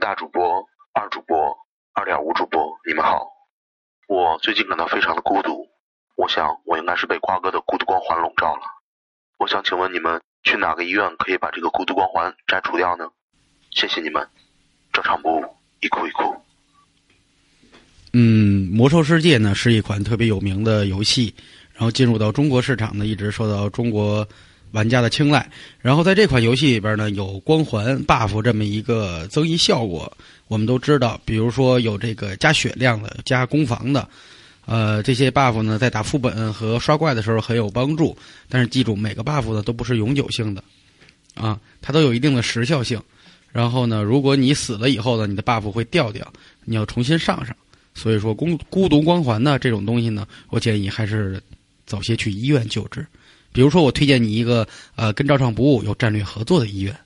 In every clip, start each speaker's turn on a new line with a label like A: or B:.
A: 大主播、二主播、二点五主播，你们好。我最近感到非常的孤独，我想我应该是被瓜哥的孤独光环笼罩了。我想请问你们去哪个医院可以把这个孤独光环摘除掉呢？谢谢你们，照常不误，一哭一哭。
B: 嗯，《魔兽世界呢》是一款特别有名的游戏，然后进入到中国市场呢，一直受到中国玩家的青睐。然后在这款游戏里边呢，有光环 buff 这么一个增益效果，我们都知道，比如说有这个加血量的、加攻防的，呃，这些 buff 呢，在打副本和刷怪的时候很有帮助。但是记住，每个 buff 呢都不是永久性的，啊，它都有一定的时效性。然后呢，如果你死了以后呢，你的 buff 会掉掉，你要重新上上。所以说，孤孤独光环呢这种东西呢，我建议还是早些去医院救治。比如说，我推荐你一个呃跟照唱不误有战略合作的医院。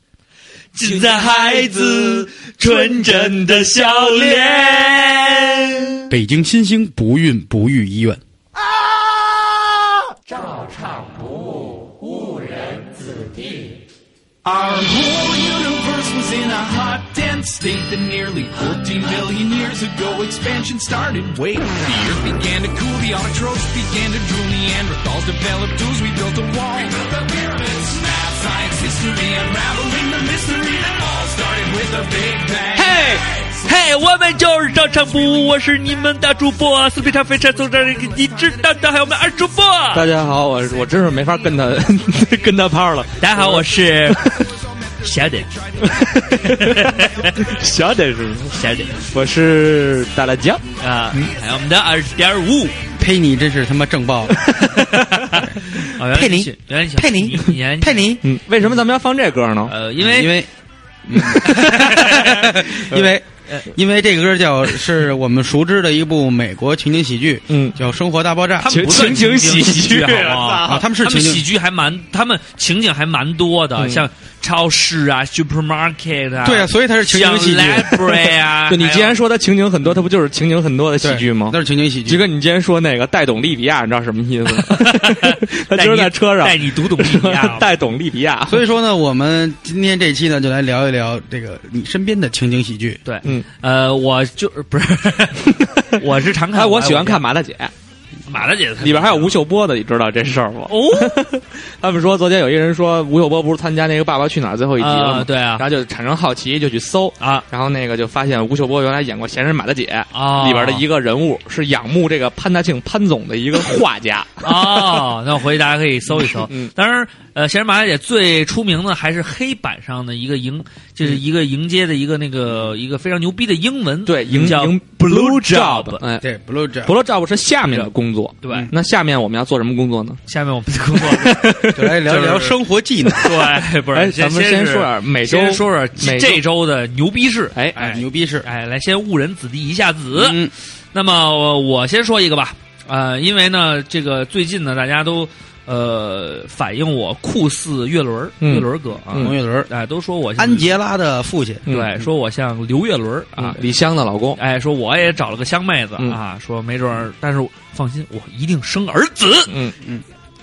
C: 现在孩子纯真的笑脸。
B: 北京新兴不孕不育医院。
C: Our whole universe was in a hot, dense state that nearly 14 billion years ago expansion started. Wait, the earth began to cool, the autotrophs began to drool, Neanderthals developed tools, we built a wall. We built the pyramids, math, science, history, unraveling the mystery that all started with a big bang.
D: 嘿，嘿，我们就是照常不误，我是你们的主播斯皮常非常从这里给你知道的，还有我们二主播。
E: 大家好，我我真是没法跟他 跟他泡了。
D: 大家好，我 是小点
E: 小点是吗，
D: 小点
E: 我是大辣椒。
D: 啊，还有我们的二点五。哦
B: 呸！你真是他妈正爆了！
D: 啊
E: 佩妮，
D: 原来你
E: 佩妮
D: 你你原来你
B: 佩妮，
E: 嗯，为什么咱们要放这歌呢？
D: 呃，因为
B: 因为因为呃因为这个歌叫是我们熟知的一部美国情景喜剧，
E: 嗯
B: 叫《生活大爆炸》。
D: 他们不算
E: 情景
D: 情
E: 喜剧
D: 剧，好不
E: 啊，
D: 好？
B: 啊，他们是
D: 他
B: 情
D: 们喜
B: 景，
D: 剧还蛮，他们情景还蛮多的，像超市啊、supermarket 嗯啊，
B: 对啊，所以它是情景喜剧
D: 像。library 啊
E: 对你
D: 还有
E: 既 然说它情景很多，它不就是情景很多的喜
B: 对
E: 剧吗
B: 那？是情景喜
E: 吉
B: 剧。
E: 哥，你今天说那个带懂利比亚，你知道什么意 思吗？他今儿在车上，
D: 带你读懂利比亚
E: 带懂利比亚，
B: 所以说呢，我们今天这期呢，就来聊一聊这个你身边的情景喜剧。
D: 对，
E: 嗯，
D: 呃，我就不是， 我是常看，
E: 哎，我喜欢看马大姐，
D: 马大姐
E: 里边还有吴秀波的，你知道这事儿吗？
D: 哦，
E: 他们说昨天有一个人说吴秀波不是参加那个《爸爸去哪儿》 最后一集了
D: 啊，
E: 吗？
D: 对啊
E: 然，后就产生好奇，就去搜，
D: 啊
E: 然后那个就发现吴秀波原来演过《闲人马大姐》
D: 啊，
E: 里边的一个人物，是仰慕这个潘大庆潘总的一个画 家。
D: 哦，那我回去大家可以搜一搜。
E: 嗯
D: 当然，呃，闲人马大姐最出名的还是黑板上的一个迎，就是一个迎接的一个那个一个非常牛逼的英文，
E: 嗯对，迎
D: 叫
E: 迎
D: Blue Job
E: 哎
B: 对，Blue Job，
E: ，Blue Job 是下面的工作。
D: 对
E: 嗯那下面我们要做什么工作呢？
D: 下面我们的工作，
B: 就来聊一聊
D: 就是
B: 生活技能。
D: 对，不
E: 哎，
D: 是，
E: 咱们
D: 先
E: 说点每周
D: 先说说
E: 每周
D: 这周的牛逼事，
E: 哎
B: 哎，
D: 哎
B: 牛逼是。
D: 哎，来先误人子弟一下子。
B: 嗯，
D: 那么我我先说一个吧，呃，因为呢，这个最近呢，大家都呃反映我酷似岳伦儿，
E: 嗯
D: 岳伦儿哥啊，
E: 嗯
B: 冯岳伦，
D: 哎，都说我像
B: 安杰拉的父亲，
D: 对，说我像刘岳伦儿
E: 啊
D: 啊，，
E: 李湘的 老公。
D: 哎，说我也找了个香妹子
E: 嗯
D: 啊，说没准儿，但是放心，我一定生儿子，
E: 嗯，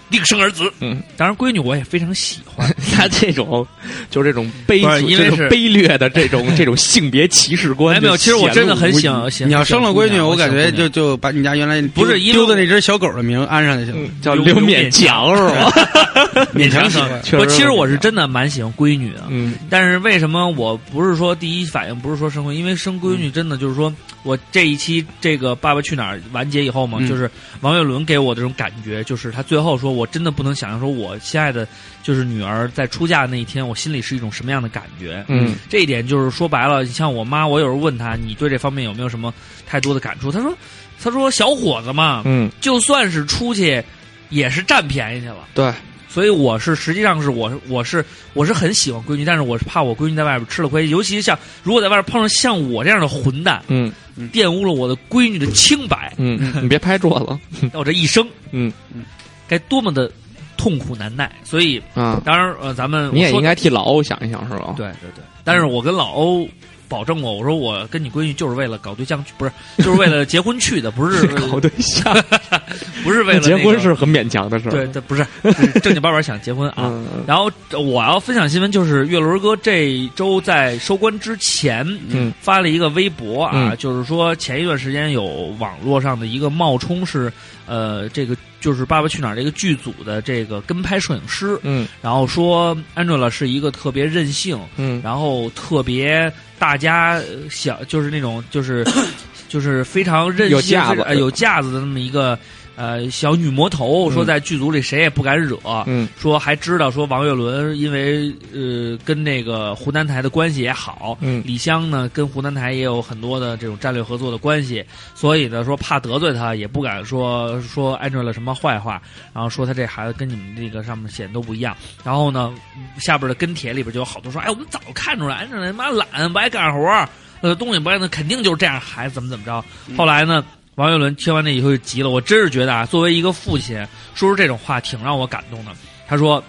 D: 一定生儿子。
E: 嗯，
D: 当然闺女我也非常喜欢，
E: 他这种就是这种卑
D: 不是因为
E: 这种
D: 是
E: 卑劣的这种这种性别歧视观
D: 哎，
E: 就
D: 没有，其实我真的很
E: 显露无
D: 想，想
B: 你要生了闺女，
D: 想
B: 我感觉
D: 姑娘
B: 就就把你家原来
D: 不是
B: 丢
D: 因为
B: 丢
D: 我
B: 的那只小狗的名安上就行
E: 遗
B: 了，
E: 叫
D: 刘
E: 刘
D: 刘
E: 勉
D: 勉强
E: 强是 吧？
D: 勉强
B: 喜
D: 生
B: 欢。
E: 确
D: 不
E: 实
D: 其
E: 是
D: 实我
E: 这
D: 是
E: 样
D: 真的蛮喜欢闺女的，啊
E: 嗯，
D: 但是为什么我不是说第一反应不是说生闺女，因为生闺女
E: 嗯
D: 真的就是说我这一期这个《爸爸去哪儿》完结以后嘛，
B: 嗯
D: 就是王岳伦给我的这种感觉，就是他最后说我真的不能想象说我亲爱的就是女儿在出嫁那一天，我心里是一种什么样的感觉。
E: 嗯，
D: 这一点就是说白了，你像我妈，我有时候问她，你对这方面有没有什么太多的感触？她说，她说小伙子嘛，
E: 嗯，
D: 就算是出去，也是占便宜去了。
E: 对，
D: 所以我是实际上是我是我是我是很喜欢闺女，但是我是怕我闺女在外边吃了亏，尤其像如果在外边碰上像我这样的混蛋，
E: 嗯
D: 玷污了我的闺女的清白，
E: 嗯，你别拍桌 子
D: 那我这一生，
E: 嗯
B: 嗯，
D: 该多么的痛苦难耐。所以，
E: 啊！
D: 当然呃，咱们
E: 你也
D: 我说
E: 应该替老欧想一想，是吧？
D: 对对对，但是我跟老欧。保证过，我 说我跟你闺女就是为了搞对象去，不是，就是为了结婚去的，不是
E: 搞对象，
D: 不是为了、那
E: 结
D: 个、
E: 婚是很勉强的事儿。
D: 对，这不是是正经八百想结婚啊。
E: 嗯，嗯
D: 然后呃我要分享新闻，就是岳伦哥这周在收官之前，
E: 嗯
D: 发了一个微博啊，
E: 嗯
D: 就是说前一段时间有网络上的一个冒充是，呃，这个就是《爸爸去哪儿》这个剧组的这个跟拍摄影师，
E: 嗯
D: 然后说 Angela 是一个特别任性，
E: 嗯
D: 然后特别大家呃想就是那种就是 就是非常任性
E: 有架子
D: 非常呃有架子的那么一个呃小女魔头，说
E: 嗯
D: 在剧组里谁也不敢惹。
E: 嗯
D: 说还知道说王岳伦因为呃跟那个湖南台的关系也好，
E: 嗯
D: 李湘呢跟湖南台也有很多的这种战略合作的关系，所以呢说怕得罪他，也不敢说说 Angela 什么坏话，然后说他这孩子跟你们这个上面显都不一样。然后呢，下边的跟帖里边就有好多说，哎，我们早看出来，Angela 他妈懒，不爱干活儿，呃，东西不爱，那肯定就是这样孩子怎么怎么着。后来呢，王岳伦听完这以后就急了，我真是觉得啊，作为一个父亲，说出这种话挺让我感动的。他说。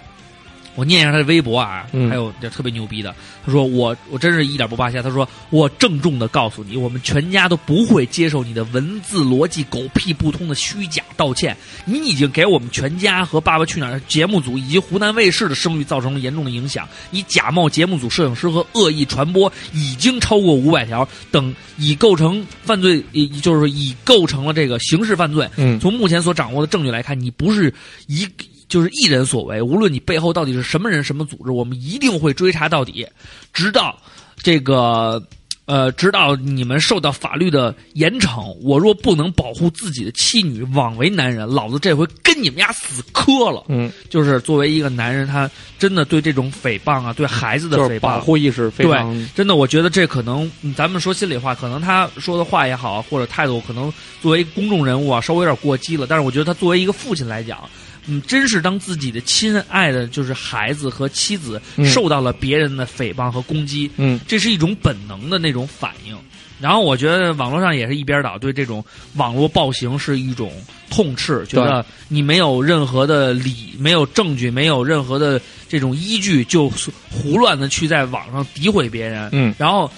D: 我念一下他的微博啊，
E: 嗯
D: 还有这特别牛逼的，他说我我真是一点不扒瞎。他说我郑重的告诉你，我们全家都不会接受你的文字逻辑狗屁不通的虚假道歉。你已经给我们全家和《爸爸去哪儿》节目组以及湖南卫视的声誉造成了严重的影响。你假冒节目组摄影师和恶意传播已经超过五百条，等已构成犯罪，也就是说已构成了这个刑事犯罪。
E: 嗯
D: 从目前所掌握的证据来看，你不是一就是一人所为，无论你背后到底是什么人、什么组织，我们一定会追查到底，直到这个呃，直到你们受到法律的严惩。我若不能保护自己的妻女，枉为男人，老子这回跟你们家死磕了。
E: 嗯，
D: 就是作为一个男人，他真的对这种诽谤啊，对孩子的
E: 就
D: 诽
E: 是
D: 谤
E: 保，护意识非常
D: 真的，我觉得这可能，嗯咱们说心里话，可能他说的话也好，啊或者态度，可能作为公众人物啊，稍微有点过激了。但是我觉得他作为一个父亲来讲，嗯，真是当自己的亲爱的就是孩子和妻子
E: 嗯
D: 受到了别人的诽谤和攻击，
E: 嗯
D: 这是一种本能的那种反应。然后我觉得网络上也是一边倒，对这种网络暴行是一种痛斥，觉得你没有任何的理，没有证据，没有任何的这种依据，就胡乱的去在网上诋毁别人。
E: 嗯
D: 然后，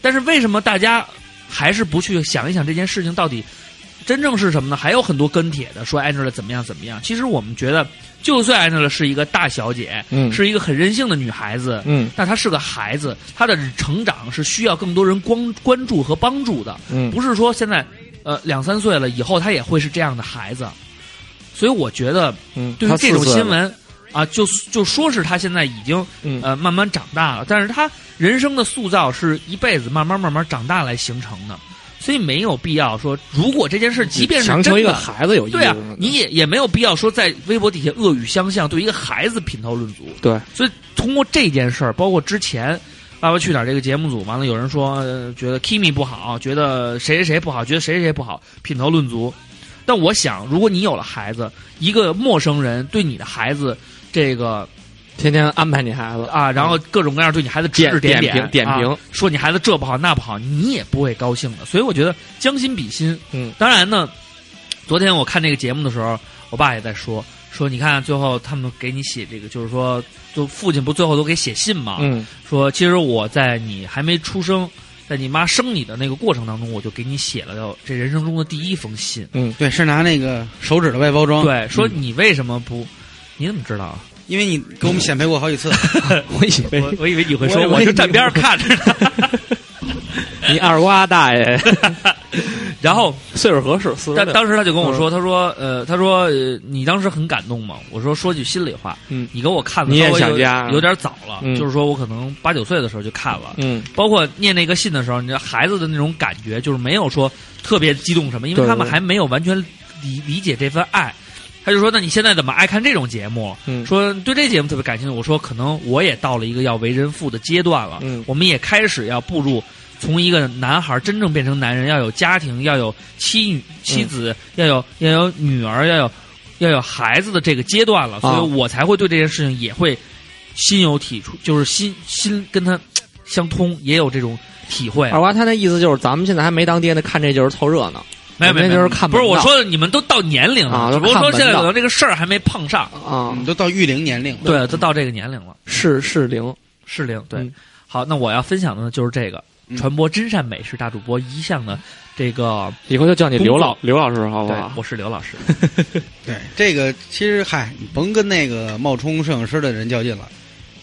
D: 但是为什么大家还是不去想一想这件事情到底真正是什么呢？还有很多跟帖的说 Angela 怎么样怎么样。其实我们觉得，就算 Angela 是一个大小姐，
E: 嗯
D: 是一个很任性的女孩子，
E: 嗯
D: 但她是个孩子，她的成长是需要更多人关关注和帮助的，
E: 嗯
D: 不是说现在呃两三岁了以后她也会是这样的孩子，所以我觉得
E: 嗯，
D: 对于
E: 他
D: 这种
E: 四岁
D: 新
E: 了，
D: 闻啊，就就说是她现在已经
E: 嗯
D: 呃慢慢长大了，但是她人生的塑造是一辈子慢慢慢慢长大来形成的，所以没有必要说，如果这件事即便是
E: 强
D: 真
E: 求一个
D: 的
E: 孩子有意
D: 对啊
E: 识吗，
D: 你也也没有必要说在微博底下恶语相向，对一个孩子品头论足。
E: 对，
D: 所以通过这件事儿，包括之前《爸爸去哪儿》这个节目组，完了有人说、呃觉得 Kimi 不好，觉得谁谁谁不好，觉得谁谁谁不好，品头论足。但我想，如果你有了孩子，啊一个陌生人对你的孩子这个
E: 天天安排你孩子
D: 啊，然后各种各样对你孩子指指
E: 点
D: 点
E: 评点
D: 啊
E: 评
D: 说你孩子这不好那不好，你也不会高兴的。所以我觉得将心比心，
E: 嗯，
D: 当然呢，昨天我看这个节目的时候，我爸也在说说，你看最后他们给你写这个，就是说，就父亲不最后都给写信嘛，
E: 嗯
D: 说其实我在你还没出生，在你妈生你的那个过程当中，我就给你写了这人生中的第一封信。
B: 对，是拿那个手指的外包装。
D: 对，说
B: 嗯
D: 你为什么不？你怎么知道啊？
B: 因为你给我们显摆过好几次，
E: 我以 为
D: 我我以为你会
E: 我
D: 说，
E: 以为
D: 我就
E: 你
D: 站边儿看着呢。
E: 你二瓜大爷
D: 然后
E: 岁数合适，四十
D: 但
E: 六，
D: 当时他就跟我说，他说，呃，他说，呃你当时很感动吗？我说，说句心里话，
E: 嗯
D: 你给我看的
E: 你也
D: 稍微有
E: 想家
D: 有点早了，
E: 嗯
D: 就是说我可能八九岁的时候就看了。
E: 嗯
D: 包括念那个信的时候，你知道孩子的那种感觉，就是没有说特别激动什么，因为
E: 对
D: 他们
E: 对
D: 还没有完全理理解这份爱。他就说：“那你现在怎么爱看这种节目？
E: 嗯
D: 说对这节目特别感兴趣。”我说：“可能我也到了一个要为人父的阶段了，
E: 嗯
D: 我们也开始要步入从一个男孩真正变成男人，要有家庭，要有妻女、
E: 嗯
D: 妻子，要有要有女儿，要有要有孩子的这个阶段了，
E: 啊
D: 所以我才会对这件事情也会心有体触，就是心心跟他相通，也有这种体会。
E: 二瓜他那意思就是咱们现在还没当爹呢，看这就是凑热闹
D: 没有没有，没
E: 那就
D: 有
E: 是看
D: 不
E: 门
D: 是
E: 道
D: 我说的，你们都到年龄了，
E: 啊
D: 只不过
E: 都看
D: 说
E: 门道
D: 现在可能这个事儿还没碰上，
E: 啊
B: 我，
D: 嗯
B: 们都到育龄年龄了。
D: 对，都到这个年龄了，
E: 是是零，
D: 适龄对。
E: 嗯
D: 好，那我要分享的呢就是这个，
B: 嗯
D: 传播真善美是大主播一向的这个。
E: 以后就叫你刘老
D: 工
E: 刘老师好不
D: 对
E: 好，？
D: 我是刘 老师。
B: 对，这个其实嗨，你甭跟那个冒充摄影师的人较劲了，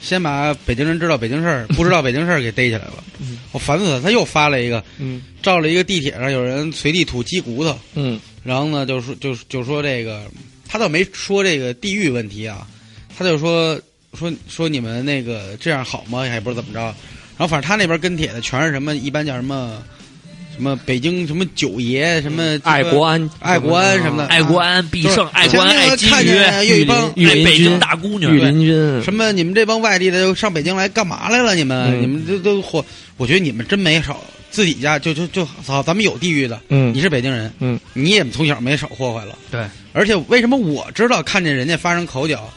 B: 先把北京人知道北京事儿，不知道北京事儿给逮起来了
E: 嗯。
B: 我烦死了，他又发了一个，
E: 嗯
B: 照了一个地铁上有人随地吐鸡骨头，
E: 嗯
B: 然后呢就说就就说这个，他倒没说这个地域问题啊，他就说说说你们那个这样好吗？也不知道怎么着，然后反正他那边跟帖的全是什么，一般叫什么。什么北京什么九爷什么
E: 嗯爱国安
B: 爱国安什么的，
D: 爱国安必胜，爱国安爱
B: 前
D: 金
B: 天看
D: 爵，
B: 见
D: 爱
B: 有一帮
E: 玉林
D: 北
E: 军
D: 京大姑娘
E: 御。林军
B: 什么，你们这帮外地的又上北京来干嘛来了？你们、
E: 嗯
B: 你们这都火，我觉得你们真没少自己家就就就操，咱们有地域的，
E: 嗯
B: 你是北京人，
E: 嗯，
B: 你也从小没少祸害了。
D: 对，
B: 而且为什么我知道看见人家发生口角，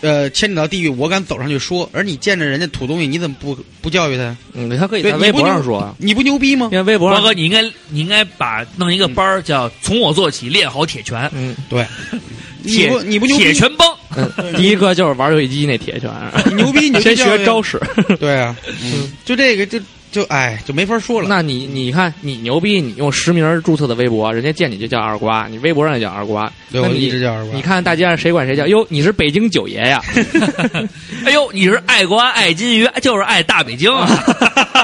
B: 呃，牵扯到地域，我敢走上去说，而你见着人家土东西，你怎么不不教育他呀？
E: 嗯，他可以
B: 对
E: 在
B: 你
E: 微
B: 不
E: 博
B: 就
E: 上说啊，
B: 你不牛逼吗
E: 因？为微博
D: 瓜
E: 上
D: 哥，你应该你应该把弄一个班
B: 嗯
D: 儿，叫“从我做起，练好铁拳
E: 嗯，
B: 对，你
D: 铁
B: 不你不牛逼
D: 铁，拳 帮
E: 嗯第一个就是玩游戏机那铁拳，
B: 你牛逼你就
E: 先
B: 教育
E: 学招式。
B: 对啊，
E: 嗯，
B: 就这个就就哎就没法说了。
E: 那你你看，你牛逼，你用实名注册的微博，人家见你就叫二瓜，你微博上也叫二瓜。
B: 对，
E: 那
B: 我
E: 你
B: 一直叫二瓜
E: 你。看大街上谁管谁叫？哟，你是北京九爷 呀？
D: 哎呦，你是爱国安爱金鱼， 就是爱大北京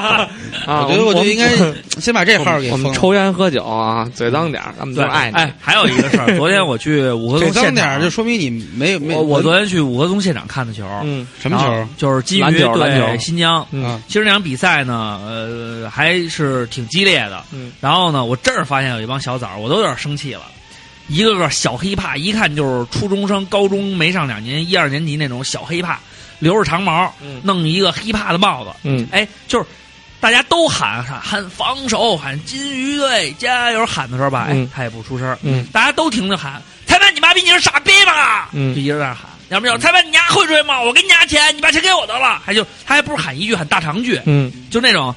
D: 啊！
E: 啊，
B: 我觉得我
E: 们
B: 就应该 先把这号给
E: 我
B: 封
E: 们
B: 了。
E: 抽烟喝酒啊，嘴脏点儿，他们都
D: 对，
E: 爱你。
D: 哎，还有一个事儿，昨天我去 五河
B: 对，
D: 东
B: 脏
D: 现
B: 点儿
D: 场，
B: 就
E: 啊
B: 说明你没有没
D: 我我昨天去五河东现场看的球，
E: 嗯
B: 什么
D: 然
B: 球
D: 后？就是金
E: 篮
D: 鱼
E: 球
D: 对
E: 篮球
D: 新疆。
E: 嗯
B: 啊？
D: 其实那场比赛呢，呃，还是挺激烈的。
E: 嗯，
D: 然后呢，我这儿发现有一帮小崽儿，我都有点生气了。一个个小黑怕，一看就是初中生、高中没上两年、一二年级那种小黑怕，留着长毛，
E: 嗯
D: 弄一个黑怕的帽子。
E: 嗯
D: 哎，就是大家都喊喊喊防守，喊金鱼队加油喊的时候吧，哎
E: 嗯，
D: 他也不出声儿，
E: 嗯
D: 大家都停着喊，裁判你妈逼你是傻逼吧？
E: 嗯
D: 就一直在那喊，要不就裁判你丫会追吗？我给你丫钱，你把钱给我得了。还就他还不是喊一句，喊大长句，
E: 嗯
D: 就那种，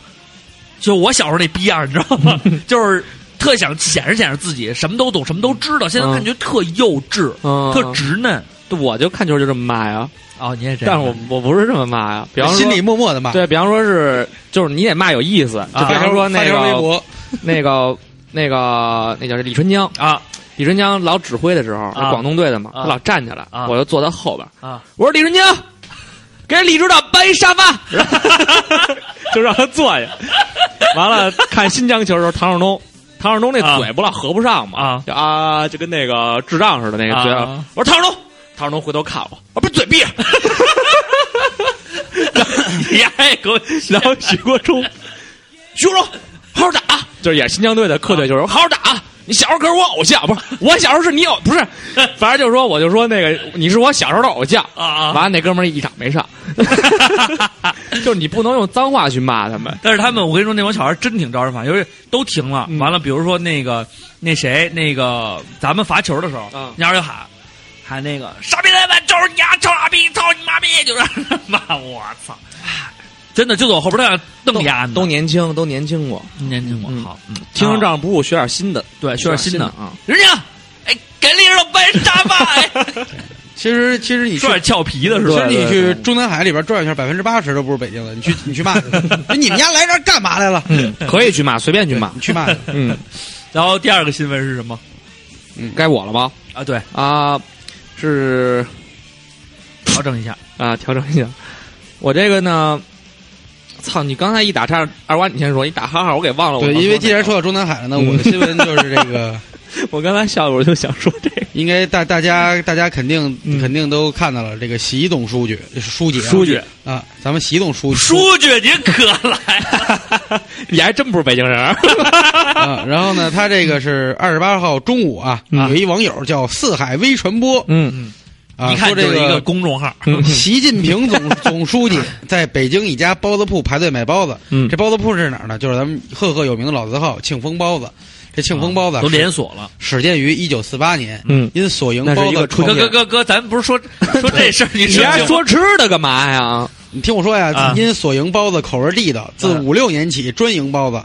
D: 就我小时候那逼样儿，你知道 吗？就是特想显示显示自己什么都懂，什么都知道，现在
E: 嗯
D: 感觉特幼稚，
E: 嗯，
D: 特直嫩。
E: 我就看球就这么骂呀，
D: 哦，你也这
E: 但
D: 样，
E: 是我我不是这么骂呀，比方说
B: 心里默默的骂。
E: 对，比方说是就是你也骂有意思，就
B: 就
E: 比
B: 发
E: 方
B: 条
E: 说那
B: 啊发条微
E: 个
B: 博，
E: 那个那个那叫李春江，
D: 啊
E: 李春江老指挥的时候，
D: 啊
E: 广东队的嘛，
D: 啊
E: 他老站起来，
D: 啊
E: 我就坐他后边，
D: 啊，
E: 我说李春江，给李指导搬一沙发，然后就让他坐下。完了，看新疆球的时候，唐胜东，唐胜东那
D: 啊
E: 嘴不老合不上嘛，
D: 啊
E: 就啊，就跟那个智障似的那个嘴。
D: 啊
E: 我说唐胜东，唐胜东回头看我，我把嘴 闭上。啊
D: 你丫也给我
E: 然后许国忠，许国忠，好好打，就是也是新疆队的客队球员，好好打。啊你小时候可是我偶像，不是我小时候是你偶，不是， 反正就是说，我就说那个你是我小时候的偶像。
D: 啊啊！
E: 完了，那哥们儿一场没 上，就是你不能用脏话去骂他们。
D: 但是他们，我跟你说，那帮小孩真挺招人烦，就是都停了。
E: 嗯
D: 完了，比如说那个那谁，那个咱们罚球的时候，
E: 嗯
D: 人家就喊喊那个傻逼裁判，就是你丫臭傻逼，操你妈逼， 就是骂我操！真的，就走后边儿那样瞪丫呢。
E: 都年轻，都年轻过，
D: 年轻过，
E: 嗯
D: 好，嗯，
E: 听声
D: 着，
E: 仗不入，学点新的，
D: 对，学
E: 学
D: 点
E: 点
D: 新
E: 的
D: 的。
E: 啊。
D: 人家，哎，给力了，搬沙发， 哎，
B: 其实其实你去
D: 说，点俏皮的是
B: 其
D: 吧
B: 实？你
E: 对
B: 去
E: 对对
B: 中南海里边转一圈，百分之八十都不是北京的。你去你去骂去， 哎你们家来这儿干嘛来了？
E: 嗯，可以去骂，随便去骂
B: 你。去骂去。
E: 嗯，
D: 然后第二个新闻是什么？
E: 该我了吗？
D: 啊，对，
E: 啊，是
D: 调整一下，
E: 啊，调整一下。我这个呢，操！你刚才一打岔，二瓜你先说，一打哈哈，我给忘了。我
B: 对，
E: 刚
B: 因为既
E: 哪
B: 然
E: 个
B: 说，到中南海了呢，
E: 嗯
B: 我的新闻就是这 个，
E: 我刚才笑，我就想说这个
B: 应该大大家大家肯定
E: 嗯
B: 肯定都看到了这个习总书记书记啊
E: 书记，
B: 啊，咱们习总书记
D: 书记您可来了，
E: 你还真不是北京人儿。
B: 啊，然后呢，他这个是二十八号中午啊，
E: 嗯
B: 有一网友叫四海微传播
E: 嗯
B: 啊，
D: 一看
B: 说
D: 就
B: 这
D: 是一个公众号，
E: 嗯
B: 习近平 总总书记在北京一家包子铺排队买包子。
E: 嗯
B: 这包子铺是哪儿呢？就是咱们赫赫有名的老字号庆丰包子。这庆丰包子
D: 都
B: 是
D: 连锁 了。
B: 始建于一九四八年，
E: 啊嗯，
B: 因索营
E: 那是
B: 包
E: 一个
B: 子
E: 出
B: 创
D: 哥
B: 业
D: 哥。哥哥，咱不 是说说这事儿，你
E: 你
D: 是
E: 还说吃的干嘛呀？
B: 你听我说呀
D: 啊，
B: 因索营包子口味地道，
E: 啊
B: 自
D: 嗯
B: 五六年起专营包子，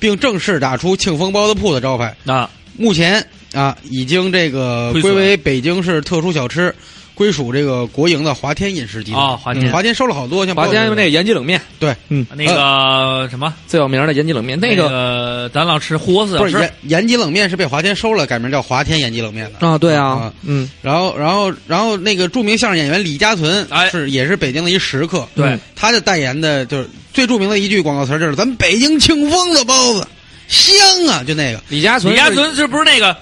B: 并正式打出庆丰包子铺的招牌。
D: 啊
B: 目前啊，已经这个
D: 亏损
B: 归为北京市特殊小吃。归属这个国营的华天饮食集团
D: 哦华天
B: 嗯华天收了好多，像
E: 啊华天
B: 包括
E: 那个延吉冷面
B: 对，
E: 嗯
D: 那
B: 呃
D: 个什么，
E: 最有名的延吉冷面，
D: 那
E: 那个
D: 个咱老吃胡子
B: 不是
D: 是
B: 延延吉冷面是被华天收了，改名叫华天延吉冷面的。
E: 啊，对啊
B: 啊，
E: 嗯，
B: 然后，然后，然后那个著名相声演员李嘉存
D: 哎
B: 是也是北京的一食客，
D: 对
E: 嗯
B: 他的代言的就是最著名的一句广告词儿就是“咱们北京庆丰的包子香啊”，就那个
E: 李嘉存，
D: 李亚存是不是那个？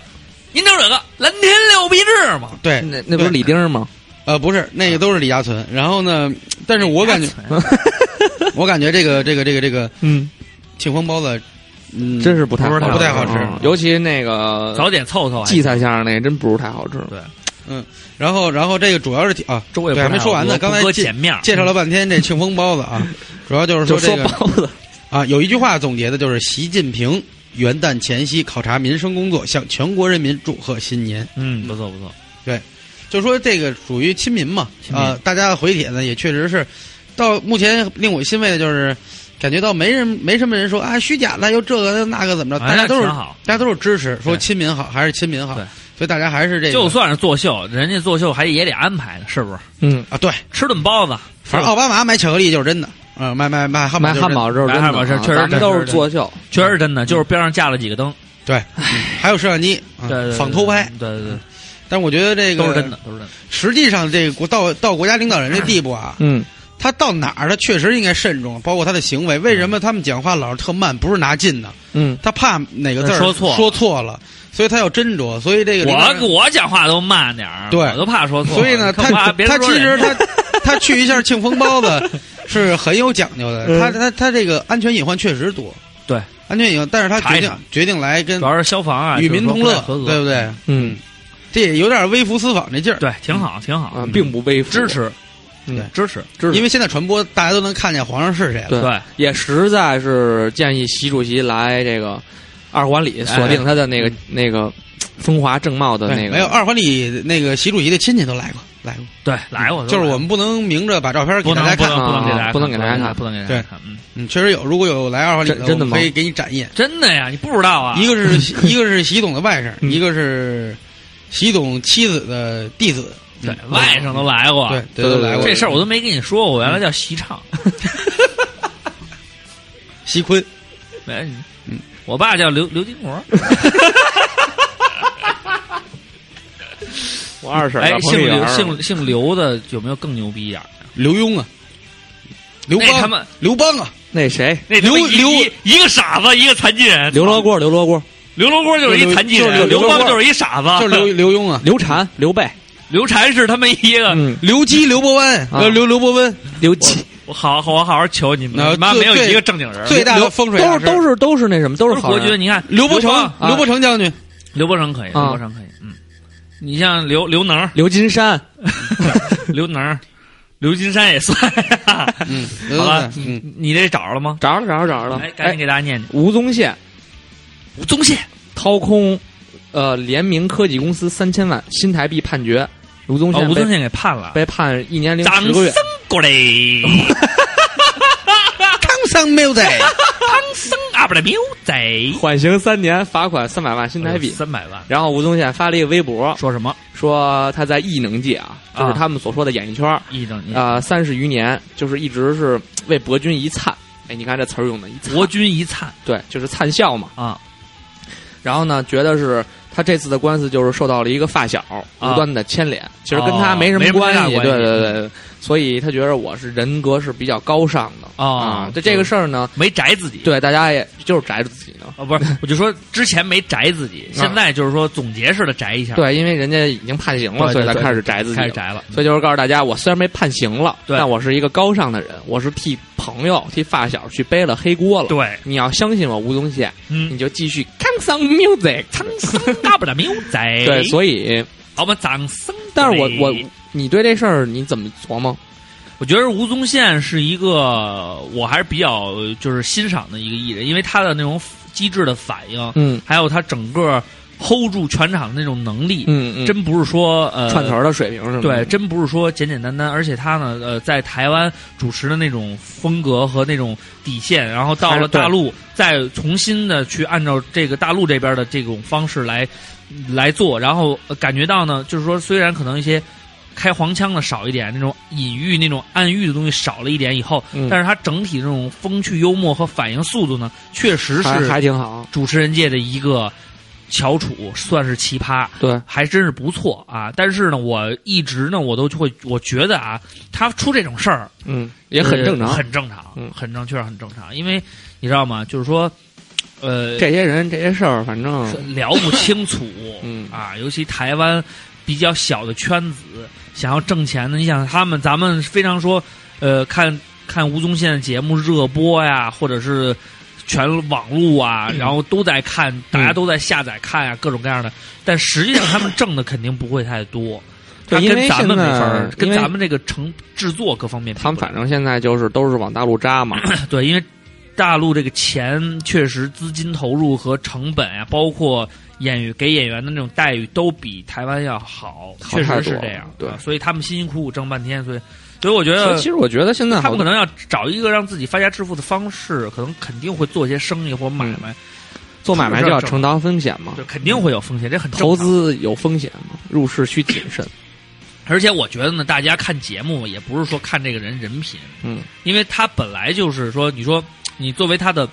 D: 您整这个蓝天六必治吗？
B: 对，
E: 那那不是
B: 对
E: 李嗯丁吗？
B: 呃不是那个都是李嘉存。然后呢，但是我感觉我感觉这个这个这个这个
E: 嗯，
B: 庆丰包子，嗯，
E: 真是不太
B: 不是
E: 好
B: 不太好
E: 吃
B: 吃
E: 嗯尤其那
B: 嗯
E: 个
D: 早点凑凑，
E: 荠菜馅儿那真不是太好吃。
B: 然后然后这个主要是提啊，
D: 周也不
B: 对
D: 太
B: 还没说完呢
D: 好
B: 刚才
D: 不搁
B: 进
D: 前面
B: 介绍了半天这庆丰包 子啊，主要就是
E: 就
B: 说这
E: 说
B: 个
E: 包子，
B: 啊，有一句话总结的就是习近平元旦前夕考察民生工作，向全国人民祝贺新年。
D: 嗯，不错不错，
B: 就说这个属于亲民嘛，
D: 亲民
B: 啊、大家的回帖呢也确实是，到目前令我欣慰的就是，感觉到没人没什么人说啊虚假的又这个又那个怎么着，
D: 哎
B: 大家都是
D: 挺好
B: 大家都是支持，说
D: 对
B: 亲民好还是亲民好
D: 对，
B: 所以大家还是这个
D: 就算是作秀，人家作秀还也得安排呢，是不是？
E: 嗯，
B: 啊对，
D: 吃顿包子，
B: 反正奥哦巴马买巧克力就是真的，啊、买买买汉堡
E: 买
B: 就是
E: 汉
B: 真的，
E: 堡肉
D: 买
E: 真的
D: 汉堡是
E: 啊
D: 确实
E: 咱们都
D: 真
E: 是
D: 是
E: 作秀，
D: 确实是真的，就是边上架了几个灯，
B: 嗯还有摄像机，啊
D: 对对对
B: 仿偷拍，，
D: 对对对，
B: 但我觉得这个
D: 都是真的，都是真的。
B: 实际上，这个国到到国家领导人这地步 啊，
E: 嗯，
B: 他到哪儿他确实应该慎重，包括他的行为。为什么他们讲话老是特慢，不是拿劲呢？
E: 嗯，
B: 他怕哪个字儿
D: 呃说错
B: 说错了，所以他要斟酌。所以这个领导人
D: 我我讲话都慢点儿，
B: 对
D: 我都怕说错。
B: 所以呢，
D: 你
B: 他
D: 看吧别
B: 他
D: 说
B: 其实
D: 人家
B: 他他去一下庆丰包 子是很有讲究的。他他他这个安全隐患确实多，
D: 嗯对
B: 安全隐患，但是他
D: 查
B: 决
D: 一
B: 定
D: 查
B: 决定来跟
D: 主要是消防啊，
B: 与民同
D: 就是
B: 乐
D: 说，不太合
B: 对
D: 作
B: 不对？
E: 嗯
B: 这也有点微服私访这劲儿，
D: 对，挺好，挺好，
E: 啊，并不背负
D: 嗯支持
E: 嗯
B: 对
D: 支持，
E: 支持，
B: 因为现在传播大家都能看见皇上是谁了。
E: 对也实在是建议习主席来这个二环里
D: 哎
E: 锁定他的那个、
D: 嗯
E: 那个风华正茂的
B: 对，
E: 那个
B: 没有二环里那个习主席的亲戚都来过，来过，
D: 对，来我
B: 就是我们不能明着把照片给
D: 不
B: 大
D: 能
B: 家
D: 不
B: 看。啊
D: 能不能给大家
E: 不能给大家看
D: 不能给大家看，嗯，
B: 嗯，确实有，如果有来二环里
E: 真真的
B: 我
E: 吗
B: 们可以给你展现。
D: 真的呀，你不知道啊，
B: 一个是习一个是习总的外甥，
E: 嗯
B: 一个是习总妻子的弟子，嗯
D: 对外甥啊都来过，
B: 对，
E: 对
B: 都来过。
D: 这事儿我都没跟你说过，我原来叫席畅，
B: 习坤，
D: 没，哎
B: 嗯
D: 我爸叫刘刘金国，
E: 我二婶
D: 哎，姓
B: 啊
D: 刘姓姓刘的有没有更牛逼一点儿？
B: 刘墉啊，刘
D: 那他
B: 邦，
D: 们
B: 刘邦啊，
E: 那谁
D: 那他妈
B: 刘
D: 一
B: 刘
D: 一一个傻子，一个残疾人，
E: 刘罗锅刘罗锅
D: 刘罗锅就是一残疾
B: 就是
D: 人，
B: 刘
D: 刘
B: 刘罗
D: 邦
B: 锅
D: 就是一傻子，
B: 就是刘刘墉啊，
E: 刘禅刘备
D: 刘禅是他们一个。
E: 嗯
B: 刘基、刘伯温，
E: 啊
B: 呃，刘刘伯温
E: 刘琦
D: 我好，我好好求你
B: 那
D: 们，你妈
B: 最
D: 没有
B: 最
D: 一个正经人，
B: 最大的风水
E: 都
B: 大
E: 是
B: 师
E: 都是都是那什么都
D: 都
E: 是
D: 是
E: 好
D: 国
E: 人
D: 军。你看
B: 刘伯承
D: 邦、
B: 刘伯承将军，
D: 刘伯承可以，
E: 啊
D: 刘伯承可以，嗯，你像刘刘能、
E: 刘金山
D: 刘能、刘金山也算，
B: 嗯，
D: 好吧
B: 刘嗯，
D: 你这找着了吗？
E: 找着了找着找着
D: 哎
E: 了，，
D: 赶紧给大家念念。
E: 吴宗宪
D: 吴宗宪，
E: 掏空呃联名科技公司三千万新台币判决，吴宗
D: 哦
E: 宪
D: 吴
E: 被
D: 宗宪给判了，
E: 被判一年零
D: 掌
E: 十个月
D: 声。过来，
B: 康桑 music。
D: 掌声啊，不对，牛仔，
E: 缓刑三年，罚款三百万新台币。
D: 哎三百万，
E: 然后吴宗宪发了一个微博，
D: 说什么？
E: 说他在艺能界啊，
D: 啊
E: 就是他们所说的演艺圈儿
D: 一等一，
E: 啊，三十余年，就是一直是为博君一灿。哎，你看这词儿用的，一灿
D: 国军一灿
E: 对，就是灿笑嘛。
D: 啊，
E: 然后呢，觉得是他这次的官司就是受到了一个发小无端的牵连，其实跟他没什
D: 啊哦没什
E: 么
D: 么太大
E: 系。
D: 关系
E: 对对对对，所以他觉得我是人格是比较高尚的
D: 哦
E: 啊。对这个事儿呢，
D: 没宅自己，
E: 对大家也就是宅着自己呢。
D: 啊，不 是，我就说之前没宅自己，现在就是说总结式的宅一下，
E: 啊对，因为人家已经判刑
D: 对
E: 了，所以
D: 对
E: 才
D: 对
E: 开始宅自己
D: 开
E: 了
D: 始。宅了，
E: 所以就是告诉大家，我虽然没判刑了，
D: 对
E: 但我是一个高尚的人，我是替朋友、替发小去背了黑锅了。，
D: 对，
E: 你要相信我吴宗宪，
D: 嗯
E: 你，就继续康桑 music。
D: 掌声大不了牛仔，
E: 对，所以，
D: 好吧，掌声。
E: 但是我我你对这事儿你怎么琢磨？
D: 我觉得吴宗宪是一个我还是比较就是欣赏的一个艺人，因为他的那种机智的反应，
E: 嗯
D: 还有他整个 hold 住全场的那种能力，
E: 嗯嗯，
D: 真不是说呃
E: 串词儿的水平是吗？
D: 对，真不是说简简单单，而且他呢，呃，在台湾主持的那种风格和那种底线，然后到
E: 还
D: 了
E: 是对
D: 大陆，再重新的去按照这个大陆这边的这种方式来来做，然后、呃感觉到呢，就是说虽然可能一些开黄腔的少一点，那种隐喻、那种暗喻的东西少了一点以后，
E: 嗯
D: 但是它整体这种风趣幽默和反应速度呢，确实
E: 还还
D: 是
E: 挺好。
D: 主持人界的一个翘楚，算是奇葩。
E: 对，
D: 还真是不错啊！但是呢，我一直呢，我都会我觉得啊，他出这种事儿
E: 嗯，也很正常。
D: 呃很正常，
E: 嗯
D: 很正，确实很正常。因为你知道吗？就是说，呃，
E: 这些人这些事儿，反正
D: 是聊不清楚，
E: 嗯
D: 啊，尤其台湾比较小的圈子，想要挣钱的，你想他们，咱们非常说，呃，看看吴宗宪的节目热播呀，或者是全网络啊，然后都在看，大
E: 嗯
D: 家都在下载看呀，各种各样的。但实际上他们挣的肯定不会太多，
E: 对
D: 他
E: 因
D: 跟
E: 为
D: 咱们没
E: 现在
D: 法儿，跟
E: 因为
D: 咱们这个成制作各方面比不了，
E: 他们反正现在就是都是往大陆扎嘛。
D: 对，因为大陆这个钱确实资金投入和成本啊，包括演员给演员的那种待遇，都比台湾要好，
E: 好
D: 确
E: 太
D: 实
E: 多
D: 是
E: 了
D: 这样。
E: 对
D: 啊所以他们辛辛苦苦挣半天，所以，所以我觉
E: 所以
D: 得
E: 其实我觉得现在
D: 呃他
E: 好
D: 们可
E: 多
D: 能要找一个让自己发家致富的方式，可能肯定会做一些生意或买卖，
E: 嗯做买卖就要承担风险嘛
D: 对，，肯定会有风险，这很正常
E: 投。资有风险嘛，入市需谨慎。
D: 而且我觉得呢，大家看节目也不是说看这个人人品，
E: 嗯
D: 因为他本来就是说，你说你作为他的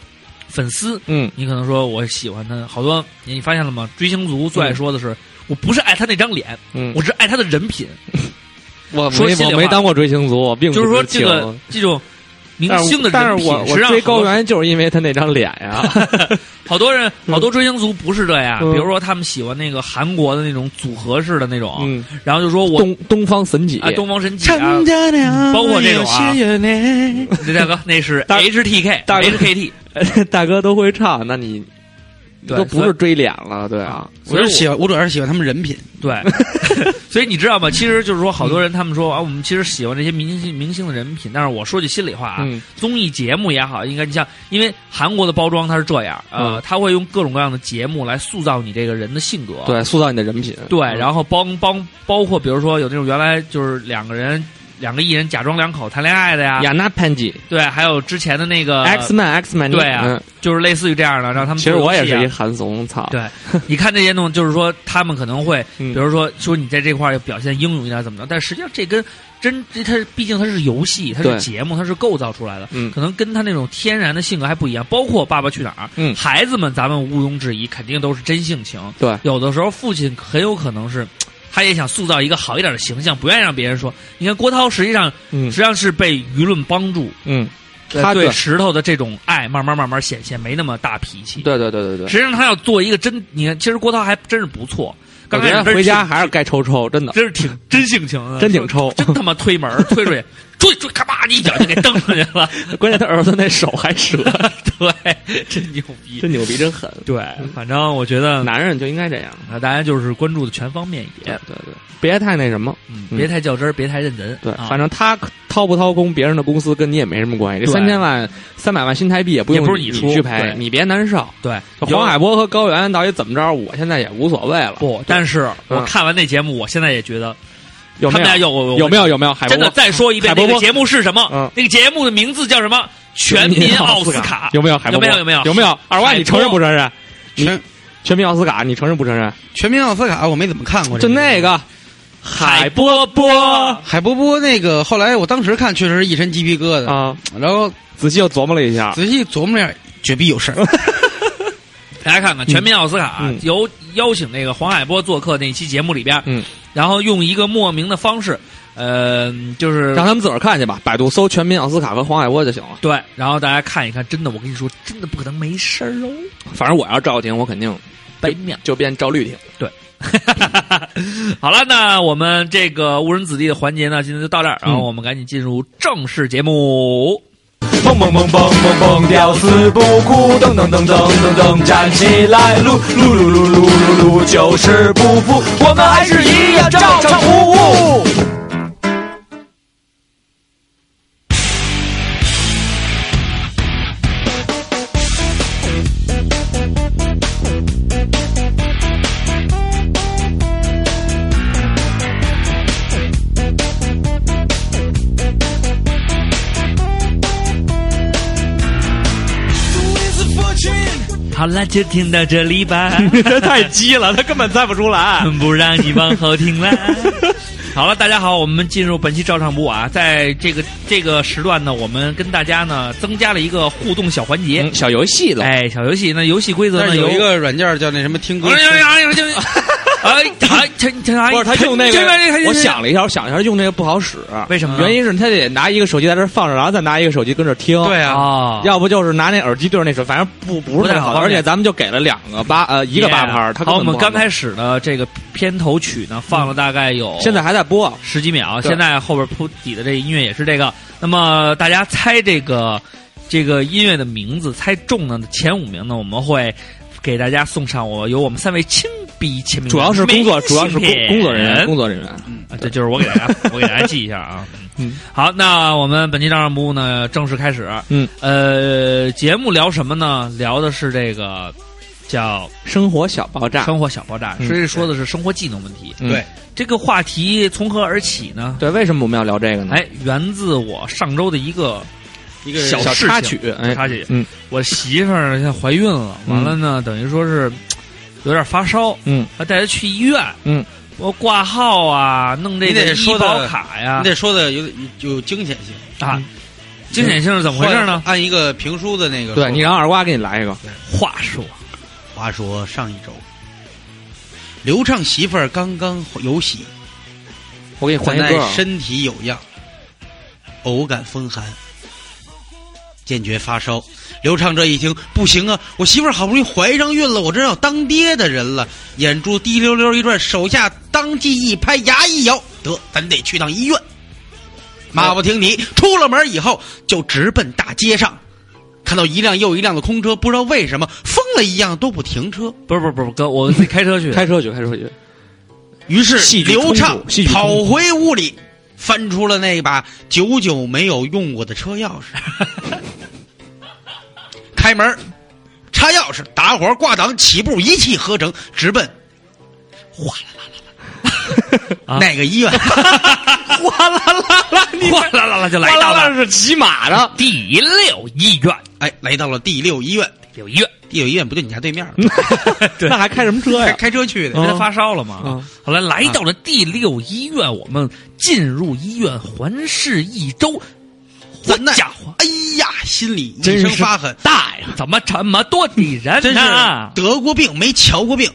D: 粉丝，
E: 嗯，
D: 你可能说我喜欢他，好多你你发现了吗？追星族最爱说的是，我不是爱他那张脸，
E: 嗯，
D: 我是爱他的人品。
E: 我
D: 说
E: 没
D: 心里
E: 我
D: 话
E: 没当过追星族，我并不
D: 就是说，
E: 知情
D: 这个这种明
E: 但是
D: 星的
E: 但
D: 人
E: 是
D: 品
E: 我，我
D: 实际上
E: 追高
D: 好多
E: 原就是因为他那张脸 呀，
D: 好多人
E: 嗯
D: 好多追星族不是这样，
E: 嗯
D: 比如说他们喜欢那个韩国的那种组合式的那种，
E: 嗯，
D: 然后就说哦我
E: 东东方神起
D: 啊，东方神起啊，
E: 着
D: 嗯
E: 了
D: 包括这种啊
E: 有些眼泪
D: 这大哥那是
E: 大
D: HTK
E: 大
D: HKT，
E: 大哥都会唱，那你
D: 对
E: 都不
D: 所以
E: 是追脸了，对啊，
B: 我
D: 所以
B: 是
D: 我
B: 喜欢，我主要是喜欢他们人品。
D: 对， 所以你知道吗？其实就是说，好多人他们说啊，我们其实喜欢这些明星明星的人品，但是我说句心里话啊，
E: 嗯
D: 综艺节目也好，应该你像，因为韩国的包装它是这样，
E: 嗯
D: 呃，它会用各种各样的节目来塑造你这个人的性格，
E: 对，塑造你的人品，
D: 对，
E: 嗯
D: 然后帮帮包括比如说有那种原来就是两个人两个艺人假装两口谈恋爱的呀，
E: 亚娜潘吉
D: 对，还有之前的那个
E: X Man X Man，
D: 呃对啊就是类似于这样的，让他们
E: 嗯其实我也
D: 做游
E: 是
D: 戏
E: 一
D: 啊
E: 韩怂，操，
D: 对， 你看这些东西，就是说他们可能会
E: 嗯
D: 比如说说你在这块儿要表现英勇一点怎么着，但实际上这跟真这它毕竟它是游戏，它
E: 对
D: 是节目，它是构造出来的，
E: 嗯
D: 可能跟他那种天然的性格还不一样。包括《爸爸去哪儿》，
E: 嗯
D: 孩子们咱们毋庸置疑，肯定都是真性情。
E: 对
D: 有的时候父亲很有可能是。他也想塑造一个好一点的形象，不愿意让别人说。你看郭涛，实际上
E: 嗯
D: 实际上是被舆论帮助，
E: 嗯，
D: 对
E: 他
D: 对
E: 对
D: 石头的这种爱慢慢慢慢显现，没那么大脾气。
E: 对对对对对，
D: 实际上他要做一个真，你看，其实郭涛还真是不错。刚
E: 我
D: 开
E: 觉
D: 始
E: 得
D: 真
E: 回家
D: 挺
E: 还是该抽 抽，真的
D: 真是挺真性情的，
E: 真挺抽，
D: 真他妈推门儿推出去， 追追咔吧一脚就给蹬出去了，
E: 关键他儿子那手还折，
D: 对，真牛逼。
E: 真牛逼，嗯真狠。
D: 对，反正我觉得
E: 男人就应该这样，
D: 啊，大家就是关注的全方面一
E: 对
D: 点，
E: 对对，别太那什么。
D: 嗯，
E: 嗯
D: 别太较真儿，别太认真，
E: 对，
D: 啊
E: 反正他掏不掏工别人的公司跟你也没什么关系。这
D: 对
E: 三千万、三百万新台币也不用
D: 也不是
E: 你
D: 你出
E: 去赔
D: 对，
E: 你别难受。
D: 对。
E: 黄海波和高原到底怎么着，我现在也无所谓了。
D: 不，但是我
E: 嗯
D: 看完那节目，我现在也觉得
E: 有
D: 他
E: 没
D: 们俩
E: 有
D: 有我
E: 有没有有没有海波
D: 真的再说一遍
E: 海
D: 那
E: 波
D: 个
E: 波
D: 节目是什么
E: 嗯？
D: 那个节目的名字叫什么？全民
E: 民
D: 奥斯
E: 斯
D: 卡
E: 有没有海波波？
D: 有没有有没有
E: 有没有二
D: 海
E: 歪？
D: 波
E: 你承认不承认？你
B: 全
E: 全民奥斯卡，你承认不承认？
B: 全民奥斯卡我没怎么看过，
E: 就那个
D: 海波波，
B: 海波波那个，后来我当时看确实一身鸡皮疙瘩，
E: 啊，
B: 然后
E: 仔细又琢磨了一下，
B: 仔细琢磨了一下，绝逼有 事儿。
D: 大家看看全民奥斯卡啊
E: 嗯
D: 由邀请那个黄海波做客那期节目里边，
E: 嗯，
D: 然后用一个莫名的方式，呃，就是
E: 让他们自个儿看去吧，百度搜全民奥斯卡和黄海波就行了。
D: 对，然后大家看一看，真的，我跟你说，真的不可能没事儿哦，
E: 反正我要赵婷，我肯定
D: 白面。
E: 就变赵绿婷。
D: 好了，那我们这个误人子弟的环节呢，今天就到这儿，然后我们赶紧进入正式节目。
F: 蹦蹦蹦蹦蹦蹦，屌丝不哭，噔噔噔噔噔噔，站起来，撸撸撸撸撸撸撸，就是不服，我们还是一样照常服务。
D: 好了，就听到这里 吧，
E: 他太鸡了，他根本猜不 出来。
D: 不让你往后听了。好了，大家好，我们进入本期照唱不误啊，在这个这个时段呢，我们跟大家呢增加了一个互动小环节，
E: 嗯小游戏了，
D: 哎，小游戏。那游戏规则
B: 但
D: 呢
B: 是有
D: 由
B: 一个软件叫那什么听歌
D: 哎，呀呀呀呀！哎，他陈陈阿姨，
E: 不是他用那
D: 这
E: 个，
D: 了，
E: 我想了一下，我想了一下，用那个不好使。啊
D: 为什么呢
E: 原因是他得拿一个手机在这放着，然后再拿一个手机跟着听。
B: 对啊，
D: 啊，
E: 要不就是拿那耳机对着那手，反正不不
D: 不
E: 是
D: 太
E: 太
D: 好
E: 好。而
D: 方便
E: 且咱们就给了两个八呃一个八拍儿，他根
D: 好，我
E: 本不
D: 们刚
E: 好
D: 开始呢，这个片头曲呢放了大概有
E: 现在还在播，
D: 十几秒，
E: 对
D: 现在后边铺底的这音乐也是这个。那么大家猜这个这个音乐的名字，猜中呢前五名呢，我们会给大家送上我由我们三位亲笔签名的
E: 主要是工作，
D: 明
E: 主要是工
D: 信片
E: 工作人员，工作人员。
D: 啊，这就是我给大家，我给大家记一下啊。
E: 嗯，
D: 好，那我们本期照上不误呢正式开始。
E: 嗯，
D: 呃，节目聊什么呢？聊的是这个叫
E: 生活小爆炸，
D: 生活小爆炸，
E: 嗯
D: 所以说的是生活技能问题。
E: 嗯
B: 对
D: 这个话题从何而起呢？
E: 对，为什么我们要聊这个呢？
D: 哎，源自我上周的一个
B: 一个
D: 小事情
E: 插曲，哎，
D: 插曲。
E: 嗯，
D: 我媳妇儿现在怀孕了，完了呢，等于说是嘖有点发烧，
E: 嗯，
D: 还带她去医院。
E: 嗯，
D: 我挂号啊，弄这
B: 你
D: 个
B: 得
D: 医
B: 说
D: 保
B: 的
D: 卡呀
B: 你，得说的有点有惊险性，
D: 啊，惊险性是怎么回事呢？
B: 按一个评书的那个说
E: 对你让二瓜给你来一个，
D: 话说，
B: 话说上一周，刘畅媳妇儿刚刚有喜，
E: 我给你换
B: 本
E: 一
B: 来
E: 个。
B: 身体有恙，偶感风寒，坚决发烧。刘畅这一听，不行啊，我媳妇儿好不容易怀上孕了，我这要当爹的人了。眼珠滴溜溜一转，手下当即一拍，牙一咬，得，咱得去趟医院。马不停蹄，出了门以后就直奔大街上，看到一辆又一辆的空车，不知道为什么疯了一样都不停车。
D: 不是不是不是，哥，我自己开车去。
E: 开车去，开车去，
B: 于是
E: 戏剧冲突
B: 刘畅
E: 戏剧冲
B: 跑
E: 突
B: 回屋里，翻出了那把久久没有用过的车钥匙， 开门，插钥匙，打火，挂档，起步，一气呵成，直奔哗 啦啦啦啦那个医院。
E: 哗啦啦 啦，你
D: 哗啦啦啦就来
E: 哗
D: 哎到
E: 啦啦
D: 了
E: 是骑马的，
D: 第六医院，
B: 哎，来到了第六医院，
D: 有医院，
B: 第六医院不就你家对面儿吗？
E: 那还开什么 车
B: 开
E: 呀？
B: 开车去的
D: 因。为他
E: 嗯
D: 发烧了嘛。
E: 嗯
D: 后来来到了第六医院，我们进入医院环视一周，好
B: 咱那
D: 家伙，
B: 哎呀，心里一声发狠，
D: 大呀，怎么这么多敌人
B: 真是啊嗯
D: 呢？
B: 得过病没瞧过病，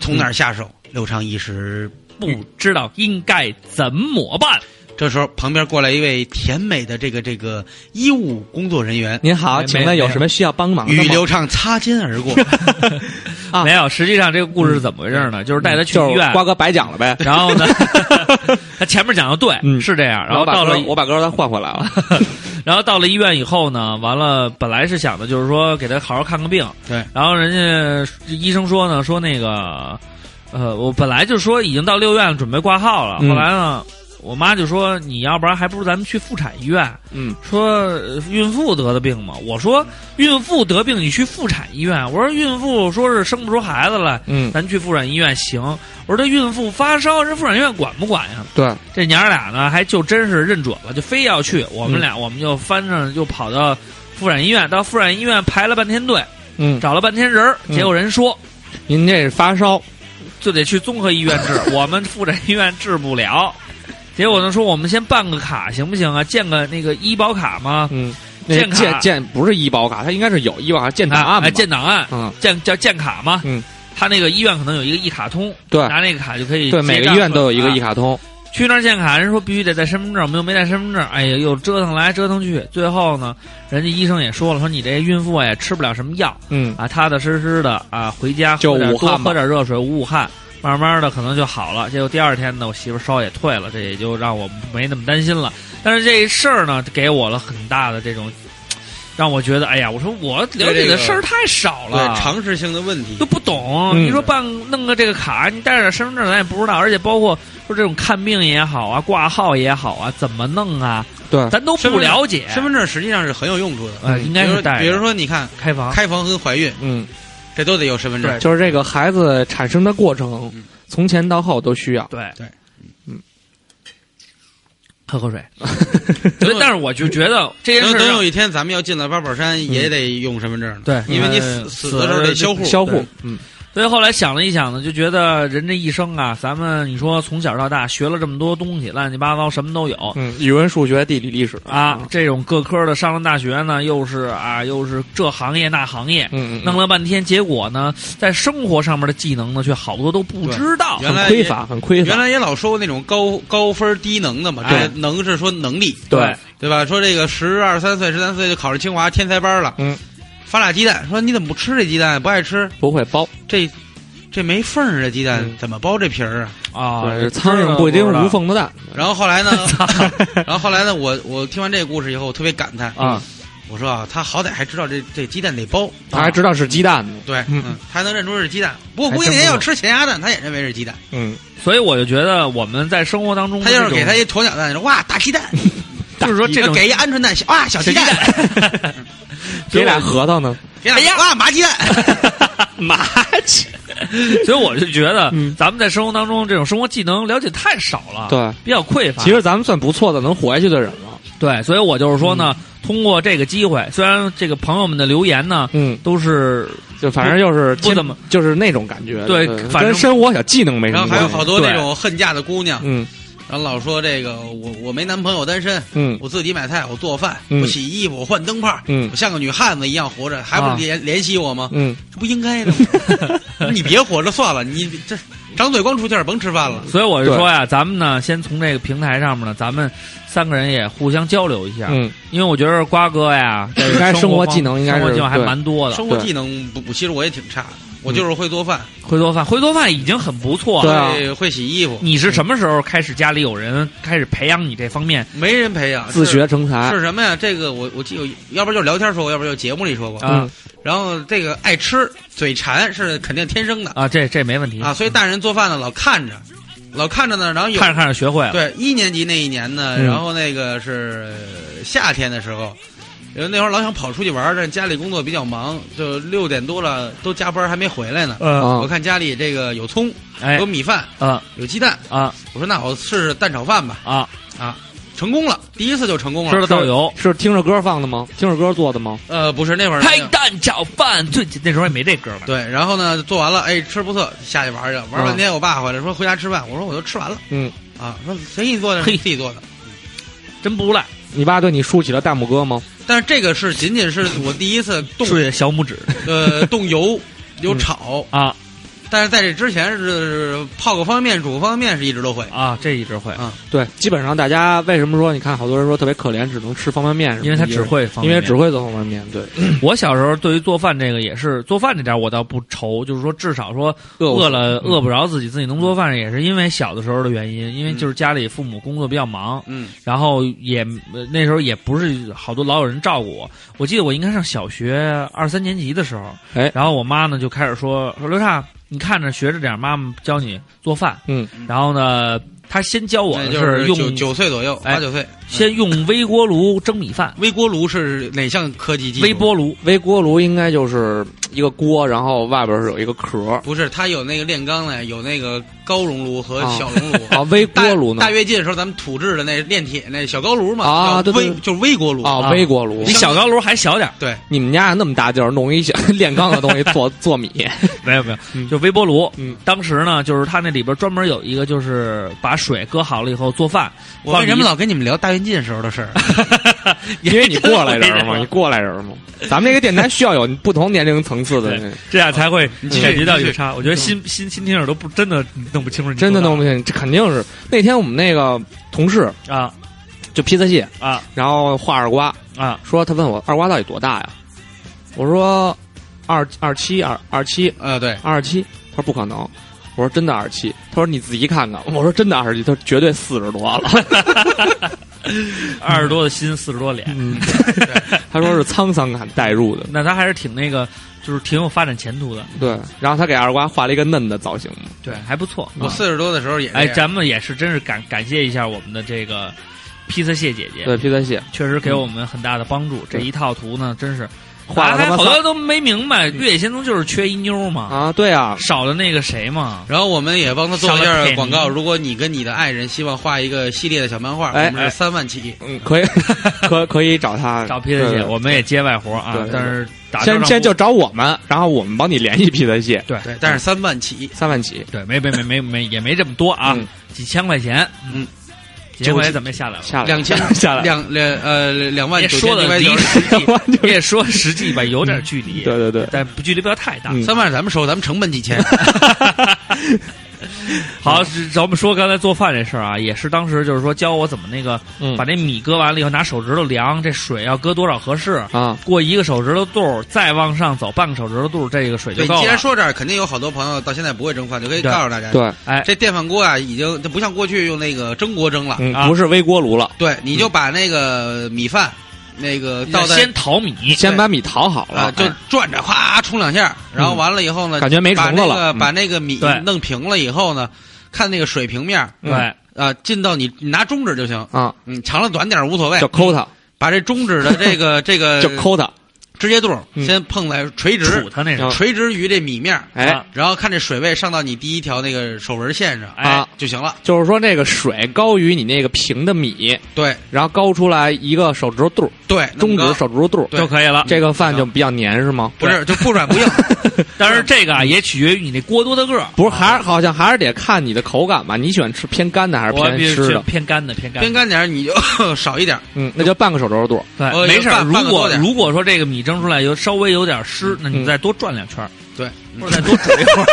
B: 从哪儿下手？刘畅一时
D: 不知道应该怎么办。
B: 这时候旁边过来一位甜美的这个这个医务工作人员，
E: 您好，
D: 没
E: 请问有
D: 没
E: 什么需要帮忙的
B: 与
E: 吗？
B: 刘畅擦肩而过。
E: 啊嗯
D: 没有，实际上这个故事是怎么回事呢？就是带他去医
E: 就是
D: 院，
E: 瓜哥白讲了呗。
D: 然 后呢，他前面讲的对，
E: 嗯
D: 是这样。 然后
E: 我把
D: 到了
E: 哥我把哥他换回来了。
D: 然后到了医院以后呢，完了本来是想的就是说给他好好看个病，
B: 对。
D: 然后人家医生说呢，说那个，呃，我本来就说已经到六院了，准备挂号了，
E: 嗯
D: 后来呢，我妈就说你要不然还不如咱们去妇产医院，
E: 嗯，
D: 说呃孕妇得的病嘛。我说孕妇得病你去妇产医院，我说孕妇说是生不出孩子来，
E: 嗯，
D: 咱去妇产医院行。我说这孕妇发烧，这妇产医院管不管呀？
E: 对，
D: 这娘儿俩呢，还就真是认准了，就非要去。我们俩，
E: 嗯
D: 我们就翻上，就跑到妇产医院，到妇产医院排了半天队，
E: 嗯，
D: 找了半天人儿，
E: 嗯
D: 结果人说、
E: 您这是发烧，
D: 就得去综合医院治，我们妇产医院治不了。结果呢，说我们先办个卡行不行啊？建个那个医保卡吗？
E: 嗯，那
D: 健
E: 健
D: 卡
E: 健不是医保卡，它应该是有医保卡，健档
D: 啊，
E: 案
D: 哎
E: 吧？
D: 建档案，
E: 嗯，
D: 建叫建卡吗？
E: 嗯，
D: 他那个医院可能有一个一卡通，
E: 对
D: 拿那个卡就可以。
E: 对，每个医院都有一个
D: 卡。
E: 一卡通。
D: 去那儿建卡，人说必须得带身份证，我们又没带身份证，哎呀，又折腾来折腾去，最后呢，人家医生也说了，说你这孕妇啊也吃不了什么药
E: 嗯，
D: 啊，踏踏实实的啊，回家
E: 就
D: 喝点
E: 捂汗
D: 多
E: 吧
D: 喝点热水捂捂汗，慢慢的可能就好了。结果第二天呢，我媳妇烧也退了，这也就让我没那么担心了。但是这事儿呢，给我了很大的这种，让我觉得，哎呀，我说我了解的事儿太少
B: 对
D: 了，，
B: 常识性的问题
D: 都，不懂。
E: 嗯
D: 你说办弄个这个卡，你带着身份证咱也不知道，而且包括说这种看病也好啊，挂号也好啊，怎么弄啊，
E: 对，
D: 咱都不了解。
B: 哎身份证实际上是很有用处的。
D: 呃，应
B: 比
D: 该
B: 如
D: 是
B: 说
D: 带着啊
B: 比如说你看
D: 开房，
B: 开房跟怀孕，
E: 嗯，
B: 这都得有身份证
D: 对。嗯
E: 就是这个孩子产生的过程，从前到后都需要。
D: 对
B: 对，
D: 喝 口水。所以，但是我就觉得这件
B: 等
D: 事
B: 等有
D: 儿，啊
B: 一天咱们要进了八宝山，也得用身份证呢。
D: 对
B: 因为你
D: 呃
B: 死死的时候得销户。
E: 销户
D: 对，
E: 嗯，
D: 所以后来想了一想呢，就觉得人这一生啊，咱们你说从小到大学了这么多东西，乱七八糟什么都有，
E: 嗯，语文、数学、地理、历史嗯
D: 啊，，这种各科的上了大学呢，又是啊，又是这行业那行业，
E: 嗯嗯
D: 弄了半天，结果呢，在生活上面的技能呢，却好多都不知道。
B: 原来
E: 很
B: 也
E: 匮乏，很匮
B: 原
E: 乏。
B: 来也老说那种高高分低能的嘛，
D: 哎
B: 这能是说能力，
E: 对
B: 对吧？说这个十二三岁、十三岁就考上清华天才班了，
E: 嗯，
B: 发俩鸡蛋，说你怎么不吃这鸡蛋？不爱吃
E: 不会包，
B: 这这没缝儿啊的鸡蛋
E: 嗯
B: 怎么剥这皮儿啊？
D: 啊，
E: 对
D: 这
E: 苍
D: 知道
E: 蝇不叮
D: 知道
E: 无缝的蛋
B: 然后后来呢？然后后来呢？我我听完这个故事以后，我特别感叹，
E: 啊，
B: 我说啊，他好歹还知道这这鸡蛋得剥，
E: 他还知道是鸡蛋呢。
B: 对，
E: 嗯
B: 嗯，他还能认出是鸡蛋。不过
E: 还
B: 估计
E: 真
B: 人
E: 不
B: 要吃
E: 错
B: 咸鸭蛋，他也认为是鸡蛋。
E: 嗯，
D: 所以我就觉得我们在生活当中的
B: 他
D: 这
B: 要
D: 种，
B: 是给他一鸵鸟蛋，说哇大鸡蛋，
D: 就是说这种
B: 给一鹌鹑蛋，小哇小鸡蛋，
E: 给俩核桃呢，
B: 给俩哇麻鸡 蛋。
D: 麻去。所以我就觉得
E: 嗯，
D: 咱们在生活当中这种生活技能了解太少了，，
E: 对，
D: 比较匮乏。
E: 啊其实咱们算不错的，能活下去的人啊了。
D: 对，所以我就是说
E: 嗯
D: 呢，通过这个机会，虽然这个朋友们的留言呢，
E: 嗯，
D: 都是
E: 就反正就是
D: 不不怎么，
E: 就是那种感觉。
D: 对反正
E: 跟生活小技能没什
B: 然
E: 么
B: 后还
E: 关系。
B: 有好多那
D: 对
B: 种恨嫁的姑娘，
E: 嗯
B: 然后老说这个我我没男朋友单身，
E: 嗯
B: 我自己买菜，我做饭，
E: 嗯
B: 我洗衣服，我换灯泡，
E: 嗯
B: 我像个女汉子一样活着，还
D: 啊
B: 不怜怜惜我吗？
E: 嗯，
B: 这不应该的 吗？你别活着算了，你这张嘴光出气儿，甭吃饭了。
D: 所以我就说呀，咱们呢，先从这个平台上面呢，咱们三个人也互相交流一下，
E: 嗯，
D: 因为我觉得瓜哥呀，这个
E: 应该
D: 生
E: 生活
D: 方
E: 技能应该是
D: 生活技能还
E: 对
D: 蛮多的，
B: 生活
E: 对
B: 技能不不，其实我也挺差的，我就是会做饭，
D: 会做饭，会做饭已经很不错
E: 嗯对
D: 了。
E: 啊
B: 会会洗衣服，
D: 你是什么时候开始家里有人开始培养你这方面
B: 没人培养，
E: 自
B: 是
E: 学啊成才。
B: 是什么呀？这个我我记得有，要不然就是聊天说过，要不然就节目里说过。
D: 啊
E: 嗯
B: 然后这个爱吃、嘴馋是肯定天生的
D: 啊？这这没问题
B: 啊，所以大人做饭呢老看着，老看着呢，然后有
D: 看着看着学会了。
B: 对一年级那一年呢，
E: 嗯
B: 然后那个是呃夏天的时候。因为那会儿老想跑出去玩儿，但家里工作比较忙，就六点多了都加班还没回来呢。
D: 呃，
E: 啊
B: 我看家里这个有葱，
D: 哎
B: 有，米饭，
D: 啊
B: 有鸡蛋，
D: 啊
B: 我说那我试试蛋炒饭吧，
D: 啊，
B: 成功了，第一次就成功了。
D: 吃了豆油，
E: 是听着歌放的吗？听着歌做的吗？
B: 呃，不是那会儿没
D: 开
B: 有
D: 蛋炒饭，最那时候也没这歌吧？
B: 对，然后呢，做完了，哎，吃不错，下去玩去了，玩半天，我爸回来说回家吃饭，我说我都吃完了，
E: 嗯，
B: 啊，说谁给你做的？
D: 嘿
B: 自己做的。
D: 真不赖，
E: 你爸对你竖起了大拇哥吗？
B: 但是这个是仅仅是我第一次动
D: 竖小拇指
B: 呃动油有炒，
D: 啊
B: 但是在这之前是泡个方便面、煮个方便面是一直都会。
D: 啊，这一直会，
E: 对，基本上大家为什么说你看好多人说特别可怜，只能吃方便面什么的，
D: 因为他只会方
E: 因
D: 便
E: 为
D: 面
E: 只会做方便面，对，
D: 我小时候对于做饭这个也是，做饭这点我倒不愁，就是说至少说饿了
E: 嗯
D: 饿不着自己，自己能做饭也是因为小的时候的原因，因为就是家里父母工作比较忙，
B: 嗯，
D: 然后也呃那时候也不是好多老有人照顾我。我记得我应该上小学二三年级的时候，
E: 哎
D: 然后我妈呢就开始说说刘畅，你看着学着点，妈妈教你做饭。
E: 嗯，
D: 然后呢，她先教我
B: 那
D: 的
B: 哎就是
D: 用
B: 九九岁左右，
D: 哎
B: 八九岁。
D: 先用微锅炉蒸米饭，
B: 微波炉是哪项科技技术？
D: 微波炉
E: 微锅炉应该就是一个锅，然后外边是有一个壳儿
B: 不是，它有那个炼钢的，有那个高熔炉和
E: 啊
B: 小熔炉。
E: 啊，微
B: 大
E: 锅炉呢
B: 大？跃进的时候，咱们土制的那炼铁那小高炉嘛，
E: 啊
B: 叫
E: 对对
B: 微
E: 对
B: 就是微锅炉
E: 啊，
D: 啊
E: 微锅炉
D: 比，小高炉还小点儿
B: 对，
E: 你们家那么大地儿，弄一小 炼钢的东西 做做米，
D: 没有没有，
E: 嗯
D: 就微波炉。
E: 嗯
D: 当时呢，就是它那里边专门有一个，就是把水搁好了以后做饭。
B: 我为什么
D: 老？
B: 老跟你们聊大跃进时候的事儿？
E: 因为你过来人嘛，
D: 也
E: 你过来人嘛，咱们这个电台需要有不同年龄层次的
D: 对
E: 人，
D: 这样才会
E: 嗯
B: 继续
D: 感觉到
B: 继续
D: 有差。我觉得新新新听友都不真的弄不清楚你
E: 真
D: 说
E: 的
D: 啥
E: 弄不清，这肯定是那天我们那个同事
D: 啊
E: 就披萨蟹，
D: 啊
E: 然后画二瓜，
D: 啊
E: 说他问我二瓜到底多大呀？我说二二七二二七
B: 呃，对，
E: 二十七，他说不可能。我说真的二十七，他说你仔细看看。我说真的二十七，他说绝对四十多了。
D: 啊二十多的心，四十多
E: 嗯
D: 脸，
E: 他说是沧桑感带入的，
D: 那他还是挺那个，就是挺有发展前途的，
E: 对。然后他给二瓜画了一个嫩的造型嘛，
D: 对，还不错。
B: 我四十多的时候也
D: 哎，
B: 这样
D: 咱们也是真是感感谢一下我们的这个披萨蟹姐姐，
E: 对，披萨蟹，
D: 确实给我们很大的帮助。这一套图呢，真是
E: 画了他
D: 还
E: 妈
D: 好
E: 仨
D: 多都没明白，越野先锋就是缺一妞嘛，
E: 啊，对啊，
D: 少了那个谁嘛。
B: 然后我们也帮他做了一
D: 上了
B: 下
D: 天
B: 广告。如果你跟你的爱人希望画一个系列的小漫画，
E: 哎
B: 我们是三万起。
E: 嗯， 可以，可可以找他
D: 找皮特
E: 对
D: 蟹，我们也接外活啊
E: 对，对
D: 但是打
E: 先
D: 招呼
E: 先就找我们，然后我们帮你联系皮特蟹，
D: 对
B: 对，但是三万起，
E: 三万起
D: 对，没没没没没也没这么多啊
E: 嗯，
D: 几千块钱，
B: 嗯，
D: 几千块钱怎么也下来了？
E: 下来
B: 两千
E: 下来，
B: 两两呃两万
D: 别
B: 九
D: 说
B: 千
D: 的
B: 九百
D: 离
B: 九十
D: 实际，
E: 万九
D: 别说实际吧，有点距离，
E: 嗯对对对，
D: 但不距离不要太大。
E: 嗯
B: 三万，咱们收，咱们成本几 千。
D: 好，是咱们说刚才做饭这事儿啊，也是当时就是说教我怎么那个
E: 嗯
D: 把这米搁完了以后，拿手指头量这水要搁多少合适，
E: 啊，
D: 过一个手指头肚儿，再往上走半个手指头肚儿，这个水就
B: 对，你
D: 够
B: 既
D: 了
B: 然。说这儿，肯定有好多朋友到现在不会蒸饭，就可以
D: 对
B: 告诉大家，
E: 对，
D: 哎，
B: 这电饭锅啊，已经它不像过去用那个蒸锅蒸了。
E: 嗯，
D: 啊
E: 不是微锅炉了，
B: 对，你就把那个米饭，那个倒在
D: 先淘米，
E: 先把米淘好
B: 啊，
E: 了，嗯
B: 就转着哗冲两下，然后完了以后呢，
E: 感觉没
B: 把
E: 虫子
B: 那
E: 了
B: 个
E: 嗯
B: 把那个米
D: 对
B: 弄平了以后呢，看那个水平面儿
E: 嗯
D: 对，
B: 啊，进到你你拿中指就行，
E: 啊，
B: 嗯，长了短点儿无所谓
E: 就，抠它，
B: 把这中指的这 个这个
E: 就抠
B: 啊
E: 它，
B: 直接度
E: 嗯
B: 先碰在垂
D: 杵
B: 直
D: 它那种。
B: 垂直于这米面儿，
E: 哎
D: 啊，
B: 然后看这水位上到你第一条那个手纹线上
D: 哎
E: 啊，
B: 就行了。
E: 就是说这个水高于你那个平的米，
B: 对
E: 然后高出来一个手指头肚儿，
B: 对，哎那
E: 中
B: 么
E: 指
B: 高
E: 手指头肚儿，
B: 对
D: 就可以了。
E: 这个饭就比较粘是吗？
B: 不是就不软 不硬，
D: 当然，这个啊也取决于你那锅多大个儿。
E: 不是，还是好像还是得看你的口感吧。你喜欢吃偏干的还是
D: 我
E: 偏
D: 必须
E: 湿的？
D: 偏干的，偏干的。
B: 边干点儿你就 少一点儿，
E: 嗯，那就半个手指头肚。
D: 对，
B: 呃
D: 没事儿。
B: 半
D: 如
B: 半个多
D: 果
B: 点
D: 如果说这个米蒸出来有稍微有点湿，那你
E: 嗯
D: 再多转两圈儿，
B: 对，嗯
D: 或者再多煮一会儿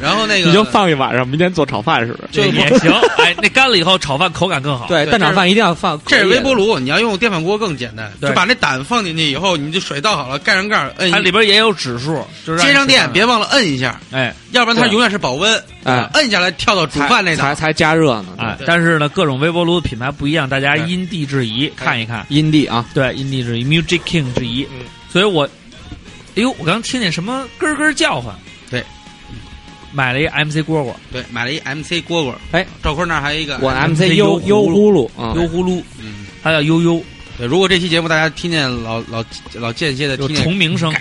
B: 然后那个
E: 你就放一晚上，明天做炒饭似的。
B: 就
D: 也行。哎，那干了以后炒饭口感更好。
E: 对，
B: 对
E: 蛋炒饭一定要放。
B: 这是微波炉，你要用电饭锅更简单，
D: 对
B: 就把那胆放进去以后，你这水倒好了，盖上盖儿，摁
D: 它
B: 一
D: 里边也有指数，就是让
B: 接
D: 你
B: 上
D: 吃
B: 电，
D: 饭
B: 别忘了摁一下，
D: 哎
B: 要不然它
E: 对
B: 永远是保温。
E: 哎
B: 摁下来跳到煮
E: 才
B: 饭那
E: 才
B: 档，
E: 才加热呢。
D: 哎。
B: 对
D: 但是呢，各种微波炉的品牌不一样，大家
B: 对
D: 因地制宜看一看。
E: 阴地啊，
D: 对，因地制宜，Music King 之一
E: 嗯。
D: 所以我，哎呦，我刚听见什么咯咯叫唤。
B: 对，
D: 买了一 MC 蝈蝈，
B: 对，买了一 MC 蝈蝈，
E: 哎，
B: 赵哎坤那儿还有一个
E: 我 MC
D: 优
E: 优优
D: 呼
E: 呼噜啊，
D: 悠呼噜，
B: 哦嗯，
D: 它叫悠悠，
B: 对，如果这期节目大家听见老老老间歇的
D: 有
B: 听见，
D: 虫鸣声。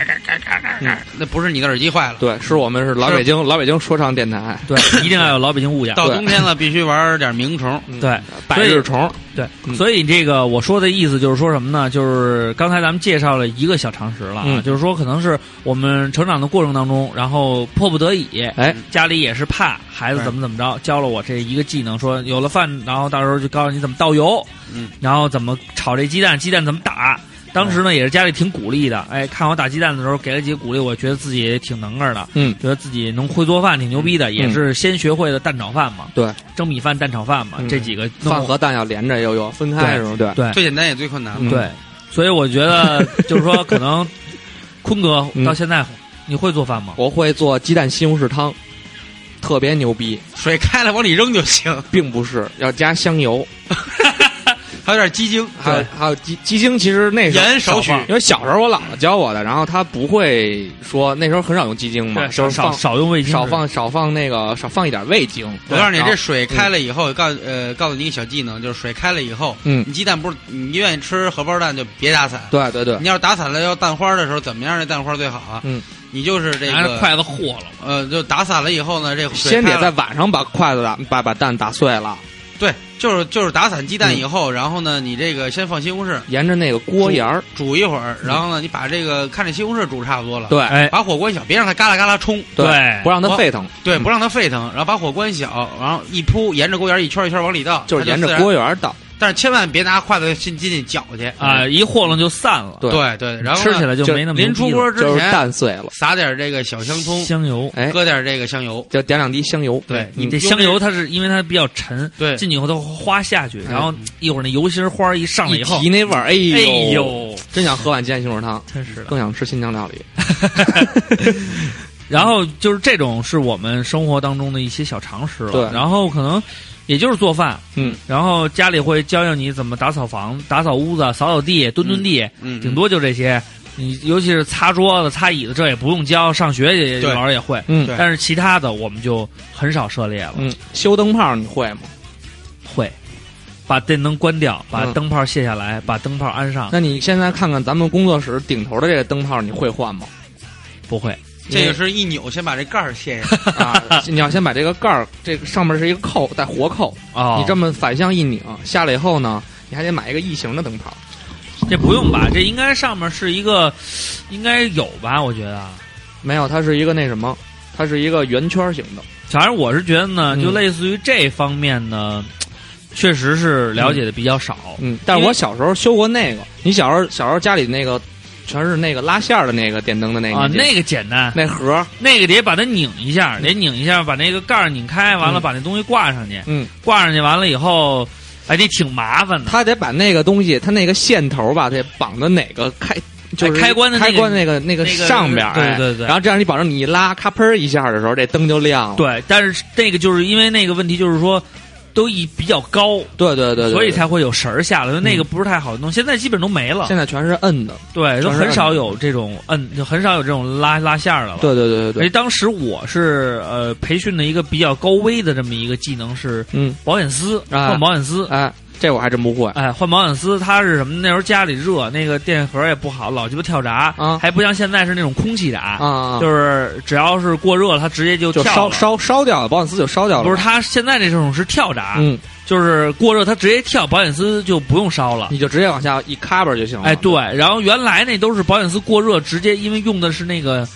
B: 那不是你的耳机坏了。
E: 对，是我们是老北京老北京说唱电台，
D: 对，一定要有老北京物样。
B: 到
E: 对
B: 冬天了，必须玩点鸣虫。
E: 嗯
D: 对，
E: 百日虫，
D: 对，
E: 嗯
D: 所以这个我说的意思就是说什么呢？就是刚才咱们介绍了一个小常识了啊，
E: 嗯
D: 就是说可能是我们成长的过程当中，然后迫不得已，
E: 哎，
D: 家里也是怕孩子怎么怎么着，教了我这一个技能，说有了饭，然后到时候就告诉你怎么倒油，
B: 嗯，
D: 然后怎么炒这鸡蛋，鸡蛋怎么打。当时呢，也是家里挺鼓励的，哎，看我打鸡蛋的时候给了几个鼓励，我觉得自己也挺能儿的，
E: 嗯，
D: 觉得自己能会做饭，挺牛逼的，也是先学会的蛋炒饭嘛，
E: 对，
D: 蒸米饭、蛋炒饭嘛，
E: 嗯
D: 这几个弄
E: 饭和蛋要连着，又有分开是吧？对，
D: 对
B: 最简单也最困难
E: 嗯
B: 了。
D: 对，所以我觉得就是说，可能坤哥
E: 嗯
D: 到现在你会做饭吗？
E: 我会做鸡蛋西红柿汤，特别牛逼，
B: 水开了往里扔就行，
E: 并不是要加香油，
B: 还有点鸡精，
E: 还有
B: 对
E: 还有鸡鸡精，其实那时候
B: 盐少许。
E: 因为小时候我姥姥教我的，然后她不会说那时候很少用鸡精嘛，
D: 对，少
E: 就是
D: 少
E: 放
D: 少用味精，
E: 少放少放那个少放一点味精。
B: 我告诉你，
E: 然后
B: 这水开了以后，告呃告诉你一个小技能，就是水开了以后，
E: 嗯
B: 你鸡蛋不是你愿意吃荷包蛋就别打散，
E: 对对对，
B: 你要是打散了要蛋花的时候，怎么样那蛋花最好啊？
E: 嗯，
B: 你就是这
D: 拿着
B: 个
D: 筷子和了嘛。
B: 呃，就打散了以后呢，这水
E: 先
B: 开
E: 得
B: 了
E: 在晚上把筷子打把把蛋打碎了，
B: 对，就是就是打散鸡蛋
E: 嗯
B: 以后，然后呢，你这个先放西红柿
E: 沿着那个锅沿儿，
B: 煮一会儿，然后呢，你把这个看这西红柿煮哦差不多了，，
E: 对
D: 哎，
B: 把火关小，别让它嘎啦嘎啦冲，
E: 对
D: 对
E: 不让它
B: 我
E: 沸腾，
B: 对，
E: 嗯
B: 不让它沸腾，然后把火关小，然后一铺，沿着锅沿一圈一圈往里倒，
E: 就是
B: 它
E: 沿
B: 自
E: 着
B: 然
E: 锅，沿儿倒，
B: 但是千万别拿筷子进进去搅去
D: 啊，一和弄就散了，
E: 对
B: 对对，然后
D: 吃
B: 呢
D: 起来就
E: 就
D: 没那么
B: 临
D: 牛
B: 出
D: 逼
B: 锅
D: 了
B: 之
E: 就是
B: 前
E: 蛋碎了，
B: 撒点这个小香葱，
D: 香油。
E: 哎，
B: 搁点这个香油，
E: 就点两滴香油，
B: 对
E: 嗯
D: 你这
B: 用
D: 香
B: 这
D: 油
B: 个
D: 它是因为它比较沉，
B: 对
D: 进去以后它花下去，
E: 哎
D: 然后一会儿那油心花一上来
E: 一
D: 以后
E: 提，那味儿，哎
D: 哎
E: 呦，
D: 呦，
E: 真 想喝碗鸡蛋西红柿汤，
D: 真是的。
E: 更想吃新疆料理。
D: 然后就是这种是我们生活当中的一些小常识了。
E: 对
D: 然后可能也就是做饭，
E: 嗯，
D: 然后家里会教教你怎么打扫房、打扫屋子、扫扫地、墩墩地，
B: 嗯，
D: 顶多就这些。你尤其是擦桌子、擦椅子，这也不用教，上学也
B: 对
D: 老师也会。
E: 嗯
B: 对
D: 但是其他的我们就很少涉猎了。
E: 嗯，修灯泡你会吗？
D: 会，把电灯关掉，把
E: 嗯哎
D: 灯泡卸下来，把灯泡安上。
E: 那你现在看看咱们工作室顶头的这个灯泡，你会换吗？
D: 不会，
B: 这个
E: 嗯
B: 是一扭，先把这盖儿卸 下来。
E: 啊，你要先把这个盖儿，这个上面是一个扣，带活扣，
D: 哦，
E: 你这么反向一拧，下来以后呢，你还得买一个异形的灯泡。
D: 这不用吧？这应该上面是一个，应该有吧？我觉得，啊
E: 没有，它是一个那什么，它是一个圆圈型的。
D: 反正我是觉得呢，
E: 嗯
D: 就类似于这方面呢，确实是了解的比较少。
E: 嗯，但是我小时候修过那个。你小时候小时候家里那个全是那个拉线儿的那个电灯的嗯那个
D: 啊，
E: 你记得
D: 那个简单，
E: 那盒儿，
D: 那个得把它拧一下，得拧一下，把那个盖儿拧开，完了
E: 嗯
D: 把那东西挂上去，
E: 嗯，
D: 挂上去完了以后，哎，这挺麻烦的。
E: 他得把那个东西，他那个线头吧，得绑到哪个开，就是
D: 开关的那个
E: 开关那个那个
D: 那个
E: 上边儿，
D: 对
E: 哎
D: 对对
E: 然后这样你保证你一拉，咔喷一下的时候，这灯就亮了。
D: 对，但是那个就是因为那个问题，就是说都一比较高，
E: 对对对对，
D: 所以
E: 对
D: 才会有绳儿下来，那个不是太好弄。现在基本都没了
E: 现，在全是摁的。
D: 对，都
E: 全是
D: 很少
E: 按
D: 有这种摁，就很少有这种拉拉线儿的了。
E: 对对对对
D: 哎，
E: 对，
D: 当时我是呃培训的一个比较高危的这么一个技能是
E: 嗯，
D: 保险丝，
E: 啊
D: 换保险丝。
E: 哎，这我还真不会。
D: 哎，换保险丝，它是什么？那时候家里热，那个电盒也不好，老鸡巴跳闸，
E: 啊
D: 还不像现在是那种空气闸，
E: 啊，
D: 就是是只要是过热了，它直接就
E: 就
D: 跳
E: 烧
D: 了
E: 烧烧掉了，保险丝就烧掉了。
D: 不是，它现在这种是跳闸，
E: 嗯，
D: 就是过热它直接跳，保险丝就不用烧了。
E: 你就直接往下一咔吧就行了。
D: 哎，对，然后原来那都是保险丝过热，直接因为用的是那个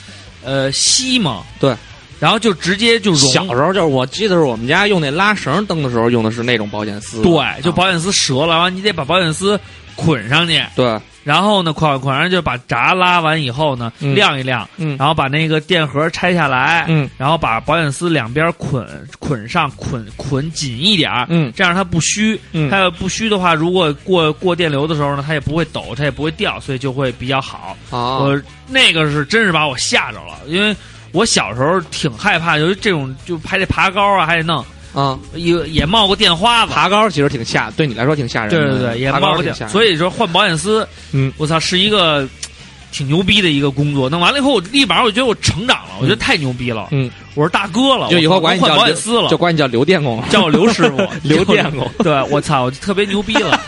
D: 呃吸嘛，
E: 对，
D: 然后就直接就
E: 小
D: 融
E: 时候就是我记得是我们家用那拉绳灯的时候用的是那种保险丝。
D: 对，就
E: 啊
D: 保险丝折了，完、你得把保险丝捆上去，
E: 对，
D: 然后呢，捆捆上就把闸拉完以后呢，
E: 嗯
D: 晾一晾，
E: 嗯
D: 然后把那个电盒拆下来，
E: 嗯
D: 然后把保险丝两边捆捆上，捆捆紧一点儿
E: 嗯
D: 这样它不虚，
E: 嗯
D: 它要不虚的话，如果过过电流的时候呢，它也不会抖，它也不会掉，所以就会比较好。
E: 啊，
D: 我那个是真是把我吓着了，因为我小时候挺害怕，由于这种就还得爬高啊，还得弄，
E: 啊，
D: 也也冒过电花子，
E: 爬高其实挺吓，对你来说挺吓人
D: 对
E: 的。嗯
D: 对对，也
E: 爬
D: 冒
E: 高
D: 过
E: 挺
D: 电
E: 吓，人。
D: 所
E: 以
D: 以说换保险丝，
E: 嗯，
D: 我操，是一个嘖挺牛逼的一个工作。弄完了以后，我立马我觉得我成长了，我觉得太牛逼了，
E: 嗯，
D: 我是大哥了，
E: 就以
D: 哦
E: 后
D: 我
E: 管你
D: 换
E: 叫
D: 保
E: 刘
D: 险丝了，
E: 就管你叫刘电工了。，
D: 叫我刘师傅
E: 刘电工，
D: 对我操，我就特别牛逼 了。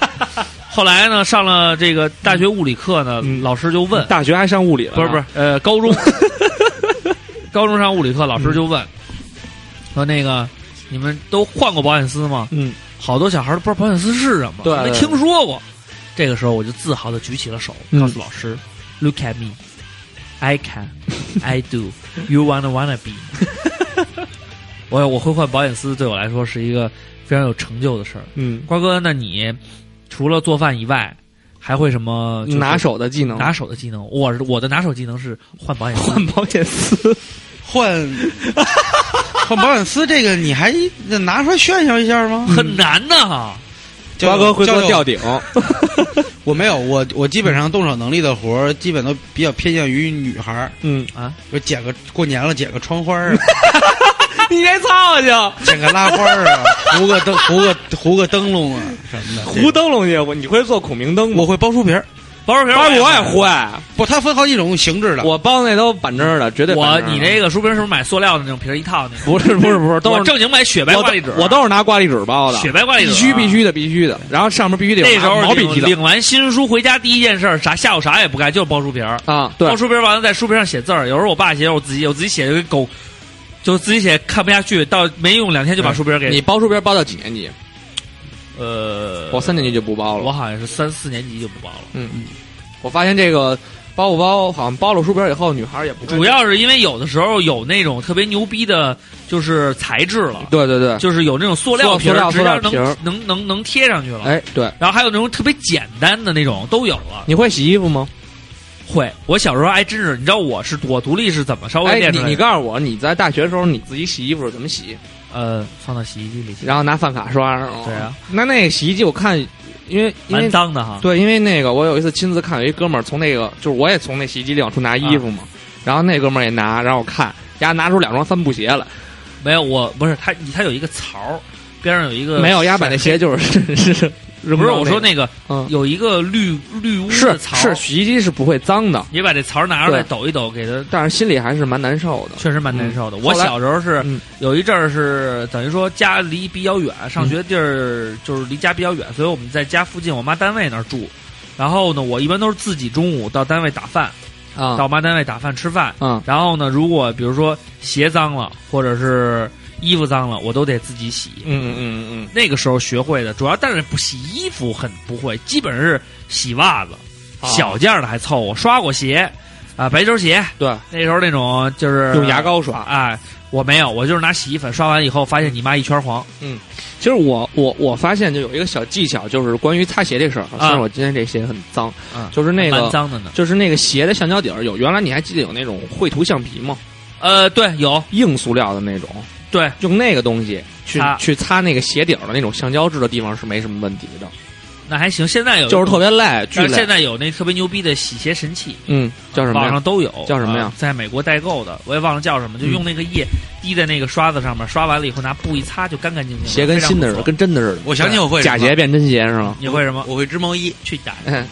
D: 后来呢，上了这个大学物理课呢，
E: 嗯
D: 老师就问，
E: 大啊学还上物理了？
D: 不是不是，，呃，高 中，高中上物理课，老
E: 嗯
D: 师就问说那个你们都换过保险丝吗？
E: 嗯，
D: 好多小孩都不知道保险丝是什么，
E: 对
D: 没
E: 对
D: 听说过。这个时候我就自豪的举起了手，
E: 嗯
D: 告诉老师、l o o k at me, I can, I do, you wanna wanna be 我。我会换保险丝，对我来说是一个非常有成就的事儿。
E: 嗯，
D: 瓜哥，那你除了做饭以外，还会什么、就是
E: 拿手的技能，
D: 拿手的技能？我我的拿手技能是换保险丝。
E: 换保险丝。
B: 换 换保险丝，这个你还拿出来炫耀一下吗？
D: 很难呐、
B: 交
E: 嗯瓜
B: 流
E: 哥会
B: 交
E: 做
B: 流
E: 吊顶，
B: 我没有，我我基本上动手能力的活儿，基本都比较偏向于女孩儿，
E: 嗯，
B: 就剪个过年了，剪个窗花 儿啊，
E: 你这操
D: 啊
E: 性，
B: 剪个拉花儿啊，糊个灯，糊个糊个灯笼啊什么的。
E: 糊灯笼去，我你会做孔明灯吗？
B: 我会包书皮儿，
D: 包书皮
E: 包我也
D: 也
E: 会，
B: 不，它分好几种形制的。
E: 我包那都板正儿的，绝对
D: 我
E: 板正儿的。
D: 你这个书皮是不是买塑料的那种皮儿一套那个？
E: 不是不是不是，都
D: 我
E: 是
D: 正经买雪白
E: 我
D: 挂
E: 都
D: 历纸，啊
E: 我都是拿挂历纸包的，
D: 雪白挂历纸啊
E: 必须必须的必须的，然后上面必须得
D: 那
E: 有
D: 时候
E: 拿毛笔
D: 领
E: 提的
D: 领完新书回家第一件事儿啥下午啥也不干，就是包书皮儿。
E: 啊，对
D: 包，书皮儿完了在书皮上写字儿，有时候我爸写，有时候我自己我自己写就跟狗，就自己写看不下去，到没用两天就把书皮儿给
E: 你包书皮包到几年级？
D: 呃，
E: 我三年级就不包
D: 我
E: 了。
D: 好像是三四年级就不包了。
E: 我发现这个包不包，好像包了书皮以后，女孩儿也不会
D: 主要是因为有的时候有那种特别牛逼的，就是材质了，
E: 对对对，
D: 就是有那种塑料瓶
E: 塑料
D: 儿，直接
E: 塑料瓶儿
D: 能能能能贴上去了。
E: 哎对，
D: 然后还有那种特别简单的那种都有了。
E: 你会洗衣服吗？
D: 会，我小时候还真是，你知道我是我独立是怎么稍微
E: 哎，
D: 练
E: 你
D: 出来的？
E: 你告诉我，你在大学的时候你自己洗衣服是怎么洗？
D: 呃，放到洗衣机里洗，
E: 然后拿饭卡刷上。
D: 对啊，
E: 那那个洗衣机我看，因为因
D: 蛮
E: 为
D: 脏的哈。
E: 对，因为那个我有一次亲自看，有一哥们儿从那个就是我也从那洗衣机里往出拿衣服
D: 啊
E: 嘛，然后那哥们儿也拿，然后我看，丫拿出两双帆布鞋来，
D: 没有，我不是他，你他有一个槽儿，边上有一个
E: 没有，丫把那鞋就是是是扔
D: 不是
E: 到
D: 我说那个
E: 嗯
D: 有一个绿绿屋
E: 是
D: 的槽，
E: 是洗衣机是不会脏的，
D: 你把这槽拿出来
E: 对
D: 抖一抖，给它
E: 但是心里还是蛮难受的。
D: 确实蛮难受的。我
E: 后来
D: 小时候是、
E: 嗯
D: 有一阵儿是等于说家离比较远，上学地儿就是离家比较远，所以我们在家附近我妈单位那儿住。然后呢，我一般都是自己中午到单位打饭，到
E: 啊
D: 我妈单位打饭吃饭。
E: 啊
D: 然后呢，如果比如说鞋脏了，或者是衣服脏了，我都得自己洗。
E: 嗯嗯嗯
D: 那个时候学会的，主要但是不洗衣服很不会，基本上是洗袜子，
E: 啊
D: 小件儿的还凑合，刷过鞋，啊、白球鞋，
E: 对，
D: 那时候那种就是
E: 嗯，用牙膏刷。
D: 啊、我没有，我就是拿洗衣粉刷完以后，发现你妈一圈黄，
E: 其实我我我发现就有一个小技巧，就是关于擦鞋这事儿。啊虽然我今天这鞋很脏，
D: 啊
E: 就是那
D: 蛮
E: 个
D: 脏的呢。
E: 就是那个鞋的橡胶底儿有，原来你还记得有那种绘图橡皮吗？
D: 呃，对，有
E: 硬塑料的那种，
D: 对，
E: 用那个东西去
D: 擦
E: 去擦那个鞋底儿的那种橡胶制的地方是没什么问题的，
D: 那还行。现在有，
E: 就是特别累，巨
D: 呃但是
E: 累
D: 现。在有那特别牛逼的洗鞋神器，
E: 嗯，叫什么
D: 网
E: 呀？
D: 上都有，
E: 叫什么呀嗯
D: 呃在美国代购的，我也忘了叫什么，就用那个液滴在那个刷子上面，刷完了以后拿布一擦就干干净净了。
E: 鞋跟
D: 非常
E: 新的
D: 不
E: 似的，
D: 错
E: 跟真的似的。
B: 我想起我会
E: 假
B: 什么
E: 鞋变真鞋是 吗？
D: 你会什么？
B: 我会织毛 衣，
D: 去打
E: 嗯，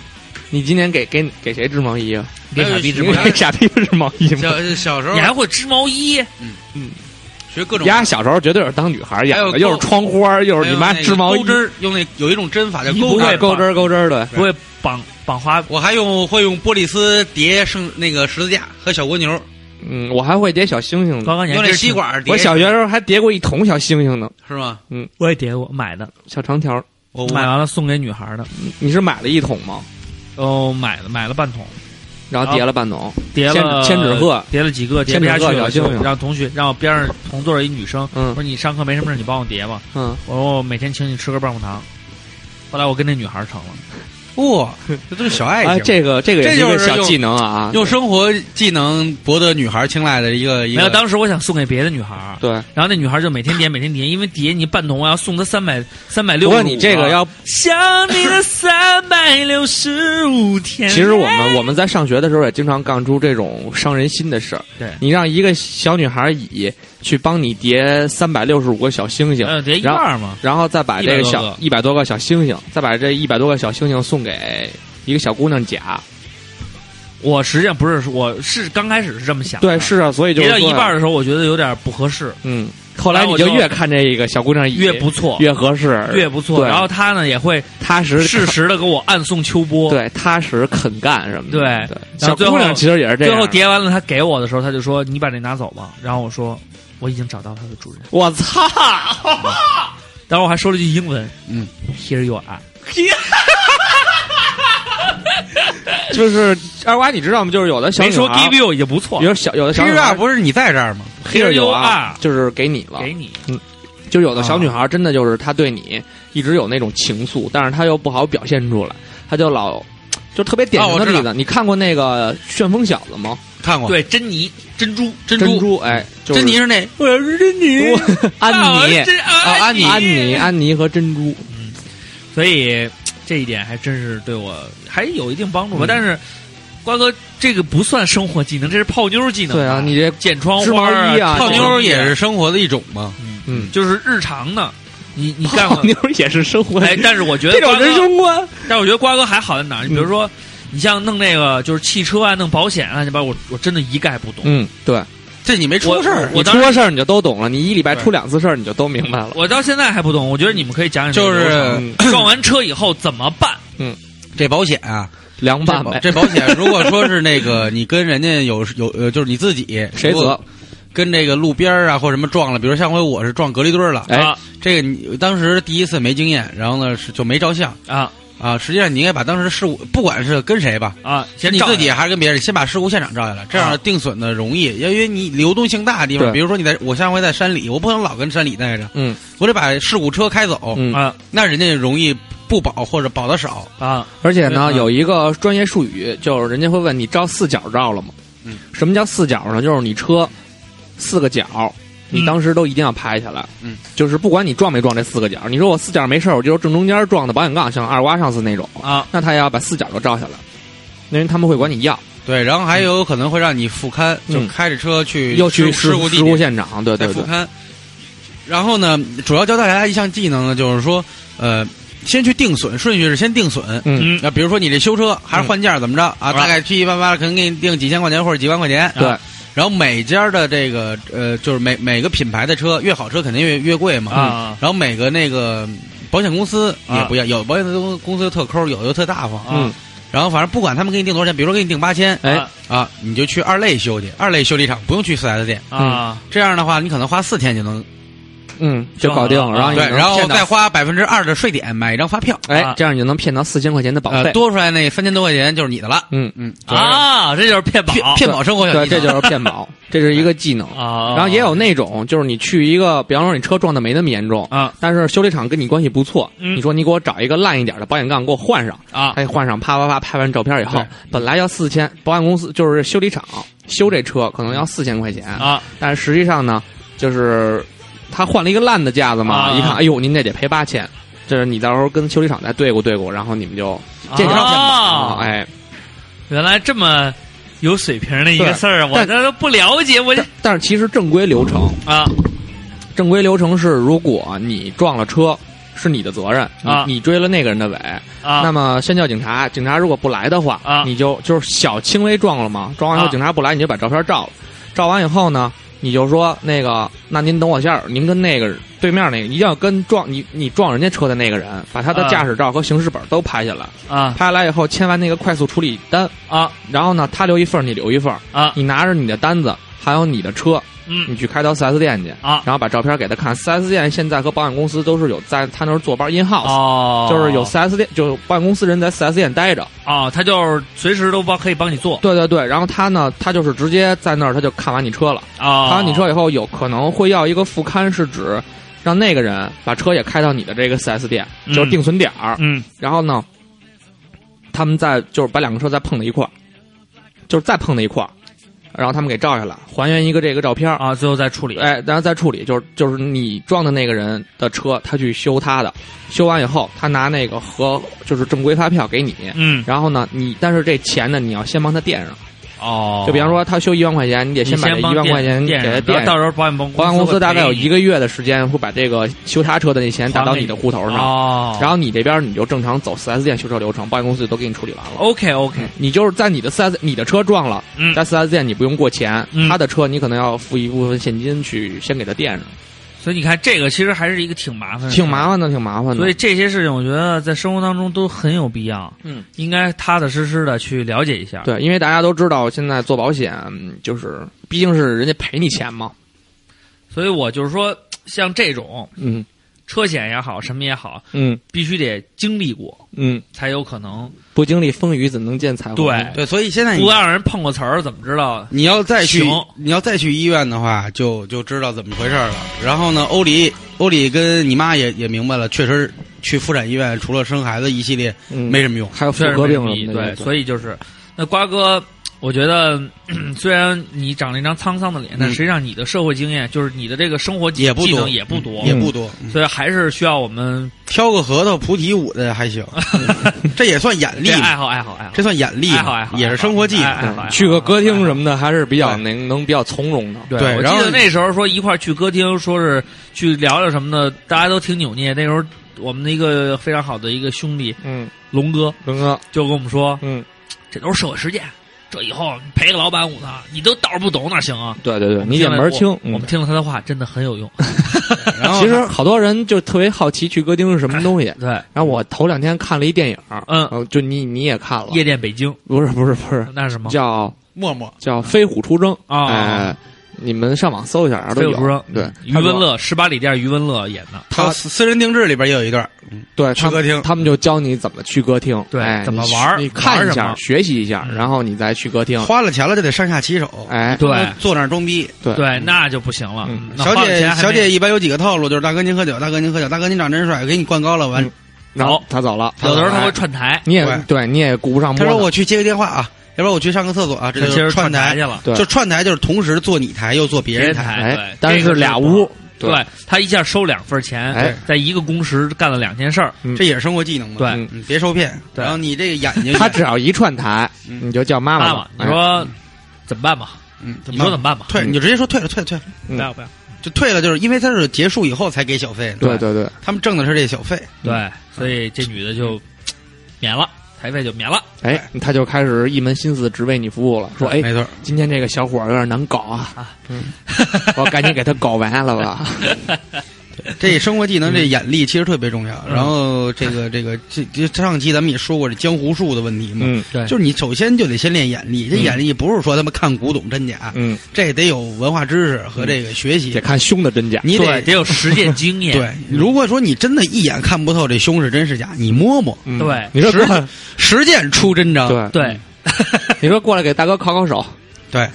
E: 你今年给给给谁织毛衣啊？
D: 给傻逼织毛
E: 你给 傻逼织毛衣吗？
B: 小小时候
D: 你还会织毛衣？
B: 学各种哎
E: 丫小时候绝对是当女孩
B: 还
E: 养
B: 有
E: 的，又是
B: 钩
E: 窗花，又是你妈
B: 哎还有那个
E: 织毛衣
B: 钩，针儿，用那有一种针法叫
E: 你
B: 钩
E: 不
B: 针
E: 会
B: 儿。
E: 钩针儿钩针儿的。
D: 不会绑绑花
B: 我还用会用玻璃丝叠圣那个十字架和小蜗牛，
E: 嗯，我还会叠小星星呢。
D: 高高年
B: 用那吸，管叠。
E: 我小学时候还叠过一桶小星星呢，
B: 是吗？
D: 我也叠过买的，
E: 小长条儿。
B: 我
D: 买
B: 我
D: 完了送给女孩的。
E: 你是买了一桶吗？
D: 哦，买了买了半桶，
E: 然后叠了半桶。
D: 叠了
E: 千千纸鹤，
D: 叠了几个，叠
E: 千
D: 不
E: 纸
D: 下
E: 鹤
D: 去了，
E: 小星星
D: 就让同学让我边上同座儿一女生，
E: 嗯
D: 我说你上课没什么事，你帮我叠吧。
E: 嗯，
D: 我说我每天请你吃个棒棒糖。后来我跟那女孩成了，
B: 哇，这都是小爱
E: 啊，
B: 情。
E: 这个这个也
B: 这
E: 一
B: 就
E: 个
B: 是
E: 小
B: 用
E: 技能啊。
B: 用生活技能博得女孩青睐的一个一
D: 没有，
B: 个。
D: 当时我想送给别的女孩儿，
E: 对，
D: 然后那女孩儿就每天叠，每天叠，因为叠你半桶，我要送她三百三百
E: 不
D: 六。啊
E: 过你这
B: 啊
E: 个要，
D: 想你的三百六十五天。
E: 其实我们我们在上学的时候也经常干出这种伤人心的事儿。
D: 对
E: 你让一个小女孩乙去帮你叠三百六十五个小星星，
B: 嗯
D: 呃叠一
E: 然后
D: 半嘛，
E: 然后再把这
D: 100
E: 个
D: 多
E: 小
D: 个
E: 一百多个小星星，再把这一百多个小星星送给一个小姑娘甲。
D: 我实际上不是，我是刚开始是这么想的，
E: 对，是啊，所以就
D: 叠
E: 是
D: 到一
E: 说
D: 半儿的时候，我觉得有点不合适，
E: 嗯，后来你就
D: 然后我就
E: 越看这个小姑娘乙
D: 越不错，
E: 越合适，
D: 越不错。
E: 对
D: 然后她呢也会
E: 踏实
D: 适时的给我暗送秋波。，
E: 对踏实肯干什么的。
D: 对
E: 对，
D: 然后
E: 小
D: 最后
E: 姑娘其实也是这
D: 最
E: 样。
D: 后叠完了，她给我的时候，她就说：“你把这拿走吧。”然后我说：“我已经找到它的主人。
E: 我操！”
D: 然后我还说了句英文：“
B: 嗯
D: ，Here you are。
E: 就是二瓜，你知道吗？就是有的”小
D: 没
E: 女
D: 说
E: 孩
D: give you 也不错
E: 啊比，如小有的小
B: 其
E: 女
B: 实啊，
E: 孩
B: 不是你在这儿吗？
E: 黑着有
D: Here you，
E: 啊
D: are
E: 就是给你了。
D: 啊给你。
E: 就有的小女孩真的就是她对你一直有那种情愫，但是她又不好表现出来，她就老就特别典型的例
B: 哦我知
E: 子。你看过那个《旋风小子》吗？
B: 看过。，
D: 对，珍妮，珍珠，珍
E: 珍珠，哎，就是
B: 珍妮是那，我是珍妮。
E: 安妮
D: 啊，珍
B: 啊安妮
E: 安妮，安妮和珍珠。
D: 所以这一点还真是对我还有一定帮助
E: 嗯
D: 吧。但是瓜哥，这个不算生活技能，这是泡妞技能。
E: 对啊，你这
D: 剪窗
E: 织
D: 花
E: 毛
D: 儿
E: 衣啊
B: 泡
E: 这
B: 妞也是生活的一种嘛。
E: 嗯，
D: 就是日常的。你你干
E: 泡
D: 过？
E: 妞也是生活
D: 哎，但是我觉得
E: 这种
D: 瓜哥
E: 人生嗯观。
D: 但是我觉得瓜哥还好在哪儿？你比如说，你像弄那个就是汽车啊，弄保险啊，你把我我真的一概不懂。
E: 嗯，对，
B: 这你没出事儿
D: 我，
E: 你出了事儿你就都懂了，你一礼拜出两次事儿你就都明白了。
D: 我到现在还不懂，我觉得你们可以讲讲这个
B: 啊就是
D: 流程
E: 嗯，
D: 撞完车以后怎么办？
B: 这保险 啊，
E: 凉
B: 这
E: 拌
B: 保
E: 呗，
B: 这保险如果说是那个你跟人家有有呃，就是你自己
E: 谁
B: 如果
E: 责？
B: 跟这个路边儿啊或什么撞了，比如上回我是撞隔离墩儿了，
E: 哎
D: 啊
B: 这个你当时第一次没经验，然后呢是就没照相
D: 啊
B: 啊，实际上你应该把当时事故，不管是跟谁吧，
D: 啊！先
B: 你
D: 照
B: 自己
D: 着
B: 还是跟别人，先把事故现场照下来，这
D: 啊
B: 样定损的容易，因为你流动性大的地方，
E: 对
B: 比如说你在我上回在山里，我不能老跟山里待着，
E: 嗯
B: 我得把事故车开走，
E: 嗯
D: 啊
B: 那人家容易不保或者保的少，
D: 啊
E: 而且呢，
B: 嗯
E: 有一个专业术语，就是人家会问你照四角照了吗？
B: 嗯，
E: 什么叫四角呢？就是你车四个角，你
D: 嗯
E: 当时都一定要拍下来。
B: 嗯，
E: 就是不管你撞没撞这四个角，你说我四角没事儿，我就是正中间撞的保险杠，像二瓜上次那种，
D: 啊！
E: 那他也要把四角都照下来，因为他们会管你要，
B: 对，然后还有可能会让你复勘，
E: 嗯
B: 就开着车去
E: 又去
B: 事
E: 事
B: 故
E: 故
B: 地
E: 事故
B: 点
E: 现场，对
B: 再
E: 对
B: 复
E: 对，
B: 勘。然后呢，主要教大家一项技能呢，就是说，呃，先去定损，顺序是先定损。
E: 嗯，
B: 那比如说你这修车还是换件儿怎么着啊？大概七七八八可能给你定几千块钱或者几万块钱。
E: 对，
B: 然后每家的这个呃，就是每每个品牌的车，越好车肯定越越贵嘛。嗯
D: 啊
B: 然后每个那个保险公司也
D: 啊
B: 不一样，有保险公公司就特抠，有的就特大方。
E: 嗯，
B: 然后反正不管他们给你定多少钱，比如说给你定八千
E: 哎
D: 啊
B: 啊，你就去二类修去，二类修理厂不用去四 S 店。
D: 啊
B: 这样的话，你可能花四天就能
E: 嗯，就搞定了，然后你
B: 啊对，
E: 能
B: 然后
E: 骗到
B: 再花百分之二的税点买一张发票，
E: 哎
D: 啊，
E: 这样你就能骗到四千块钱的保
B: 呃，
E: 费。
B: 多出来那三千多块钱就是你的了。
E: 嗯，
B: 嗯，
D: 啊，这就是骗保
B: 骗骗保生活小
E: 对，
B: 技能
E: 这就是骗保，这是一个技能。
D: 啊，
E: 然后也有那种，就是你去一个，比方说你车撞的没那么严重，
D: 啊
E: 但是修理厂跟你关系不错，
D: 嗯
E: 你说你给我找一个烂一点的保险杠给我换上，
D: 啊
E: 哎，换上啪啪啪拍完照片以后
B: 对，
E: 本来要四千，保险公司就是修理厂修这车可能要四千块钱，
D: 啊
E: 但是实际上呢，就是他换了一个烂的架子嘛，
D: 啊
E: 一看，哎呦，您这得赔八千，这是你到时候跟修理厂再对过对过，然后你们就这是
D: 啊
E: 哎，
D: 原来这么有水平的一个
E: 对
D: 事儿，我
E: 但
D: 这都不了解，我这
E: 但但是其实正规流程，
D: 啊
E: 正规流程是，如果你撞了车，是你的责任
D: 啊
E: 你你追了那个人的尾，
D: 啊，
E: 那么先叫警察，警察如果不来的话，
D: 啊
E: 你就就是小轻微撞了嘛，撞完以后
D: 啊
E: 警察不来，你就把照片照了，照完以后呢，你就说那个，那您等我一下，您跟那个对面那个一定要跟撞你你撞人家车的那个人，把他的
D: 啊
E: 驾驶照和行驶本都拍下来，
D: 啊
E: 拍下来以后签完那个快速处理单，
D: 啊
E: 然后呢，他留一份儿，你留一份儿，
D: 啊，
E: 你拿着你的单子还有你的车，
D: 嗯
E: 你去开到四 S 店去
D: 啊
E: 然后把照片给他看。四 S 店现在和保险公司都是有在他那儿坐班 in house，、
D: 哦，
E: 嗯就是有四 S 店，就是保险公司人在四 S 店待着。
D: 哦，他就是随时都帮可以帮你做
E: 对对对，然后他呢，他就是直接在那儿他就看完你车了，
D: 啊，
E: 看完你车以后有可能会要一个副刊，是指让那个人把车也开到你的这个四 S 店，
D: 嗯
E: 就是定损点儿。
D: 嗯
E: 然后呢，他们再就是把两个车再碰到一块儿，就是再碰到一块儿，然后他们给照下来，还原一个这个照片儿。
D: 啊，最后再处理
E: 哎，然后再处理，就是就是你撞的那个人的车，他去修他的，修完以后，他拿那个和就是正规发票给你，
D: 嗯
E: 然后呢，你但是这钱呢，你要先帮他垫上，
D: 哦，
E: 就比方说他修一万块钱，你得
D: 你
E: 把这一
D: 帮
E: 万块钱
D: 垫
E: 给他
D: 上
E: 垫
D: 到时
E: 上。
D: 候保险公
E: 保险公司大概有一
D: 个
E: 个月的时间会把这个修他车的那钱打到你的户头上，
D: 哦，
E: 然
D: 后
E: 后你这边你就正常走四 S 店修车流程，保险公司就都给你处理完了。
D: OK OK，
E: 你就是在你的四 S 你的车撞了，
D: 嗯
E: 在四 S 店你不用过钱，
D: 嗯
E: 他的车你可能要付一部分现金去先给他垫上。
D: 所以你看这个其实还是一个挺麻烦的，
E: 挺麻。烦的，挺麻烦的。
D: 嗯所以这些事情，我觉得在生活当中都很有必要，
E: 嗯，
D: 应该踏踏实实的去了解一下。
E: 对，因为大家都知道，现在做保险嗯就是毕竟是人家赔你钱嘛。
D: 所以我就是说，像这种
E: 嗯
D: 车险也好，什么也好，
E: 嗯
D: 必须得经历过，
E: 嗯，
D: 才有可能。
E: 不经历风雨怎能见彩虹？
D: 对，
B: 对，所以现在你
D: 不让人碰过瓷儿，怎么知道？
B: 你要再去
D: 行
B: 你要再去医院的话，就就知道怎么回事了。然后呢，欧里欧里跟你妈也也明白了，确实去妇产医院除了生孩子一系列
E: 嗯，
B: 没什么用。
E: 还有妇
D: 确实
E: 科
D: 没
E: 病
D: 什么意
E: 什
D: 义
E: 么
D: 对
E: 的。，
D: 所以就是，那瓜哥，我觉得 咳虽然你长了一张沧桑的脸，但
B: 嗯
D: 实际上你的社会经验，就是你的这个生活技
B: 也不
D: 技
B: 多
D: 能也不
E: 嗯
D: 多，
B: 也不多，
D: 所以还是需要我们
B: 挑个核桃、菩提舞的还 行，这也算眼力
D: 这
B: 嘛，
D: 爱好爱好爱好，
B: 这算眼力嘛
D: 爱好爱好哎
B: 也是生活技
D: 爱好
B: 能。
D: 爱好
E: 去个歌厅
D: 么。
E: 什么的，还是比较能能比较从容的。
D: 对，
B: 对
D: 我
B: 然
D: 记
B: 后
D: 得那时候说一块儿去歌厅，说是去聊聊什么的，大家都挺扭捏。那时候我们的一个非常好的一个兄弟
E: 嗯，
D: 龙哥
E: 龙哥，
D: 就跟我们说，
E: 嗯，
D: 这都是社会实践，这以后你赔个老板五呢，你都道儿不懂哪行啊？
E: 对对对，你眼门儿清
D: 我。
E: 嗯
D: 我们听了他的话，真的很 有用。哎
B: 然后
E: 其实好多人就特别好奇去歌厅是什么东西。
D: 对，
E: 然后我头两天看了一电影儿，
D: 嗯
E: 呃，就你你也看了
D: 夜，店北京
E: 不是不是不是，
D: 那是什么？
E: 叫
B: 默默
E: 叫《飞虎出征》
D: 啊
E: 哎，你们上网搜一下，都
D: 飞
E: 有
D: 虎出征，嗯
E: 对，
D: 余文乐十八里店余文乐演的，
B: 他私私人定制里边也有一段，
E: 对，
B: 去
E: 他
B: 歌厅
E: 他们就教你怎么去歌厅，
D: 对
E: 哎
D: 怎么
E: 你
D: 玩儿
E: 你看
D: 玩
E: 一
D: 儿什
E: 下，
D: 么嗯
E: 学习一下，然后你再去歌厅。
B: 花了钱了就得上下其手，
E: 哎，
D: 对
B: 坐那儿装逼。
E: 对
D: 对，那就不行了。
E: 嗯
D: 那
B: 小
D: 花了
B: 姐
D: 钱还没
B: 小姐一般有几个套路，就是大哥您喝酒，大哥您喝酒，大哥您长真帅，给你灌高了完
E: 嗯。然后他走了，
D: 有的时候他会
E: 哎
D: 串台，
E: 你也
B: 对
E: 对你也顾不上摸
B: 他说
E: 它
B: 我去接个电话啊，要不然我去上个厕所啊，这
D: 他
B: 就
D: 其
B: 是
D: 实
B: 串
D: 台
B: 台
D: 去。了。
E: 对
B: 就串台就是同时做你台又做别人台，
D: 台，
E: 哎
D: 对，
E: 但
D: 这个
E: 是俩屋，
D: 对，他一下收两份钱，
E: 哎
D: 在一个工时干了两件事儿，
B: 这也是生活技能嘛。
D: 对
E: 嗯
B: 嗯，别受骗。
D: 对
B: 然后你这个眼睛，
E: 他只要一串台，
B: 嗯
E: 你就叫妈哎
D: 妈
E: 妈
D: 妈
E: 吧，，
D: 你说怎么办吧？
B: 嗯，
D: 你说怎么办吧？
B: 退？你就直接说退了，退了，退了。
E: 嗯
D: 不要不要，
B: 就退了，就是因为他是结束以后才给小费，
G: 对对对，
B: 他们挣的是这小费，
D: 对，所以这女的就免了台费，就免了。
G: 哎，他就开始一门心思只为你服务了，说哎，
B: 没错，
G: 今天这个小伙儿有点难搞啊， 我赶紧给他搞完了吧。
B: 这生活技
D: 嗯
B: 能这眼力其实特别重要。然后这 个这个这这上期咱们也说过这江湖术的问题嘛，
G: 嗯
D: 对嗯
B: 就是你首先就得先练眼力，这眼力不是说他妈看古董真假，
G: 嗯，
B: 这得有文化知识和这个学习，
G: 得看胸的真假。
B: 你
D: 嗯对，
B: 得
D: 得有实践经 验。
B: 对。如果说你真的一眼看不透这胸是真是假，你摸摸，
G: 嗯
D: 对
G: 你说
B: 实
G: 过来，
B: 实践出真章。
G: 对，
D: 对，
G: 你说过来给大哥烤烤手，
B: 对，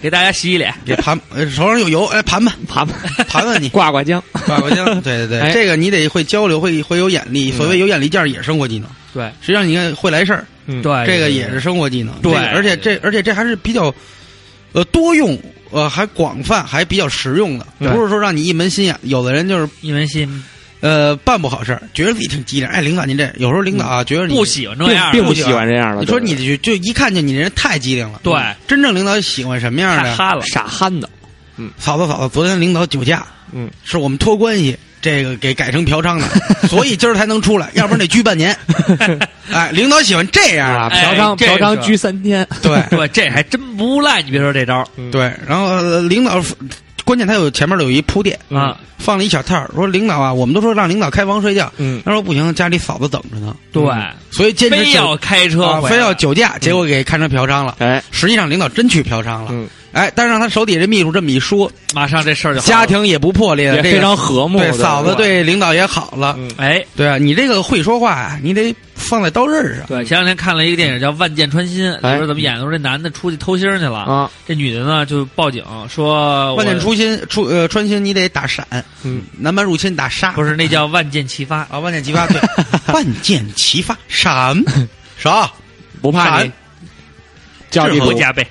D: 给大家洗洗脸。
B: 给盘 呃手上有油，哎，盘盘
G: 盘盘，
B: 盘盘你
G: 挂挂浆。
B: 挂挂浆。对对
G: 哎嗯
B: 对，这个你得会交流，会会有眼力。所谓有眼力劲儿也是生活技能。
D: 对，
B: 实际上你看会来事儿，
G: 嗯
D: 对，
B: 这个也是生活技能。
D: 对
B: 这个而且这而且这还是比较，呃，多用，呃，还广泛，还比较实用的，
G: 对
B: 不是说让你一门心眼。有的人就是
D: 一门心
B: 呃办不好事儿，觉得自己挺机灵。哎，领导您这有时候领导
G: 嗯
B: 啊，觉得你
D: 不喜欢这
G: 并
D: 样的，
G: 并不喜欢这样的。
B: 你说
G: 对
B: 你就就一看见你这人太机灵了。嗯
D: 对
B: 真正领导喜欢什么样
D: 太
B: 的？
D: 憨了。
G: 傻憨的，
B: 嫂子，嫂子，昨天领导酒驾，
G: 嗯，
B: 是我们托关系，这个给改成嫖娼 的，所以今儿才能出来，要不然得拘半年。哎，领导喜欢这样
G: 啊，
B: 啊，
G: 嫖
D: 哎
G: 娼
D: 这
G: 嫖
D: 个
G: 娼
D: 是
G: 拘三天。
B: 对
D: 对，这还真不赖。你别说这招儿
B: 对，然后呃领导。关键他有前面有一铺垫，
G: 嗯
D: 啊，
B: 放了一小套，说领导啊，我们都说让领导开房睡觉，
G: 嗯
B: 他说不行，家里嫂子等着呢，
D: 对，
B: 所以坚持
D: 非
B: 酒
D: 要开车
B: 啊
D: 回来
B: 非要酒驾，结果给看成嫖娼了。
G: 哎，
B: 实际上领导真去嫖娼了，
G: 嗯
B: 哎，但是让他手底下这秘书这么一说，
D: 马上这事儿就好了
B: 家庭也不破裂，
G: 也
B: 这个
G: 非常和睦。
B: 对嫂子
G: 吧
B: 对领导也好了，
G: 嗯
D: 哎。
B: 对啊，你这个会说话呀，你得放在刀刃上。
D: 啊对，前两天看了一个电影叫《万箭穿心》，里
G: 哎
D: 边怎么演的？说这男的出去偷腥儿去了，
G: 啊，
D: 这女的呢就报警说我
B: 万箭出心出呃穿心，你得打闪；
G: 哦嗯，
B: 南蛮入侵打杀，
D: 不是那叫万箭齐 发，
B: 啊？万箭齐发对，万箭齐发闪，啊啥？
G: 不怕你
B: 闪
G: 叫
B: 是
G: 你
B: 吗
D: 不加倍。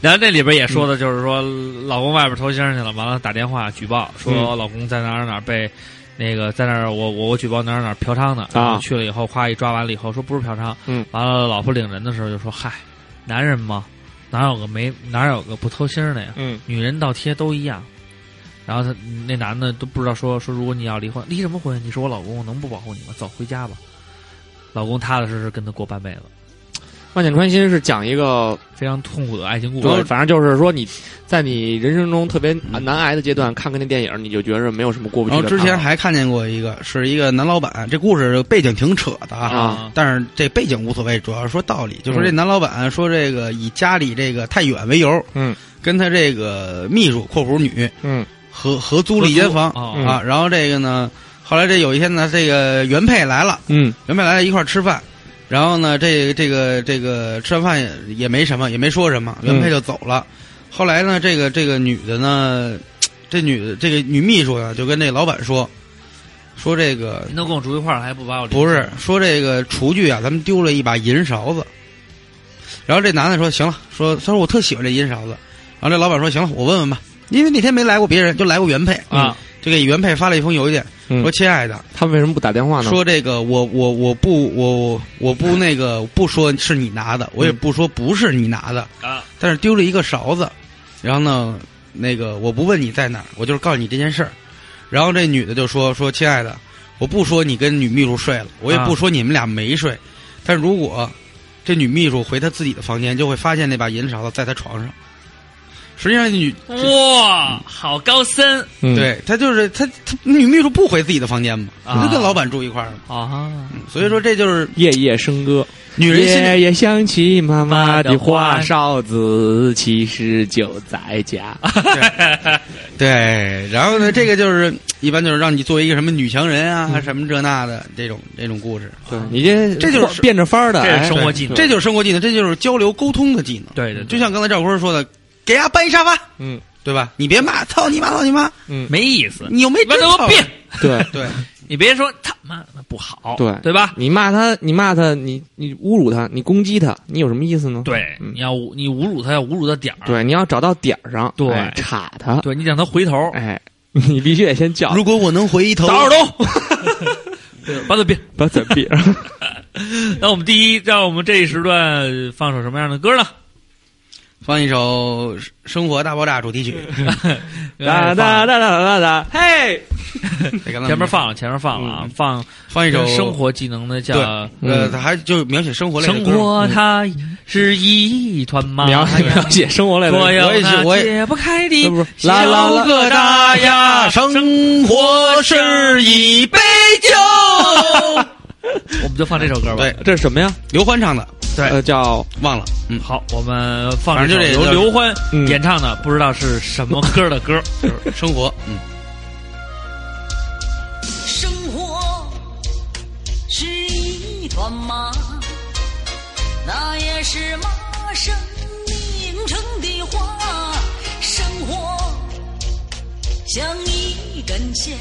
D: 然后那里边也说
G: 嗯
D: 的就是说，老公外边偷腥儿去了，完了打电话举报说
G: 嗯
D: 我老公在哪儿哪儿被那个在那儿我我我举报哪儿哪儿嫖娼呢，然后去了以后夸一抓完了以后说不是嫖娼，
G: 啊嗯，
D: 完了老婆领人的时候就说嗨，男人嘛哪有个没哪有个不偷腥儿的呀，
G: 嗯，
D: 女人倒贴都一样。然后他那男的都不知道说说，如果你要离婚，离什么婚？你是我老公，我能不保护你吗？走，回家吧。老公踏踏实实跟他过半辈子，
G: 万箭穿心是讲一个，
D: 非常痛苦的爱情故
G: 对，
D: 事。
G: 反正就是说你在你人生中特别难挨的阶段，看看那电影，你就觉着没有什么过不
B: 然
G: 去
B: 后
G: 的坎
B: 之
G: 儿。
B: 前还看见过一个，是一个男老板，这故事背景挺扯的啊。
G: 啊
B: 但是这背景无所谓，主要是说道理。就说这男老板说这个以家里这个太远为由，
G: 嗯，
B: 跟他这个秘书（括弧女
G: 嗯）
B: 合合租了一间房
D: 哦
G: 嗯
B: 啊。然后这个呢，后来这有一天呢，这个原配来了，
G: 嗯
B: 原本来一块儿吃饭，然后呢，这个、这个这个吃完饭也也没什么，也没说什么，原配就走了。后来呢，这个这个女的呢，这女的这个女秘书呢，就跟这老板说，说这个
D: 您都跟我住一块儿了，还不把我领
B: 不是说这个厨具啊，咱们丢了一把银勺子。然后这男的说行了，说他说我特喜欢这银勺子。然后这老板说行了，我问问吧，因为那天没来过别人，就来过原配嗯
D: 啊，
B: 就给原配发了一封邮件，
G: 嗯
B: 说亲爱的，
G: 他们为什么不打电话呢？
B: 说这个我我我不我我我不那个不说是你拿的，我也不说不是你拿的，
D: 啊，
B: 但是丢了一个勺子，然后呢，那个我不问你在哪儿，我就是告诉你这件事儿。然后这女的就说说亲爱的，我不说你跟女秘书睡了，我也
D: 啊
B: 不说你们俩没睡，但如果这女秘书回她自己的房间，就会发现那把银勺子在她床上。实际上，女
D: 哇，好高深
G: 嗯，
B: 对她就是她，她女秘书不回自己的房间嘛，
D: 啊
B: 她跟老板住一块儿嘛，
D: 啊！
B: 所以说这就是
G: 夜夜笙歌，
B: 女人心里
G: 夜夜想起妈妈的
D: 妈的
G: 话，
D: 话
G: 哨子其实就在家。
B: 对，然后呢，这个就是一般就是让你作为一个什么女强人啊，
D: 嗯
B: 什么这那的这种这种故事，
G: 对 你这
B: 这就是
G: 变着法儿的，
D: 这
G: 哎
D: 是生活技能，
B: 这就是生活技能，这就是交流沟通的技能。
D: 对对对
B: 就像刚才赵坤说的，给伢搬一沙发，
G: 嗯，
B: 对吧？你别骂，操你妈，操你妈，
G: 嗯，
D: 没意思。
B: 你有没
D: 妈
B: 真
D: 都
B: 操
D: 有病！
G: 对。
B: 对，
D: 你别说他妈的不好，
G: 对
D: 对
B: 嗯
D: 吧？
G: 你骂他，你骂他，你你侮辱他，你攻击他，你有什么意思呢？
D: 对，
G: 嗯
D: 你要侮你侮辱他，要侮辱到点儿。
G: 对，你要找到点儿上，
D: 对
G: 哎插他，
D: 对，你让他回头，
G: 哎，你必须得先叫，
B: 如果我能回头，
D: 打 耳洞，把他别。
G: 把嘴 闭上。
D: 那我们第一，让我们这一时段放首什么样的歌呢？
B: 放一首《生活大爆炸》主题 曲。
D: 哎
E: 哒哒哒哒哒哒，嘿，
D: 前
B: 前
D: 面放了，前面放了啊，放
B: 放一首
D: 生，活技能的叫
B: 嗯对
D: 《
B: 呃，还就描写生活类的
D: 生
B: 歌。
D: 活》，它是一团麻
E: 描
D: 哎呀，
E: 描写生活类
D: 我
E: 的，
D: 有
B: 也是
D: 那
B: 我也
D: 解不开的
E: 不是
D: 小
E: 啦啦啦
D: 疙瘩 呀，
B: 生活是一杯酒。
D: 我们就放这首歌吧。
B: 对，
E: 这是什么呀？
B: 刘欢唱的，
E: 呃，叫
B: 忘了。嗯，
D: 好，我们放
B: 反正
D: 这
B: 就
D: 首
B: 这
D: 由刘欢
E: 嗯
D: 演唱的，不知道是什么歌 的歌。
B: 生活，嗯，
H: 生活是一团麻，那也是麻生命成的花。生活像一根线，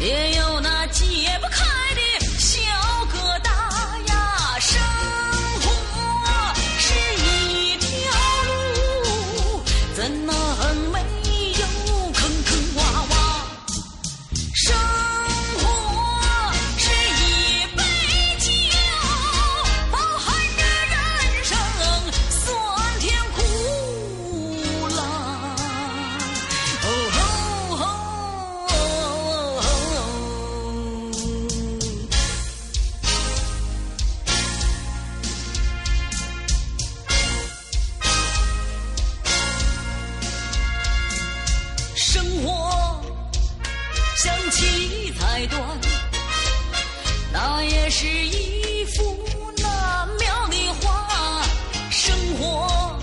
H: 也有那解不开的小疙瘩呀。生活是一条路，怎能没有坑坑洼洼？生活是一杯酒，饱含着人生酸甜苦辣。哦吼哦吼！生活。像七彩缎，那也是一幅难描的画。生活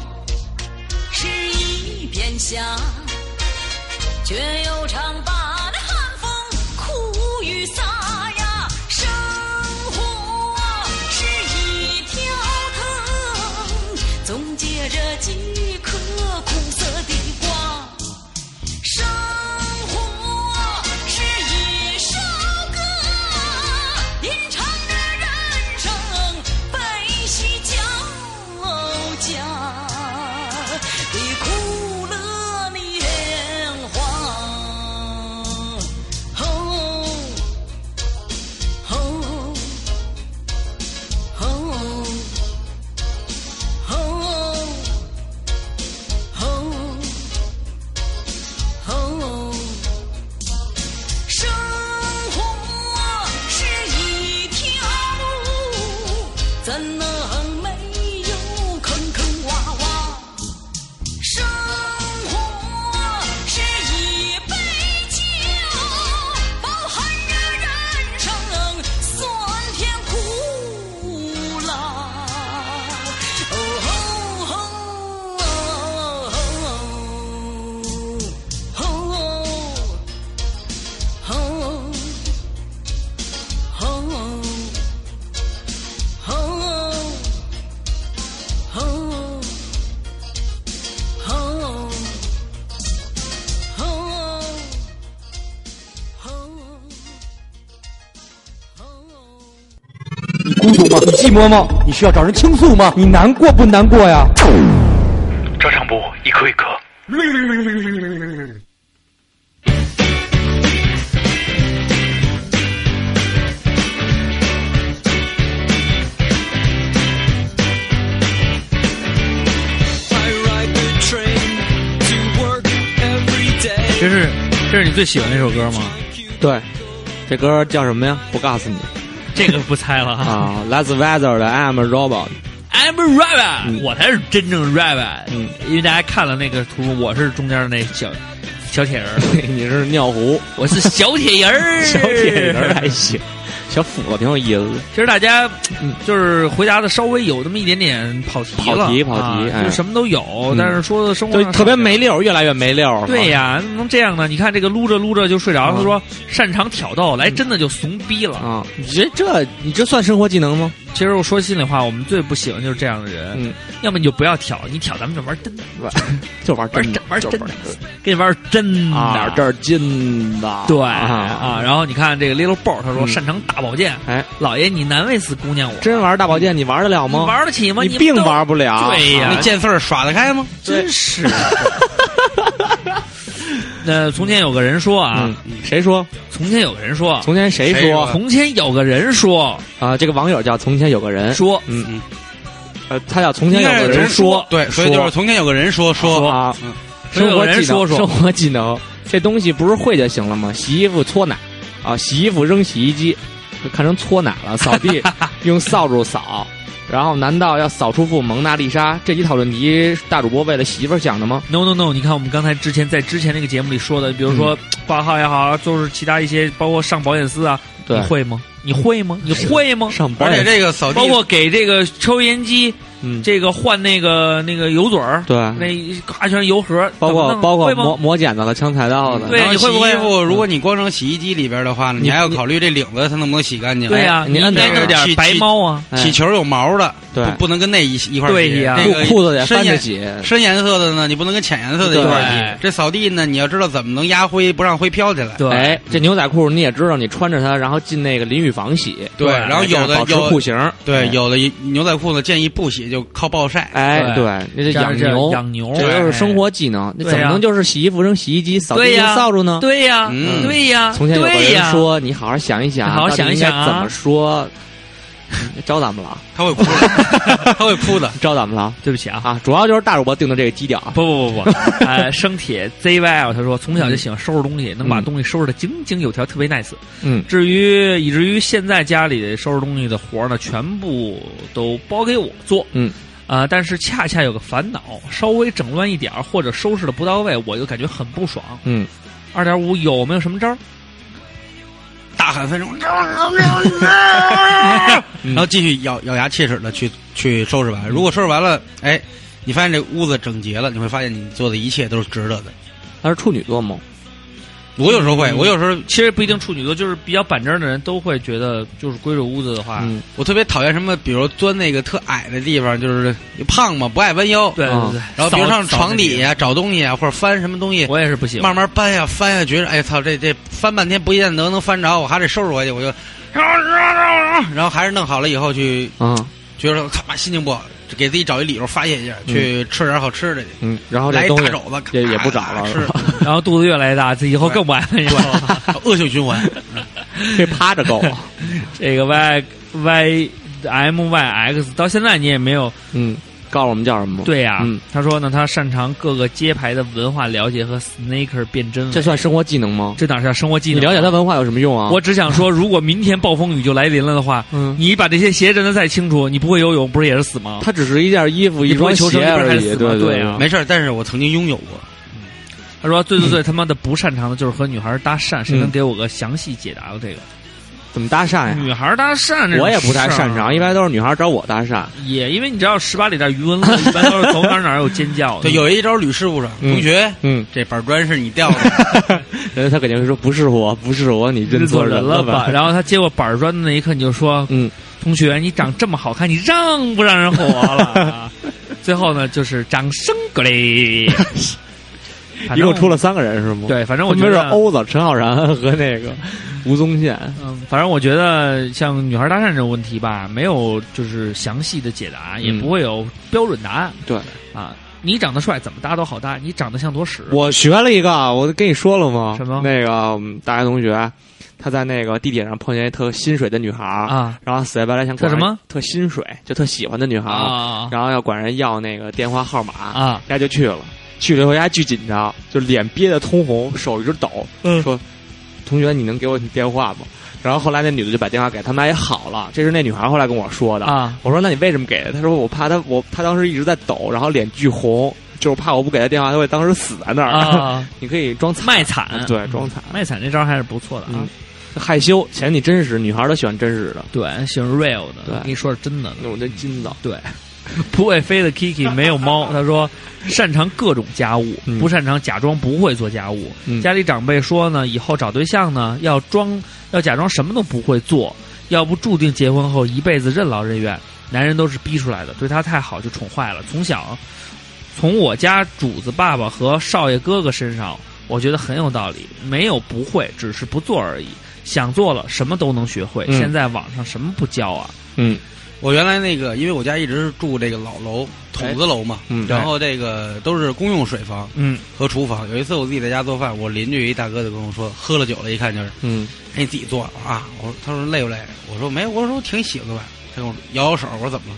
H: 是一片霞，却又常把那寒风苦雨洒呀。生活是一条藤，总结着几颗苦涩的瓜。生活是一首歌，吟唱着人生悲喜交加的苦乐年华。哦哦哦哦哦。哦，生活是一条路，怎能没有坑坑洼洼？生活是一杯酒，饱含着人生酸甜苦辣。哦吼吼！哦哦哦哦哦！Oh, oh, oh, oh.
F: 你孤独吗？你寂寞吗？你需要找人倾诉吗？你难过不难过呀？
A: 照常不误，一颗一颗。
C: I ride the train to work every day.
D: 这是这是你最喜欢的一首歌吗？
G: 对，这歌叫什么呀？不告诉你
D: 这个不猜了啊。
G: 啊，来自 Weather 的《I'm a Robot》。
D: I'm a rabbit，、我才是真正 rabbit。
G: 嗯，
D: 因为大家看了那个图，我是中间的那小小铁人儿，
G: 你是尿壶，
D: 我是小铁人儿，
G: 小铁人儿还行，小斧子挺有意思的。
D: 其实大家
G: 嗯
D: 就是回答的稍微有那么一点点跑题了，
G: 跑题跑题
D: 啊
G: 哎
D: 就是什么都有，但是说的生活
G: 就
D: 上
G: 特别。没溜儿，越来越没溜儿。
D: 对呀，怎么能这样呢？你看这个撸着撸着就睡着了。他说擅长挑逗，来真的就怂逼了。
G: 嗯啊，你这这你这算生活技能吗？
D: 其实我说心里话，我们最不喜欢就是这样的人。
G: 嗯，
D: 要么你就不要挑，你挑咱们就玩真的，
G: 就玩
D: 玩
G: 真的
D: 真，玩
G: 就
D: 真的，给你玩真的。
G: 哪儿这儿近的？
D: 对
G: 啊，
D: 啊，然后你看这个 Little Bo，他说
G: 嗯
D: 擅长大保健。
G: 哎，
D: 老爷，你难为死姑娘我，
G: 真玩大保健，你玩得了
D: 你
G: 吗？
D: 玩得起吗？
G: 你
D: 你
G: 并
D: 都
G: 玩不了。
D: 对哎呀
B: 嗯那见缝儿耍得开吗？
D: 真是。那从前有个人说啊，
G: 嗯，谁说？
D: 从前有个人说，
G: 从前谁
B: 谁
G: 说
B: 说
D: 从前有个人说
G: 啊？这个网友叫从前有个人
D: 说，
G: 嗯
B: 嗯，
E: 呃，他叫哎从前有个人
D: 哦
E: 说，
B: 对，所以就是从前有个人说
E: 说
B: 说，
E: 啊，
B: 嗯
E: 生
D: 有
E: 活技
D: 人
E: 能，
D: 说说
E: 生活技能，这东西不是会就行了吗？洗衣服搓奶，啊，洗衣服扔洗衣机，就看成搓奶了。扫地用扫帚扫，然后难道要扫出副蒙娜丽莎？这几讨论题，大主播为了媳妇儿想的吗？
D: No no no！你看我们刚才之前在之前那个节目里说的，比如
E: 嗯
D: 说挂号也好，啊就是其他一些，包括上保险丝啊，你
E: 对
D: 会吗？你会吗？你会吗？
E: 上
B: 而
E: 班
B: 且这个扫地
D: 哎包括给这个抽烟机，
E: 嗯，
D: 这个换那个那个油嘴儿，
E: 对，
D: 那咔全是油盒，
E: 嗯包
D: 怎
E: 括
D: 么弄
E: 包括
D: 会吗
E: 磨磨剪子了、枪裁刀的，
D: 对
B: 然后
D: 你会不会
B: 洗
D: 啊
B: 衣服？如果你光扔洗衣机里边的话呢，你还要考虑这领子它能不能洗干净。
D: 对呀、
E: 哎
D: 你
E: 你按
D: 应该
E: 哪个
D: 弄点
B: 去
D: 白
B: 去
D: 猫啊，
E: 哎
B: 起球有毛的，
E: 对
B: 不不能跟那一一块儿
D: 对
B: 洗
D: 呀
B: 那个
E: 裤裤子得翻
B: 深
E: 着
B: 颜
E: 洗，
B: 深颜色的呢，你不能跟浅颜色的一块儿洗。这扫地呢，你要知道怎么能压灰，不让灰飘起来。
D: 对，
E: 哎，这牛仔裤你也知道，你穿着它，然后进那个淋浴房洗，
B: 对
E: 哎
B: 然后有的
E: 这样保持
B: 有
E: 裤型，
B: 对
E: 哎，
B: 有的牛仔裤呢，建议不洗，就靠暴晒。
E: 哎，
D: 对
E: 对，那是
D: 这
E: 养
D: 样
E: 牛，
D: 养牛，哎
E: 这就是生活技能。那
D: 对
E: 怎么
D: 呀
E: 能就是洗衣服扔洗衣机，扫地
D: 对
E: 用
D: 呀
E: 扫帚呢？
D: 对呀、
B: 嗯
D: 对呀、
E: 啊从前有个
D: 对呀、
E: 人说：“你好好想一想，
D: 好好
E: 到底
D: 想一
E: 应该
D: 想啊
E: 怎么说？嗯招咱们了，
B: 他 会哭的，他会哭的。
E: 招咱们了
D: 对不起啊，
E: 啊！主要就是大主播定的这个基调啊。
D: 不不不不，呃，生铁 ZYL 他说从小就喜欢收拾东西，能把
E: 嗯
D: 东西收拾的井井有条，特别 nice。
E: 嗯，
D: 至于以至于现在家里收拾东西的活儿呢，全部都包给我做。
E: 嗯，
D: 啊、但是恰恰有个烦恼，稍微整乱一点儿或者收拾的不到位，我就感觉很不爽。
E: 嗯，
D: 二点五有没有什么招儿？
B: 大喊分钟，
D: 嗯
B: 然后继续咬咬牙切齿的去去收拾完。如果收拾完了，哎，你发现这屋子整洁了，你会发现你做的一切都是值得的。
E: 他是处女座吗？
B: 我有时候会，
D: 嗯
B: 我有时候
D: 其实不一定处女座，就是比较板正的人都会觉得，就是归置屋子的话，
E: 嗯，
B: 我特别讨厌什么，比如钻那个特矮的地方，就是胖嘛，不爱弯腰。
D: 对对对，
E: 啊
B: 然后比如
D: 扫
B: 上床底，
D: 扫
B: 下找东西啊，或者翻什么东
D: 地
B: 西，
D: 我也是不喜欢。
B: 慢慢搬呀翻呀，觉着哎操，这这翻半天不见得能翻着，我还得收拾回去，我就，然后还是弄好了以后去，
E: 啊，
B: 觉得他妈心情不好，给自己找一理由发泄一
D: 嗯
B: 下，去吃点好吃的去，
E: 嗯，然后
B: 来
E: 这
B: 一
E: 东
B: 大
E: 西
B: 肘子，
E: 也
B: 咔
E: 也不找了
B: 吃，
D: 然后肚子越来越大，自己以后更不爱翻腰了。
B: 恶性循环。
E: 这趴着够。 啊
D: 这个 Y Y M Y X 到现在你也没有
E: 嗯，告诉我们叫什么吗？，
D: 对呀、
E: 嗯
D: 他说呢，他擅长各个街牌的文化了解和 sneaker 辨真伪
E: 这算生活技能吗？
D: 这哪是生活技
E: 你
D: 能？啊
E: 了解他文化有什么用啊？
D: 我只想说，如果明天暴风雨就来临了的话，
E: 嗯
D: 你把这些鞋认得再清楚，你不会游泳不是也是死吗？
E: 他只是一件衣服、
D: 你
E: 一
D: 不会
E: 双
D: 求生
E: 鞋
D: 一边
E: 而
D: 还
E: 已。
D: 死吗
E: 对
D: 对啊
B: 没事儿，但是我曾经拥有过。
D: 他说最最最他妈的不擅长的就是和女孩搭讪，谁能给我个详细解答的这个？
E: 怎么搭讪哎呀？
D: 女孩搭讪这种
E: 我也不太擅
D: 嗯事儿啊
E: 长，一般都是女孩找我搭讪。
D: 也因为你知道十八里店余文乐一般都是走哪儿哪儿有尖 叫的，
B: 对，有一招吕师傅说，
E: 嗯
B: 同学，
E: 嗯，
B: 这板砖是你掉的，
E: 人家嗯他肯定会说不是我，不是我，你认
D: 认
E: 错
D: 错
E: 人
D: 人了吧？
E: 吧？
D: 然后他接过板砖的那一刻，你就说
E: 嗯，：“
D: 同学，你长这么好看，你让不让人活了？”最后呢，就是掌声鼓 励。
E: 一共出
D: 了
E: 了三个人是吗？，
D: 对，反正我
E: 分
D: 觉
E: 别是
D: 得，
E: 欧子、陈浩然和那个吴宗宪。
D: 嗯，反正我觉得像女孩搭讪这种问题吧，没有就是详细的解答，也
E: 嗯
D: 不会有标准答案
E: 对
D: 啊。你长得帅，怎么搭都好搭；你长得像坨屎，
E: 我学了一个，我跟你说了吗？
D: 什么
E: 那个我们大学同学，他在那个地铁上碰见一特心水的女孩儿
D: 啊
E: 然后死乞白赖想
D: 特
E: 管
D: 什么
E: 人特心水，就特喜欢的女孩儿
D: 啊
E: 然后要管人要那个电话号码
D: 啊！
E: 人家就去了，去了以后人家巨紧张，就脸憋得通红，手一直抖，
D: 嗯
E: 说：“同学，你能给我你电话吗？”然后后来那女的就把电话给他们俩也哎好了，这是那女孩后来跟我说的
D: 啊。
E: 我说：“那你为什么给的？”她说：“我怕她，我她当时一直在抖，然后脸巨红，就是怕我不给她电话，她会当时死在那儿。
D: 啊，
E: 你可以装惨，
D: 卖惨，
E: 对，装惨，
D: 卖惨这招还是不错的啊。
E: 嗯害羞，显得你真实，女孩都喜欢真实的。
D: 对，喜欢 real 的，
E: 对
D: 跟你说是真的呢。
E: 那我真金子，
D: 对，不会飞的 Kiki 没有猫，他说擅长各种家务，
E: 嗯
D: 不擅长假装不会做家务。
E: 嗯
D: 家里长辈说呢，以后找对象呢要装要假装什么都不会做，要不注定结婚后一辈子任劳任怨。男人都是逼出来的，对他太好就宠坏了。从小，从我家主子爸爸和少爷哥哥身上，我觉得很有道理。没有不会，只是不做而已。想做了，什么都能学会。
E: 嗯
D: 现在网上什么不教啊？
E: 嗯
B: 我原来那个，因为我家一直是住这个老楼，筒子楼嘛，
E: 嗯
B: 然后这个都是公用水房
D: 嗯，
B: 和厨房。有一次我自己在家做饭，我邻居一大哥就跟我说，喝了酒了，一看就是，
E: 嗯
B: 哎，你自己做了啊？我说，他说累不累？我说没有，我说我挺喜欢的吧。他跟我说摇摇手，我说怎么了？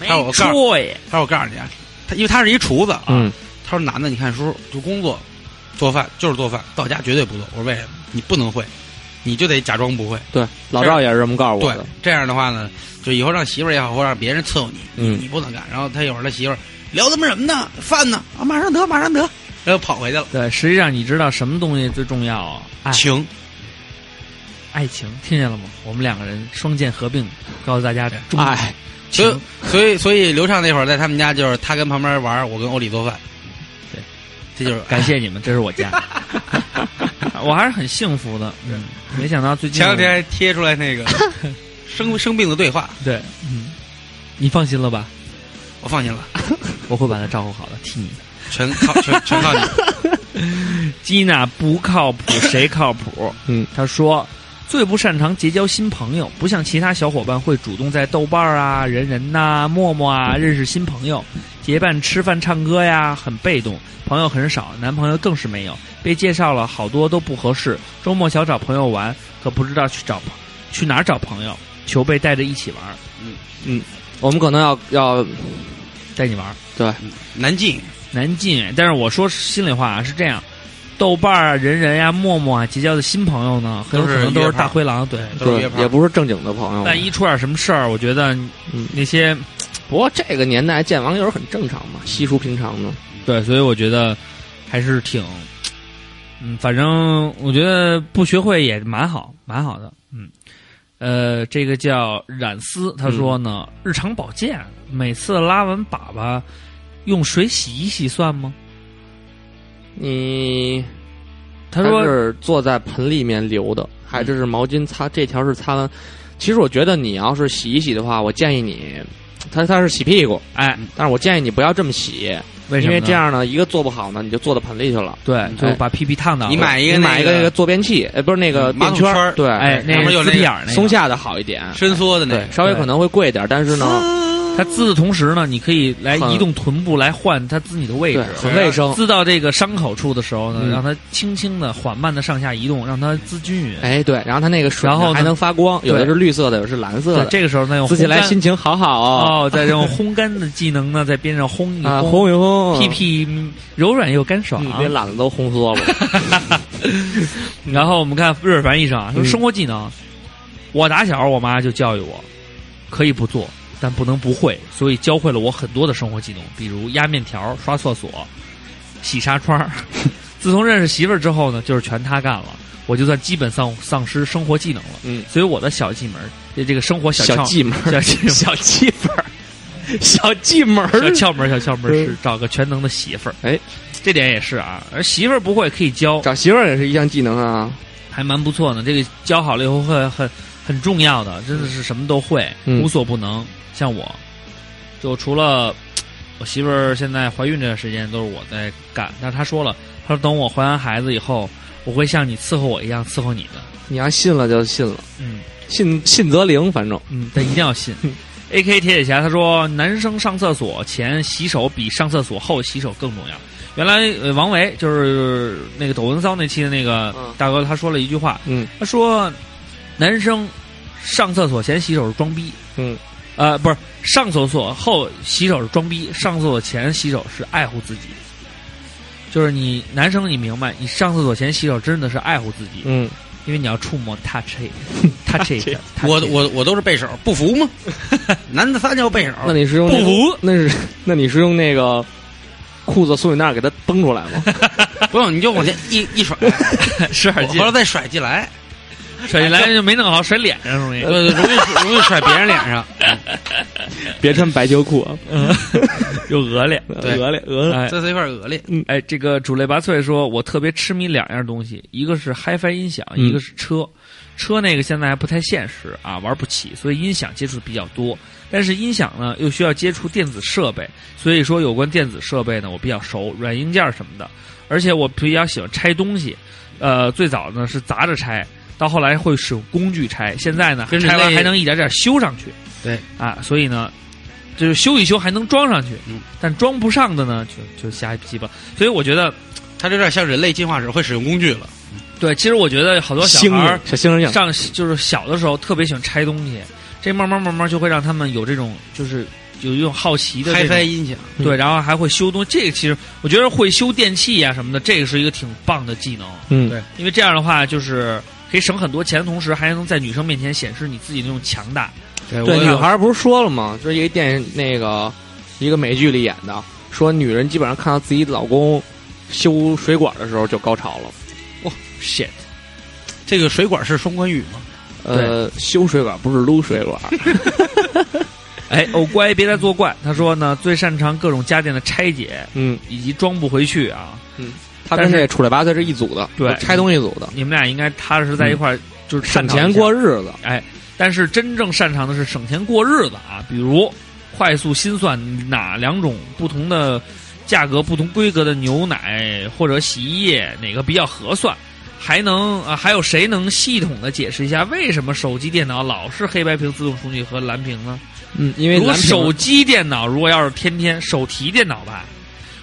D: 没
B: 但我告诉
D: 错呀，
B: 他说我告诉你啊，他因为他是一厨子啊，
E: 嗯，
B: 他说男的你看叔就工作，做饭就是做饭，到家绝对不做。我说为什么？你不能会，你就得假装不会。
E: 对，老赵也是这么告诉我
B: 对
E: 的。，
B: 这样的话呢，就以后让媳妇儿也好，或让别人伺候你，
E: 嗯
B: 你不能干。然后他一会儿他媳妇儿聊他妈什么呢？饭呢？啊，马上得，马上得，然后哎跑回去了。
D: 对，实际上你知道什么东西最重要啊？爱
B: 情，
D: 爱情，听见了吗？我们两个人双剑合并，告诉大家，中
E: 哎，
B: 所
D: 情
B: 以所以所以刘畅那会儿在他们家就是他跟旁边玩儿，我跟欧里做饭，
D: 对，
B: 这就是
D: 感。谢你们，这是我家，我还是很幸福的。嗯，没想到最近
B: 前两天还贴出来那个哎生生病的对话，
D: 对，嗯，你放心了吧，
B: 我放心了，
D: 我会把他照顾好的，替你。
B: 全靠全全 靠你。
D: 基娜不靠谱，谁靠谱？
E: 嗯，
D: 他说最不擅长结交新朋友，不像其他小伙伴会主动在豆瓣儿啊、人人呐、陌陌啊认识新朋友，结伴吃饭、唱歌呀，很被动，朋友很少，男朋友更是没有，被介绍了好多都不合适，周末想找朋友玩，可不知道去找朋去哪儿找朋友，求被带着一起玩儿，
E: 我们可能要要
D: 带你玩儿。
B: 南京
D: 难进。但是我说心里话啊，是这样，豆瓣儿啊、人人呀、陌陌啊结交的新朋友呢，很有可能都
B: 都是
D: 是
B: 约炮
D: 大灰狼。对，
B: 都是
E: 对
B: 约，炮
E: 也不是正经的朋友。
D: 万一出点什么事儿，我觉得
E: 嗯
D: 那些
E: 不过这个年代见网友很正常嘛，稀疏平常的。
D: 对，所以我觉得还是挺，嗯，反正我觉得不学会也蛮好，蛮好的。嗯，呃，这个叫冉思，他说呢，日常保健，每次拉完粑粑用水洗一洗算吗？
E: 你
D: 他说嗯
E: 是坐在盆里面流的，还这是毛巾擦，这条是擦完。其实我觉得你要是洗一洗的话，我建议你，他他是洗屁股，
D: 哎，
E: 但是我建议你不要这么洗，
D: 为什
E: 因
D: 么呢？嗯哎
E: 为这样呢，一个做不好呢，你就坐到盆里去了。
D: 对，就把屁屁烫到了。
B: 你买一个
E: 你买一
B: 那
E: 那个坐便器，哎，不是那个
B: 嗯马
E: 便
B: 桶
E: 圈
B: 圈
E: 儿，
B: 儿
E: 对，
D: 哎，
B: 上
D: 那
B: 面有
D: 个
B: 那个
D: 字眼儿那个
E: 松下的好一点，
B: 啊伸缩的那
E: 对
B: 个，，
E: 稍微
D: 对
E: 可能会贵一点，但是呢，
D: 它滋的同时呢，你可以来
E: 很
D: 移动臀部来换它滋你的位
E: 对，
D: 置。
E: 很卫生。
D: 滋到这个伤口处的时候呢，
E: 嗯
D: 让它轻轻的、缓慢的上下移动，让它滋均匀。
E: 哎，对，然后它那个水
D: 然后呢
E: 还能发光，有的
D: 对
E: 是绿色的，有的是蓝色
D: 对
E: 的，，
D: 这个时候呢，用
E: 自己来
D: 烘干
E: 心情好好哦
D: 哦，再用烘干的技能呢，在边上烘一
E: 啊，
D: 烘，
E: 轰一轰，
D: 屁屁柔软又干爽
E: 嗯，。别懒得都烘缩了。
D: 然后我们看瑞尔凡医生啊，
E: 嗯
D: 说生活技能，我打小我妈就教育我，可以不做，但不能不会，所以教会了我很多的生活技能，比如压面条、刷厕所、洗纱窗 儿。自从认识媳妇儿之后呢，就是全她干了，我就算基本丧丧失生活技能了。
E: 嗯，
D: 所以我的小技门儿，这这个生活小窍
E: 小技门儿
D: 小技
E: 小气门儿，小气门儿嗯
D: 小窍门儿、小窍门儿是找个全能的媳妇儿。
E: 哎，
D: 这点也是啊，而媳妇儿不会可以教，
E: 找媳妇儿也是一项技能啊。
D: 还蛮不错呢。这个教好了以后会很很重要的，真的是什么都会，
E: 嗯
D: 无所不能。像我，就除了我媳妇儿现在怀孕这段时间都是我在干，但是她说了，她说等我怀完孩子以后，我会像你伺候我一样伺候你的。
E: 你要信了就信了，
D: 嗯
E: 信信则灵，反正
D: 嗯，但一定要 信。A K 铁铁侠他说，男生上厕所前洗手比上厕所后洗手更重要。原来呃王维就是那个抖文骚那期的那个
E: 嗯
D: 大哥，他说了一句话，
E: 嗯
D: 他说，男生上厕所前洗手是装逼，
E: 嗯，
D: 呃，不是上厕所后洗手是装逼，上厕所前洗手是爱护自己。就是你男生，你明白，你上厕所前洗手真的是爱护自己，
E: 嗯，
D: 因为你要触摸 touch it，touch it，
B: 我我我都是背手，不服吗？ 男的撒尿背手，
E: 那你是用那
D: 不服
E: 那是那你是用那个裤子松紧带给它崩出来吗？
B: 不用你就往前一一甩，
D: 使点
B: 完
D: 劲
B: 了，再甩进来，
D: 甩进来就没弄好，甩脸上容易。
B: 呃，容易容易甩别人脸上。
E: 别穿白秋裤啊，
D: 又恶劣。
B: 对
E: 鹅嘞鹅嘞，
D: 哎
B: 这是一块恶劣，
D: 哎，这个主类拔萃说，我特别痴迷两样东西，一个是 HiFi 音响，
E: 嗯
D: 一个是车。车那个现在还不太现实啊，玩不起，所以音响接触的比较多。但是音响呢，又需要接触电子设备，所以说有关电子设备呢，我比较熟，软硬件什么的。而且我比较喜欢拆东西，呃，最早呢是砸着拆，到后来会使用工具拆，现在呢
B: 跟人
D: 拆完
B: 类
D: 还能一点点修上去。
B: 对
D: 啊，所以呢，就是修一修还能装上去，
B: 嗯
D: 但装不上的呢，就就瞎鸡巴。所以我觉得，
B: 它这有点像人类进化史会使用工具了。
D: 对，其实我觉得好多小
E: 猩
D: 孩儿
E: 猩小猩猩，
D: 上就是小的时候特别喜欢拆东西，这慢慢慢慢就会让他们有这种就是有一种好奇的
B: 嗨
D: 这
B: 嗨
D: 种。
B: 音响，
D: 对，然后还会修啊东，这个其实我觉得会修电器呀、什么的，这个是一个挺棒的技能，
E: 嗯，
B: 对
D: 因为这样的话就是可以省很多钱的同时，还能在女生面前显示你自己那种强大。
B: 对
E: 对，
B: 我
E: 女
B: 有
E: 孩儿不是说了吗？就是一个电视那个一个美剧里演的，说女人基本上看到自己老公修水管的时候就高潮了。
D: shit，
B: 这个水管是双关语吗？
E: 呃，修水管不是撸 水管，
D: 哎，哦乖，别来作怪。他说呢，最擅长各种家电的拆解
E: 嗯，
D: 以及装不回去啊。
E: 他
D: 但
E: 跟
D: 是
E: 这楚来八岁是一组的，
D: 对
E: 拆东西组的，
D: 你们俩应该踏实在一块儿，就是
E: 省
D: 探讨一下
E: 钱过日子。
D: 哎但是真正擅长的是省钱过日子啊，比如快速心算哪两种不同的价格、不同规格的牛奶或者洗衣液哪个比较合算，还能啊还有谁能系统的解释一下为什么手机、电脑老是黑白屏、自动重启和蓝屏呢？
E: 嗯，因为
D: 如果
E: 蓝屏
D: 手，机电脑如果要是天天手提电脑吧，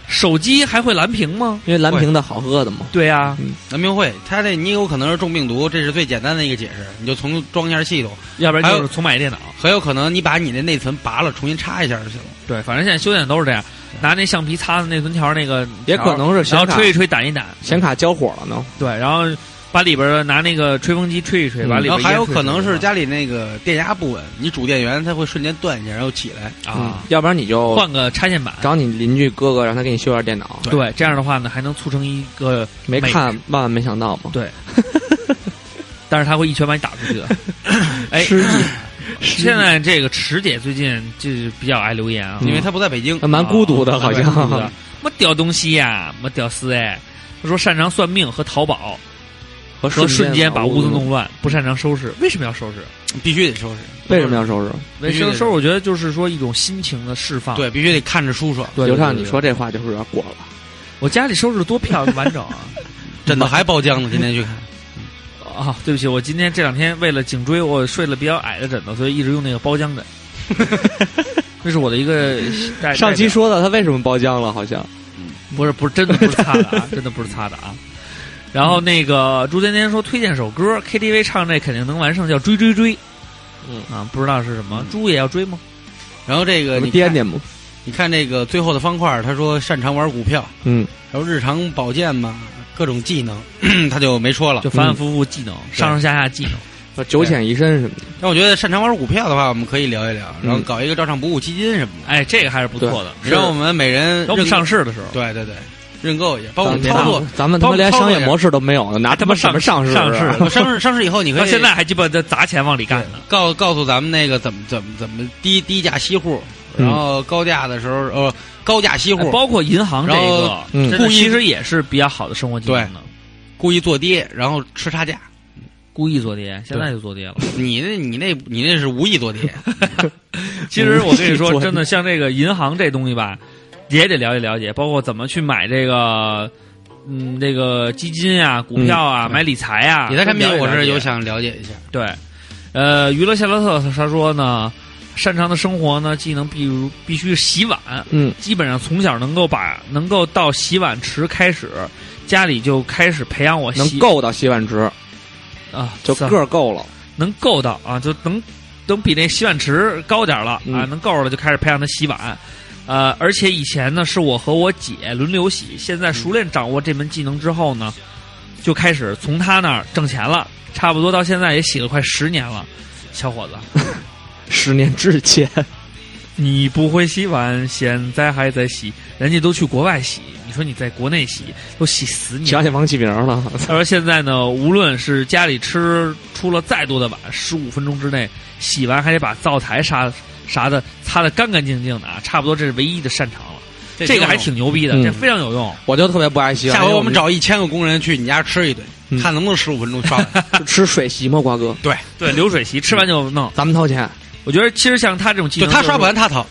D: 手机还会蓝屏吗？
E: 因为蓝屏的好喝的嘛。
D: 对啊，
B: 南明会，他这你有可能是中病毒，这是最简单的一个解释，你就重装一下系统，
D: 嗯要不然
B: 还
D: 就
B: 有
D: 是重买电脑。
B: 很有可能你把你的内存拔了，重新插一下就行了。
D: 对，反正现在修电脑都是这样，拿那橡皮擦的内存条那个
E: 也
D: 条
E: 可能是
D: 然后
E: 显卡
D: 吹一吹，掸一掸，
E: 显卡交火了呢。
D: 对，然后把里边儿的拿那个吹风机吹一吹，
E: 嗯
D: 把里
B: 然
D: 边
B: 后
D: 儿
B: 还有
D: 烟吹一
B: 可
D: 吹
B: 能是家里那个电压不稳，你主电源它会瞬间断一下，然后起来。
D: 啊
E: 嗯，，要不然你就
D: 换个插线板。
E: 找你邻居哥哥，让他给你修点电脑。
D: 对，这样的话呢，还能促成一个，
E: 没
D: 美
E: 看，万万没想到嘛。
D: 对但是他会一拳把你打出去的。哎，
E: 失忆
D: 现在这个池姐最近就是比较爱留言啊，
B: 因为它不在北京，
E: 还蛮孤独的，
D: 啊
E: 好
D: 孤 独的
E: 像
D: 么屌东西呀、么屌丝哎。他说擅长算命和淘宝，
E: 和
D: 和瞬间把
E: 把
D: 屋子
E: 弄
D: 弄乱，不擅长收拾。为什么要收拾？
B: 必须得收拾。
E: 为什么要收拾？
D: 为
B: 必须
D: 什么
B: 得
D: 收拾？我觉得就是说一种心情的释放。
B: 对，必须得看着舒爽。
D: 对，
E: 刘
D: 对
E: 畅，
D: 对
E: 你
D: 对
E: 说这话就是有点过了。
D: 我家里收拾得多漂亮完整啊！
B: 枕头还包浆呢，今天去看。
D: 啊，对不起，我今天这两天为了颈椎，我睡了比较矮的枕头，所以一直用那个包浆 枕。这是我的一个代
E: 上期
D: 代表
E: 说到他为什么包浆了，好像
D: 不是不是真的不是擦的啊， 真的不是擦的啊。然后那个朱尖尖说推荐首歌，KTV 唱这肯定能完胜，叫《追追追》。
E: 嗯
D: 啊，不知道是什么，猪也要追吗？
B: 然后这个
E: 什么
B: 你
E: 颠
B: 看，
E: 颠嘛。
B: 你看这个最后的方块，他说擅长玩股票，
E: 嗯，
B: 然后日常保健嘛，各种技能， 他就没说了
D: 就。反反复复技能，上上下下技能。
E: 九浅一深什么的。
B: 但我觉得擅长玩股票的话，我们可以聊一聊，然后
E: 嗯
B: 搞一个照唱不误基金什么
D: 哎，这个还是不错的。
B: 的，让我们每人
D: 等我们
B: 认
D: 上市的时候，
B: 对对对，认购一下，包括
E: 咱
B: 操作
E: 咱。咱们他妈连商业模式都没有呢，拿他妈什么上市
D: 上
E: 啊？
D: 市
B: 我 上市上市以后，你可
D: 到
B: 以
D: 现在还鸡巴在砸钱往里干呢。
B: 告告诉咱们那个怎么怎么怎么低低价吸户，
E: 嗯
B: 然后高价的时候呃高价吸户
D: 哎包括银行这
B: 然
D: 个
B: 后，
E: 嗯
D: 真的其实也是比较好的生活技能的。
B: 故意做跌，然后吃差价。
D: 故意做跌，现在就做跌了。
B: 你那你那你那是无意做跌，
D: 其实我跟你
E: 故意
D: 说，
E: 做跌
D: 真的，像这个银行这东西吧，也得了解了解，包括怎么去买这个，嗯，这个基金啊、股票啊、
B: 嗯
D: 买理财 啊。
B: 理财产品
D: 都了解
B: 我
D: 了
B: 是
D: 解
B: 有想了解一下。
D: 对，呃，娱乐夏洛特他说呢，擅长的生活呢技能，比如必须洗碗，
E: 嗯，
D: 基本上从小能够把能够到洗碗池开始，家里就开始培养我洗
E: 能够到洗碗池，
D: 啊，
E: 就
D: 算
E: 个儿够了。
D: 能够到啊，就能能比那洗碗池高点儿了啊，
E: 嗯
D: 能够着了就开始培养他洗碗。呃，而且以前呢是我和我姐轮流洗，现在熟练掌握这门技能之后呢，就开始从他那儿挣钱了，差不多到现在也洗了快十年了。小伙子，
E: 十年之前，
D: 你不会洗碗，现在还在洗，人家都去国外洗，你说你在国内洗，都洗十年了
E: 想起王启明了，
D: 他说现在呢，无论是家里吃出了再多的碗，十五分钟之内洗完还得把灶台啥啥的擦得干干净净的啊，差不多这是唯一的擅长了。这个还挺牛逼的，
E: 嗯
D: 这非常有用。
E: 我就特别不爱洗碗。
B: 下回
E: 因为
B: 我们找一千个工人去你家吃一顿，
E: 嗯
B: 看能不能十五分 钟刷完。
E: 就吃水席嘛，瓜哥，
B: 对，
D: 对，流水席吃完就弄。
E: 咱们掏钱，
D: 我觉得其实像他这种技
B: 就
D: 能，
B: 他刷不完，他掏。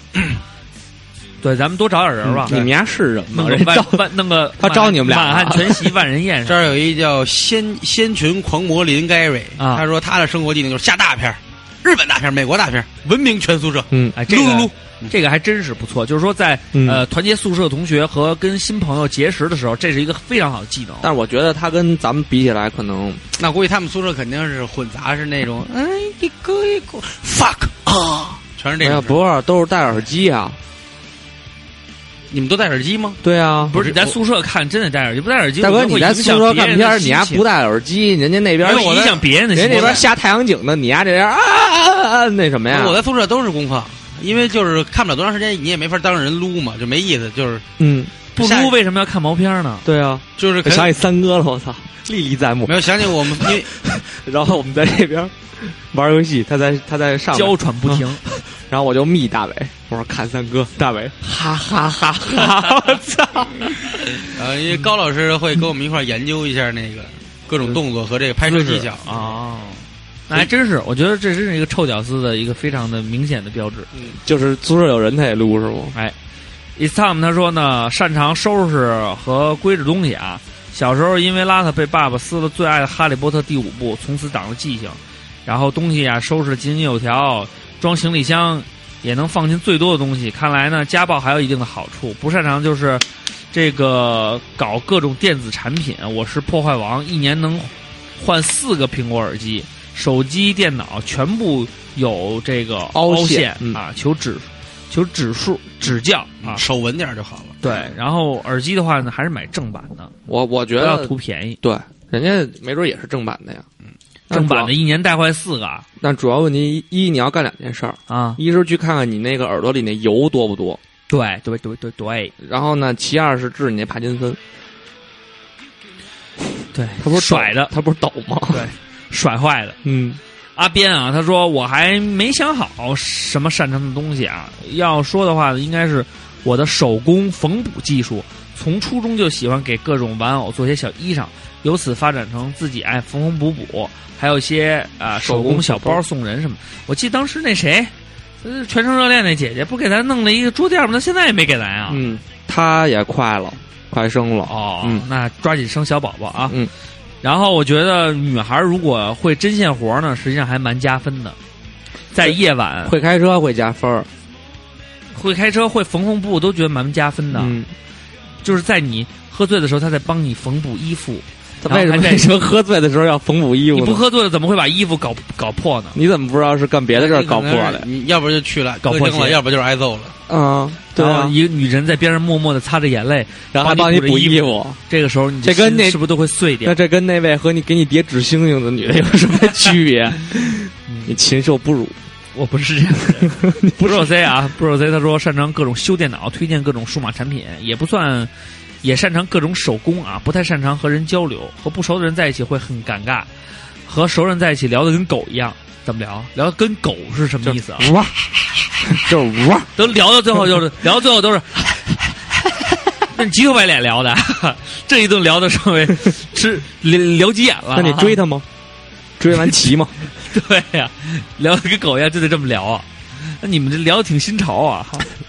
D: 对，咱们多找点人吧
E: 嗯你，们家是人吗
D: 弄？个
E: 人
D: 万
E: 造
D: 万弄个
E: 他招你们俩
D: 满汉全席万人
E: 嗯
D: 宴
B: 这儿有一叫仙仙群狂魔林 Gary，
D: 啊
B: 他说他的生活技能就是下大片儿，日本大片儿、美国大片儿，闻名全宿舍。
E: 嗯，
D: 哎，这个
B: 撸撸撸
D: 这个还真是不错。就是说在，
E: 嗯
D: 呃团结宿舍同学和跟新朋友结识的时候，这是一个非常好的技能。
E: 但是我觉得他跟咱们比起来，可能
B: 那估计他们宿舍肯定是混杂，是那种哎一哥一哥 fuck 啊，全是
E: 没
B: 这
E: 有，
B: 个。
E: 不是，都是戴耳机啊。
B: 你们都戴耳机吗？
E: 对啊，
D: 不是你在宿舍看，真得戴耳机，不戴耳机
E: 大
D: 可
E: 哥，
D: 能
E: 你
D: 会
E: 在
D: 影
E: 宿
D: 响
E: 舍
D: 别人的心情，
E: 看片儿，你还不戴耳机，人家那边
D: 因为
E: 我
D: 影响别人的心
E: 人家
D: 情。
E: 那边下太阳井呢，你丫这样啊啊啊啊那什么呀？
B: 我在宿舍都是功课，因为就是看不了多长时间，你也没法当着人撸嘛，就没意思。就是
E: 嗯，
D: 不
B: 下
D: 撸为什么要看毛片呢？
E: 对啊，
B: 就是
E: 我
B: 可
E: 想
B: 能
E: 起三哥了，我操，历历在目
B: 没。有想起我们，因为
E: 然后我们在这边玩游戏，他在他在上面
D: 娇喘不 停，
E: 然后我就密大伟，我说看三哥，大伟哈哈哈哈，我操！
B: 呃，因为高老师会跟我们一块儿研究一下那个各种动作和这个拍摄技巧
D: 啊。。
E: 嗯
D: 那还真是，我觉得这真是一个臭屌丝的一个非常的明显的标志。
E: 就是宿舍有人他也撸是吗？
D: It's time，他说呢，擅长收拾和归置东西啊。小时候因为邋遢被爸爸撕了最爱的《哈利波特》第五部，从此长了记性。然后东西啊收拾的井井有条，装行李箱也能放进最多的东西。看来呢，家暴还有一定的好处。不擅长就是这个搞各种电子产品，我是破坏王，一年能换四个苹果耳机、手机、电脑，全部有这个
E: 凹
D: 凹
E: 陷
D: 陷
E: 嗯
D: 啊，求指求指数指教啊。
B: 手稳点儿就好了。
D: 对，然后耳机的话呢，还是买正版的，
E: 我我觉
D: 不要
E: 得
D: 图便宜。
E: 对，人家没准也是正版的呀。
D: 正版的
E: 但主要，
D: 一年带坏四个啊
E: 但主要问题一，一你要干两件事儿，
D: 啊！
E: 一是去看看你那个耳朵里那油多不多，
D: 对对对对对
E: 然后呢，其二是治你那帕金森，
D: 对，
E: 他不是抖
D: 甩的，
E: 他不是抖吗？
D: 对甩坏的。
E: 嗯，
D: 阿边啊，他说我还没想好什么擅长的东西啊。要说的话呢，应该是我的手工缝补技术。从初中就喜欢给各种玩偶做些小衣裳，由此发展成自己爱缝缝补补，还有一些啊、手工小包送人什么。我记得当时那谁，呃全程热恋那姐姐不给咱弄了一个桌垫吗？她现在也没给咱啊。
E: 嗯，他也快了，快生了。
D: 哦，
E: 嗯
D: 那抓紧生小宝宝啊。
E: 嗯，
D: 然后我觉得女孩如果会针线活呢，实际上还蛮加分的。在夜晚
E: 会开车会加分儿，
D: 会开车、会缝缝布，都觉得蛮加分的。
E: 嗯，
D: 就是在你喝醉的时候，他在帮你缝补衣服。
E: 他
D: 然后
E: 为什么
D: 还在
E: 那时候喝醉的时候要缝补衣服
D: 你
E: 呢？
D: 不喝醉了，怎么会把衣服搞搞破呢？
E: 你怎么不知道是干别的事儿搞破了？
B: 你要不就去了
D: 搞
B: 歌
D: 破
B: 厅了，
D: 鞋
B: 要不就是挨揍了。
E: 嗯，对
D: 然后
E: 啊，
D: 一个女人在边上默默的擦着眼泪，
E: 然后还帮
D: 帮
E: 你
D: 你
E: 补
D: 补
E: 衣
D: 衣
E: 服，
D: 这个时候你
E: 这跟
D: 心
E: 那
D: 是不是都会碎掉
E: 那？这跟那位和你给你叠纸星星的女的有什么 区别？你禽兽不如，
D: 我不是这样的人。 不是 C 啊，不是 C，他说擅长各种修电脑，推荐各种数码产品，也不算，也擅长各种手工啊，不太擅长和人交流，和不熟的人在一起会很尴尬，和熟人在一起聊的跟狗一样。怎么聊？聊得跟狗是什么意思啊？
E: 哇， 就是哇，
D: 都聊到最后 就是聊到最后都是， 那你急头白脸聊的， 这一顿聊的稍微吃聊聊急眼了。
E: 那你追他吗？追完骑 吗？
D: 对呀、聊得跟狗一样就得这么聊啊。那你们这聊的挺新潮啊。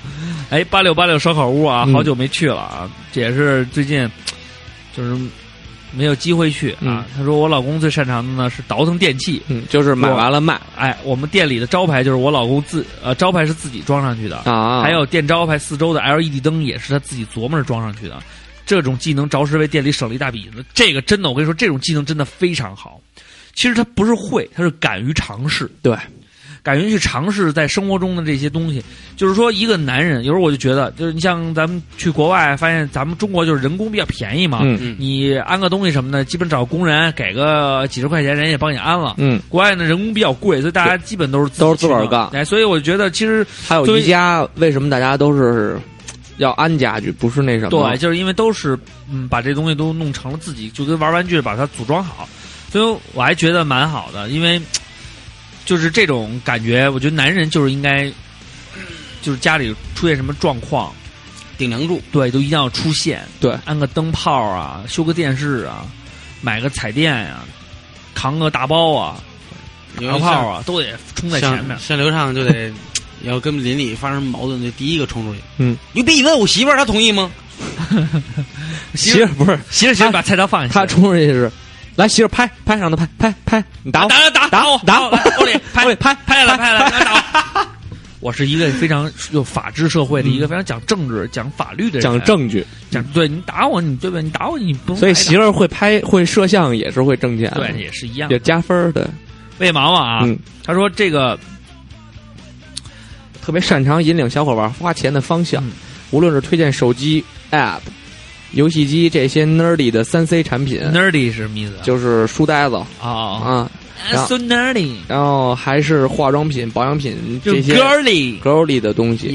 D: 哎，八六八六烧烤屋啊，
E: 嗯
D: 好久没去了啊，这也是最近就是没有机会去啊。
E: 嗯
D: 他说我老公最擅长的呢是倒腾电器，
E: 嗯，就是买完了卖
D: 哎，我们店里的招牌就是我老公自呃招牌是自己装上去的，
E: 啊，
D: 还有店招牌四周的 LED 灯也是他自己琢磨着装上去的。这种技能着实为店里省了一大笔银子。这个真的，我跟你说，这种技能真的非常好。其实他不是会，他是敢于尝试。
E: 对，
D: 敢于去尝试在生活中的这些东西。就是说，一个男人，有时候我就觉得，就是你像咱们去国外，发现咱们中国就是人工比较便宜嘛，
E: 嗯
D: 你安个东西什么的，基本找工人给个几十块钱，人也帮你安了。
E: 嗯，
D: 国外呢，人工比较贵，所以大家基本都是
E: 都是自个儿
D: 去弄
E: 干
D: 哎，所以我觉得其实
E: 还有
D: 作为
E: 宜家，为什么大家都是要安家具，不是那什么？
D: 对，就是因为都是嗯，把这东西都弄成了自己，就跟玩玩具把它组装好，所以我还觉得蛮好的，因为就是这种感觉，我觉得男人就是应该，就是家里出现什么状况，
B: 顶梁柱，
D: 对，都一定要出现，
E: 对，
D: 安个灯泡啊，修个电视啊，买个彩电呀、扛个大包啊，
B: 你
D: 大
B: 要
D: 炮啊，都得冲在前面
B: 像。像刘畅就得要跟邻里发生矛盾，就第一个冲出去。
E: 嗯，
B: 牛逼！你问我媳妇儿，她同意吗？
E: 媳妇儿不是
D: 媳妇儿，媳妇儿把菜刀放下，
E: 他冲上去是，来媳妇儿拍拍，让他拍拍拍，你打我，
D: 打 打
E: 打
D: 我
E: 打
D: 打
E: 我
D: 我，我 脸拍
E: 我脸拍
D: 拍了拍了，打我。 我是一个非常有法治社会的一个非常讲政治、讲法律的人，
E: 嗯讲证据，
D: 讲对你打我，你对吧？你打我，你不用
E: 所以
D: 挨打
E: 媳妇儿会拍会摄像也是会挣钱，
D: 对，也是一样。啊
E: 也加分儿的。
D: 魏毛毛啊，
E: 嗯
D: 他说这个
E: 特别擅长引领小伙伴花钱的方向，
D: 嗯
E: 无论是推荐手机、App、游戏机这些 nerdy 的三 C 产品，
D: nerdy 是什么意思啊？
E: 嗯就是书呆子
D: 啊
E: 啊，然后
D: ，so nerdy，
E: 然后还是化妆品、保养品
D: 就
E: 这些
D: girly，yeah，
E: girly 的东西。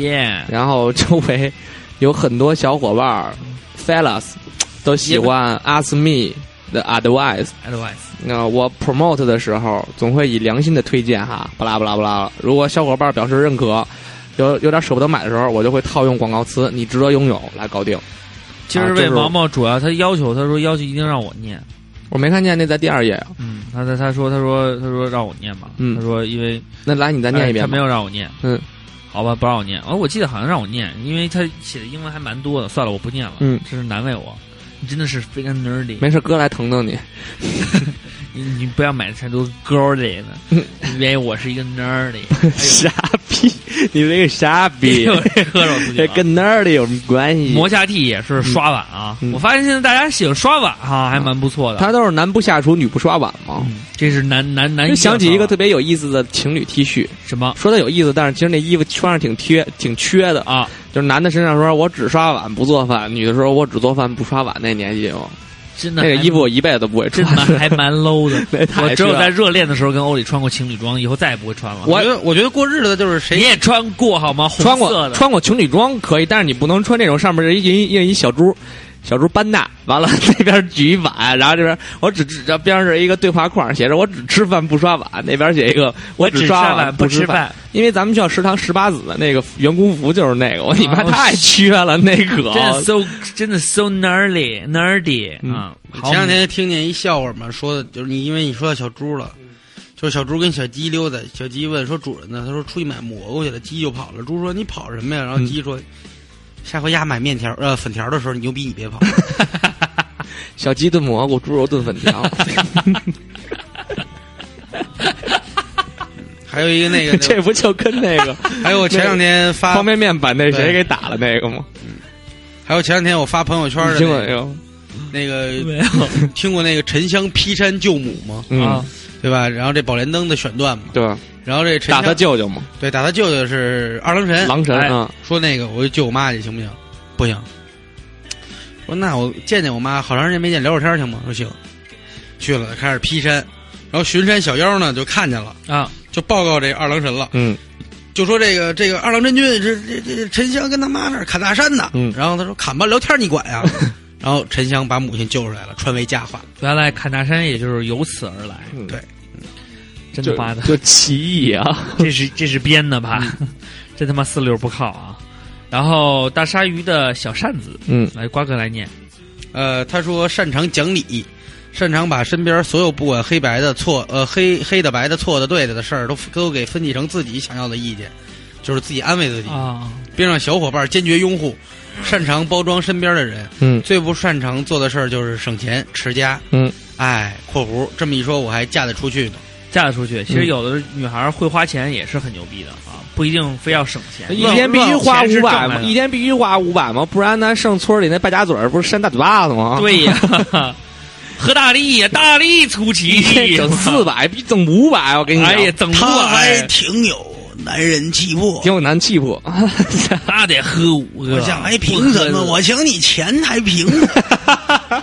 E: 然后周围有很多小伙伴儿 fellas 都喜欢 ask me 的 advice。
D: advice，
E: 那我 promote 的时候，总会以良心的推荐哈，巴拉巴拉巴拉。如果小伙伴表示认可，有有点舍不得买的时候，我就会套用广告词“你值得拥有”来搞定。
D: 其实
E: 啊这
D: 为
E: 是
D: 毛毛主要他要求，他说要求一定让我念，
E: 我没看见那在第二页，
D: 嗯，他他他说他说他说让我念嘛，
E: 嗯
D: 他说因为
E: 那来你再念一遍
D: 哎他没
E: 吧。
D: 有让我念，
E: 嗯，
D: 好吧，不让我念，哦，我记得好像让我念，因为他写的英文还蛮多的，算了，我不念了，
E: 嗯，
D: 这是难为我，你真的是非常 nerdy，
E: 没事，哥来疼疼你。
D: 你你不要买太多 girly 的，
E: 嗯
D: 因为我是一个 nerdy，
E: 傻逼，你这个傻 逼
D: 哎呦这喝着出去
E: 这
D: 了。
E: 跟那儿的有什么关系？
D: 磨下地也是刷碗啊，
E: 嗯啊
D: 我发现现在大家喜欢刷碗哈、还蛮不错的。
E: 他都是男不下厨，女不刷碗嘛。
D: 这是男男男
E: 就
D: 性
E: 想起一
D: 刷
E: 个特
D: 碗
E: 别有意思的情侣 T 恤，
D: 什么
E: 说的有意思，但是其实那衣服穿上挺贴、挺缺的。
D: 啊，
E: 就是男的身上说我只刷碗不做饭，女的说我只做饭不刷碗。那年纪我
D: 真的
E: 那个
D: 还
E: 衣服我一辈子都不会
D: 真
E: 穿。
D: 蛮 还蛮 low 的。
E: 那太
D: 我只有
E: 缺了
D: 在热恋的时候跟欧里穿过情侣装，以后再也不会穿了。
E: 我
B: 觉得我觉得过日子的就是
D: 你
B: 谁
D: 也穿过好吗？红
E: 穿
D: 色
E: 过
D: 的
E: 穿过情侣装可以，但是你不能穿这种上面是一印印一小猪，小猪班纳，完了 那边举一碗，然后这边我只只这边是一个对话框，写着我只吃饭不刷碗，那边写一个我
D: 只
E: 刷
D: 碗
E: 不
D: 吃
E: 饭。，因为咱们学校食堂十八子的那个员工服就是那个，我你妈
D: 哦
E: 太缺了，那可
D: 真的 so 真的 so nerdy nerdy
E: 嗯
D: 啊！好
B: 前两天听见一笑话嘛，说的就是你，因为你说到小猪了，
E: 嗯
B: 就是小猪跟小鸡溜达，小鸡问说主人呢？他说出去买蘑菇去了，鸡就跑了。猪说你跑什么呀？然后
E: 嗯
B: 鸡说，下回丫买面条呃粉条的时候，你牛逼你别跑。
E: 小鸡炖蘑菇，猪肉炖粉条，
B: 还有一个那个，
E: 这不就跟那个
B: 还有我前两天发
E: 方，便面把那
B: 对
E: 谁给打了那个吗？
B: 还有前两天我发朋友圈的
E: 你听过
B: 那
E: 没
B: 个
E: 有？
B: 那个，
D: 没有
B: 听过那个沉香劈山救母吗？
E: 嗯
D: 啊，？
B: 对吧？然后这宝莲灯的选段嘛，
E: 对吧，
B: 然后这沉
E: 打
B: 香
E: 他舅舅嘛，
B: 对打他舅舅是二郎神，
E: 狼神
D: 哎
E: 啊，
B: 说那个我就救我妈去行不行？不行。说那我见见我妈，好长时间没见，聊会儿天儿行吗？说行。去了，开始劈山，然后巡山小妖呢就看见了，
D: 啊，
B: 就报告这二郎神了，
E: 嗯，
B: 就说这个这个二郎真君这这这这沉香跟他妈那儿砍大山呢，
E: 嗯
B: 然后他说砍吧，聊天你管呀、然后沉香把母亲救出来了，传为佳话。
D: 原来砍大山也就是由此而来，
E: 嗯
B: 对，
D: 真
E: 就
D: 他妈的，
E: 就嗯奇异啊，
D: 这是这是编的吧？ 真他妈四六不靠啊！然后大鲨鱼的小扇子，
E: 嗯，
D: 来瓜哥来念，
B: 呃，他说擅长讲理，擅长把身边所有不管黑白的错，呃，黑黑的、白的、错的、对的的事儿，都都给分析成自己想要的意见，就是自己安慰自己，
D: 啊，
B: 并让小伙伴坚决拥护。擅长包装身边的人，
E: 嗯
B: 最不擅长做的事儿就是省钱持家。
E: 嗯，
B: 哎，括弧这么一说，我还嫁得出去呢。
D: 嫁得出去。其实
E: 嗯
D: 有的女孩会花钱也是很牛逼的啊，不一定非要省钱。
E: 一天必须花
D: 钱是
E: 五
D: 挣来
E: 百
D: 的
E: 嘛，一天必须花五百嘛，不然咱上村里那败家子儿不是扇大嘴巴子吗？，
D: 对 呀，喝大力呀，大力出
E: 哎
D: 奇迹，
E: 整四百，比整五百，我跟你讲，
D: 哎呀，整不来，
B: 挺有男人气魄
E: 挺有男气魄。
D: 那得喝五个。
E: 啊
D: 不喝的
B: 请你钱还凭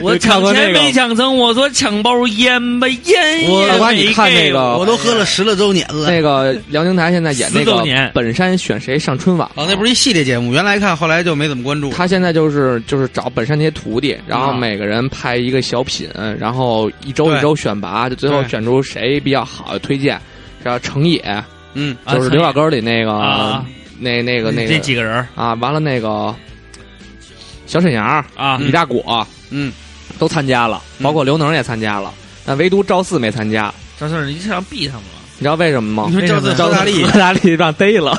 D: 我
E: 看
D: 抢
E: 过
D: 钱
E: 那个
D: 没抢成，我说抢包烟吧，烟
E: 我
D: 也
E: 我帮你
D: 没
E: 看那
D: 给
E: 个
D: 我
E: 我
B: 都喝了十来周年了
E: 那个辽宁台现在演那
D: 四周
E: 个
D: 年
E: 本山选谁上春晚
B: 哦，那不是一系列节目，原来看后来就没怎么关注。
E: 他现在就是就是找本山那些徒弟，然后每个人拍一个小品，然后一周
B: 对
E: 一周选拔，就最后
B: 对
E: 选出谁比较好推荐。然后成也
B: 嗯，
D: 啊
E: 就是
D: 成
E: 刘
D: 也
E: 老根儿里那个、
D: 啊
E: 那那个那
D: 这
E: 个
D: 几个人儿
E: 啊，完了那个小沈阳儿、
D: 啊，嗯
E: 李大果
B: 嗯，
E: 都参加了，包括刘能也参加了，但唯独赵四没参加。
D: 张先生，你是想逼他们了？
E: 你知道为什么吗
B: 你？ 说赵四
D: 为啊什
B: 赵
D: 么
B: 大力
E: 意，大利让逮了，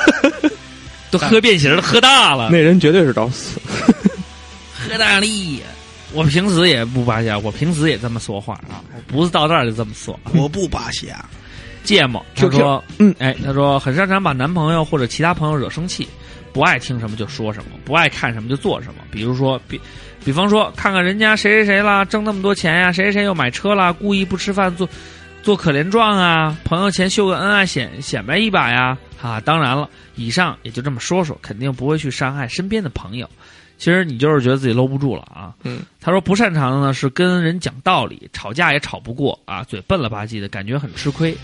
D: 都喝变形了，喝大了，
E: 那人绝对是赵四。
D: 喝大力。我平时也不扒瞎，我平时也这么说话啊，我不是到那儿就这么说。
B: 我不扒瞎。
D: 芥末，他
E: QQ
D: 说，
E: 嗯，
D: 哎，他说很擅长把男朋友或者其他朋友惹生气，不爱听什么就说什么，不爱看什么就做什么。比如说，比比方说，看看人家谁谁谁啦，挣那么多钱呀、谁谁谁又买车啦，故意不吃饭做，做可怜状啊，朋友前秀个恩啊，显显摆一把呀。啊，当然了，以上也就这么说说，肯定不会去伤害身边的朋友。其实你就是觉得自己搂不住了啊。
G: 嗯，
D: 他说不擅长的呢是跟人讲道理，吵架也吵不过啊，嘴笨了吧唧的，感觉很吃亏。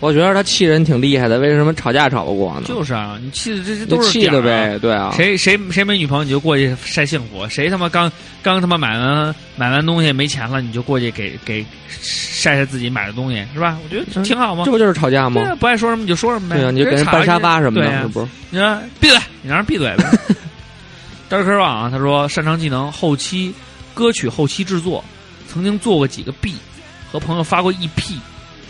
G: 我觉得他气人挺厉害的，为什么吵架吵不过呢？
D: 就是啊，你气的这这
G: 就
D: 都是
G: 嗯气
D: 点儿
G: 的
D: 啊
G: 呗，对啊。
D: 谁谁谁没女朋友你就过去晒幸福，谁他妈刚刚他妈买完买完东西没钱了你就过去给给晒晒自己买的东西是吧？我觉得挺好嘛
G: 这。不就是吵架
D: 对啊，
G: 吗？
D: 不爱说什么你就说什么呗。
G: 对啊，你就给人搬沙发什么
D: 对
G: 的，
D: 啊
G: 这不是？
D: 你说闭嘴，你让人闭嘴 呗。Dark Crown 啊，他说擅长技能后期歌曲后期制作，曾经做过几个 B，和朋友发过 EP，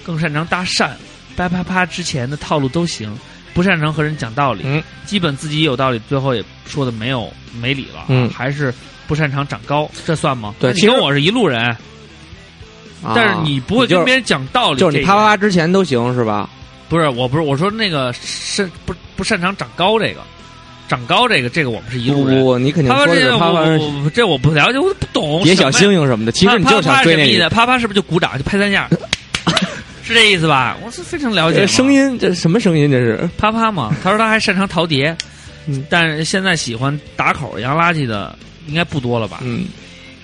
D: 更擅长搭讪，叭啪啪之前的套路都行，不擅长和人讲道理，
G: 嗯
D: 基本自己有道理，最后也说的没有没理了，
G: 嗯
D: 还是不擅长长高，这算吗？
G: 对
D: 你
G: 其实
D: 跟我是一路人，
G: 啊
D: 但是你不会
G: 就
D: 跟
G: 是
D: 别人讲道理这
G: 就
D: 一点，
G: 是你啪啪啪之前都行是吧？
D: 不是，我不是我说那个擅不不擅长长高这个，长高这个这个我们是一
G: 不
D: 路
G: 不
D: 人。
G: 不，你肯定
D: 啪啪
G: 说的
D: 这
G: 是
D: 个
G: 啪啪
D: 我我我这我不了解，我不懂。
G: 野小
D: 什么
G: 星星什么的，其实你
D: 啪
G: 就想追
D: 啪啪是什么
G: 那
D: 意思
G: 个
D: 啪啪是不是就鼓掌就拍 三下？是这意思吧？我是非常了解
G: 这呃
D: 嘛
G: 声音，这什么声音？这是
D: 啪啪嘛。他说他还擅长陶碟，
G: 嗯
D: 但是现在喜欢打口洋垃圾的应该不多了吧？
G: 嗯，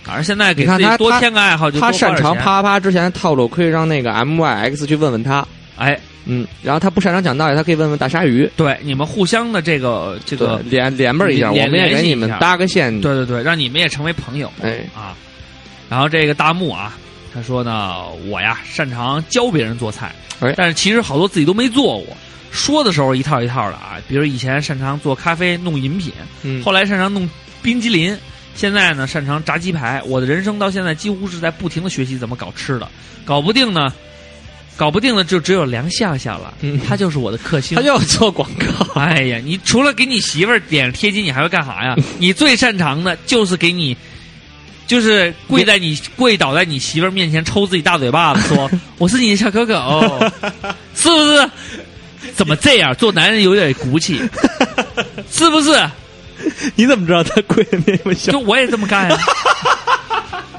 D: 反正现在给
G: 你看
D: 自己
G: 他
D: 多
G: 他
D: 添个爱好就
G: 他
D: 多花
G: 擅
D: 点
G: 长
D: 钱
G: 啪啪啪之前的套路，可以让那个 M Y X 去问问他。
D: 哎，
G: 嗯，然后他不擅长讲道理，他可以问问大鲨鱼，
D: 对你们互相的这个这
G: 对
D: 个，，
G: 连连辈儿一下，我
D: 联
G: 们也给
D: 联系
G: 你
D: 一
G: 们
D: 下
G: 搭个线。
D: 对对对，让你们也成为朋友。
G: 哎，
D: 啊。然后这个大木啊，他说呢，我呀擅长教别人做菜，
G: 哎
D: 但是其实好多自己都没做过。说的时候一套一套的啊，比如以前擅长做咖啡、弄饮品，
G: 嗯
D: 后来擅长弄冰激凌，现在呢擅长炸鸡排。我的人生到现在几乎是在不停的学习怎么搞吃的，搞不定呢，搞不定的就只有梁笑笑了，
G: 嗯
D: 他就是我的克星。
G: 他就要做广告，
D: 哎呀，你除了给你媳妇儿点贴金，你还会干 啥呀？你最擅长的就是给你，就是跪在你跪倒在你媳妇儿面前抽自己大嘴巴子， 说我是你的小狗狗，是不是？怎么这样？做男人有点骨 气，是不是？
G: 你怎么知道他跪那么小？
D: 就我也这么干呀、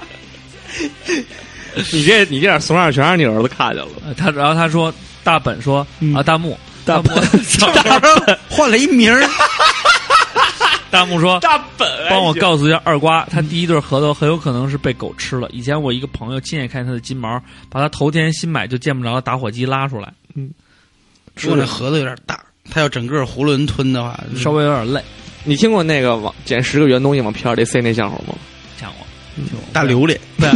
G: 你这你这点怂样全让你儿子看见了。
D: 呃他然后他说大本说、啊大木
G: 嗯大
D: 木
B: 换了一名儿，
D: 大木说
E: 大本哎
D: 帮我告诉一下二瓜，他第一对核桃很有可能是被狗吃了。以前我一个朋友亲眼看见他的金毛，把他头天新买就见不着的打火机拉出来，
B: 说这盒子有点大，他要整个囫囵吞的话，
D: 稍微有点累。
G: 你听过那个往捡十个圆东西往票里塞那相声吗？
D: 像我，
B: 大榴莲。
D: 不要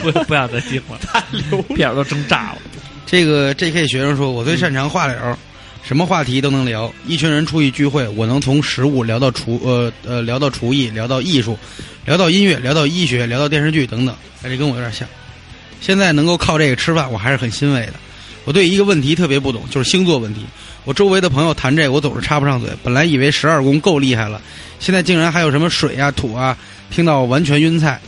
D: 不不要再听了，太流，屁眼都蒸炸了。
B: 这个 J.K. 学生说，我最擅长话聊，什么话题都能聊。一群人出去聚会，我能从食物聊到厨呃呃聊到厨艺，聊到艺术，聊到音乐，聊到医学，聊到电视剧等等。哎，这跟我有点像。现在能够靠这个吃饭，我还是很欣慰的。我对一个问题特别不懂，就是星座问题。我周围的朋友谈这个，我总是插不上嘴。本来以为十二宫够厉害了，现在竟然还有什么水啊、土啊，听到我完全晕菜。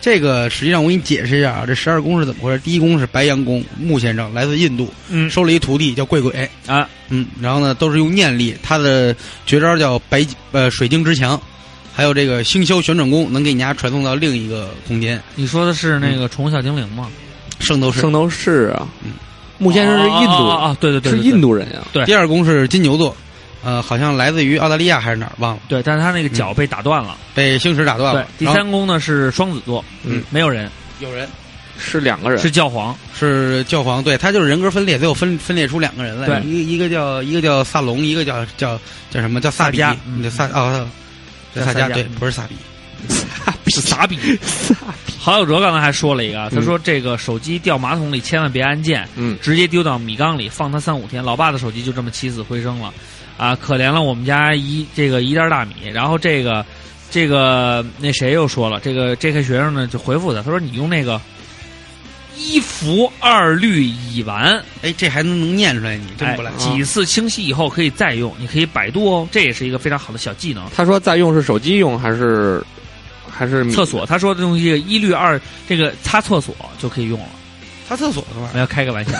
B: 这个实际上我给你解释一下啊，这十二宫是怎么回事？第一宫是白羊宫，穆先生来自印度，
D: 嗯
B: 收了一徒弟叫贵鬼
D: 啊，
B: 嗯，然后呢都是用念力，他的绝招叫白呃水晶之墙，还有这个星霄旋转功能给你家传送到另一个空间，
D: 你说的是那个宠物小精灵吗？
B: 圣斗士。
G: 圣斗士啊
B: 嗯，
G: 木先生是印度
D: 啊啊
G: 人，
D: 啊，对对对，
G: 是
D: 对对
G: 印度人啊。
D: 对
B: 第二宫是金牛座，呃，好像来自于澳大利亚还是哪儿忘了，
D: 对，但是他那个脚被打断了。
B: 被星矢打断
D: 对
B: 了。，
D: 第
B: 然后
D: 三宫呢是双子座，
G: 嗯，
D: 没有人
B: 有人
G: 是两个人，
D: 是教皇，
B: 是教皇，对他就是人格分裂，最后分分裂出两个人来，
D: 对
B: 一个一个叫一个叫萨隆，一个叫叫叫什么叫萨比
D: 萨迦，嗯
B: 你的萨啊，
D: 叫
B: 叫萨
D: 萨迦
B: 迦，对，
D: 嗯
B: 不是萨比，
D: 是傻逼。郝小哲刚才还说了一个啊，他说这个手机掉马桶里千万别按键，
G: 嗯，
D: 直接丢到米缸里放它三五天。老爸的手机就这么起死回生了，啊，可怜了我们家一这个一袋大米。然后这个这个那谁又说了，这个 J.K. 学生呢就回复他，他说你用那个一服二氯乙烷，
B: 哎，这还能能念出来你，真
D: 哎
B: 不赖，
D: 几次清洗以后可以再用，你可以百度哦，这也是一个非常好的小技能。
G: 他说在用是手机用还是还是米
E: 嗯
D: 厕？所，他说的东西一氯二这个擦厕所就可以用了，
B: 擦厕所的嘛，
D: 我要开个玩笑。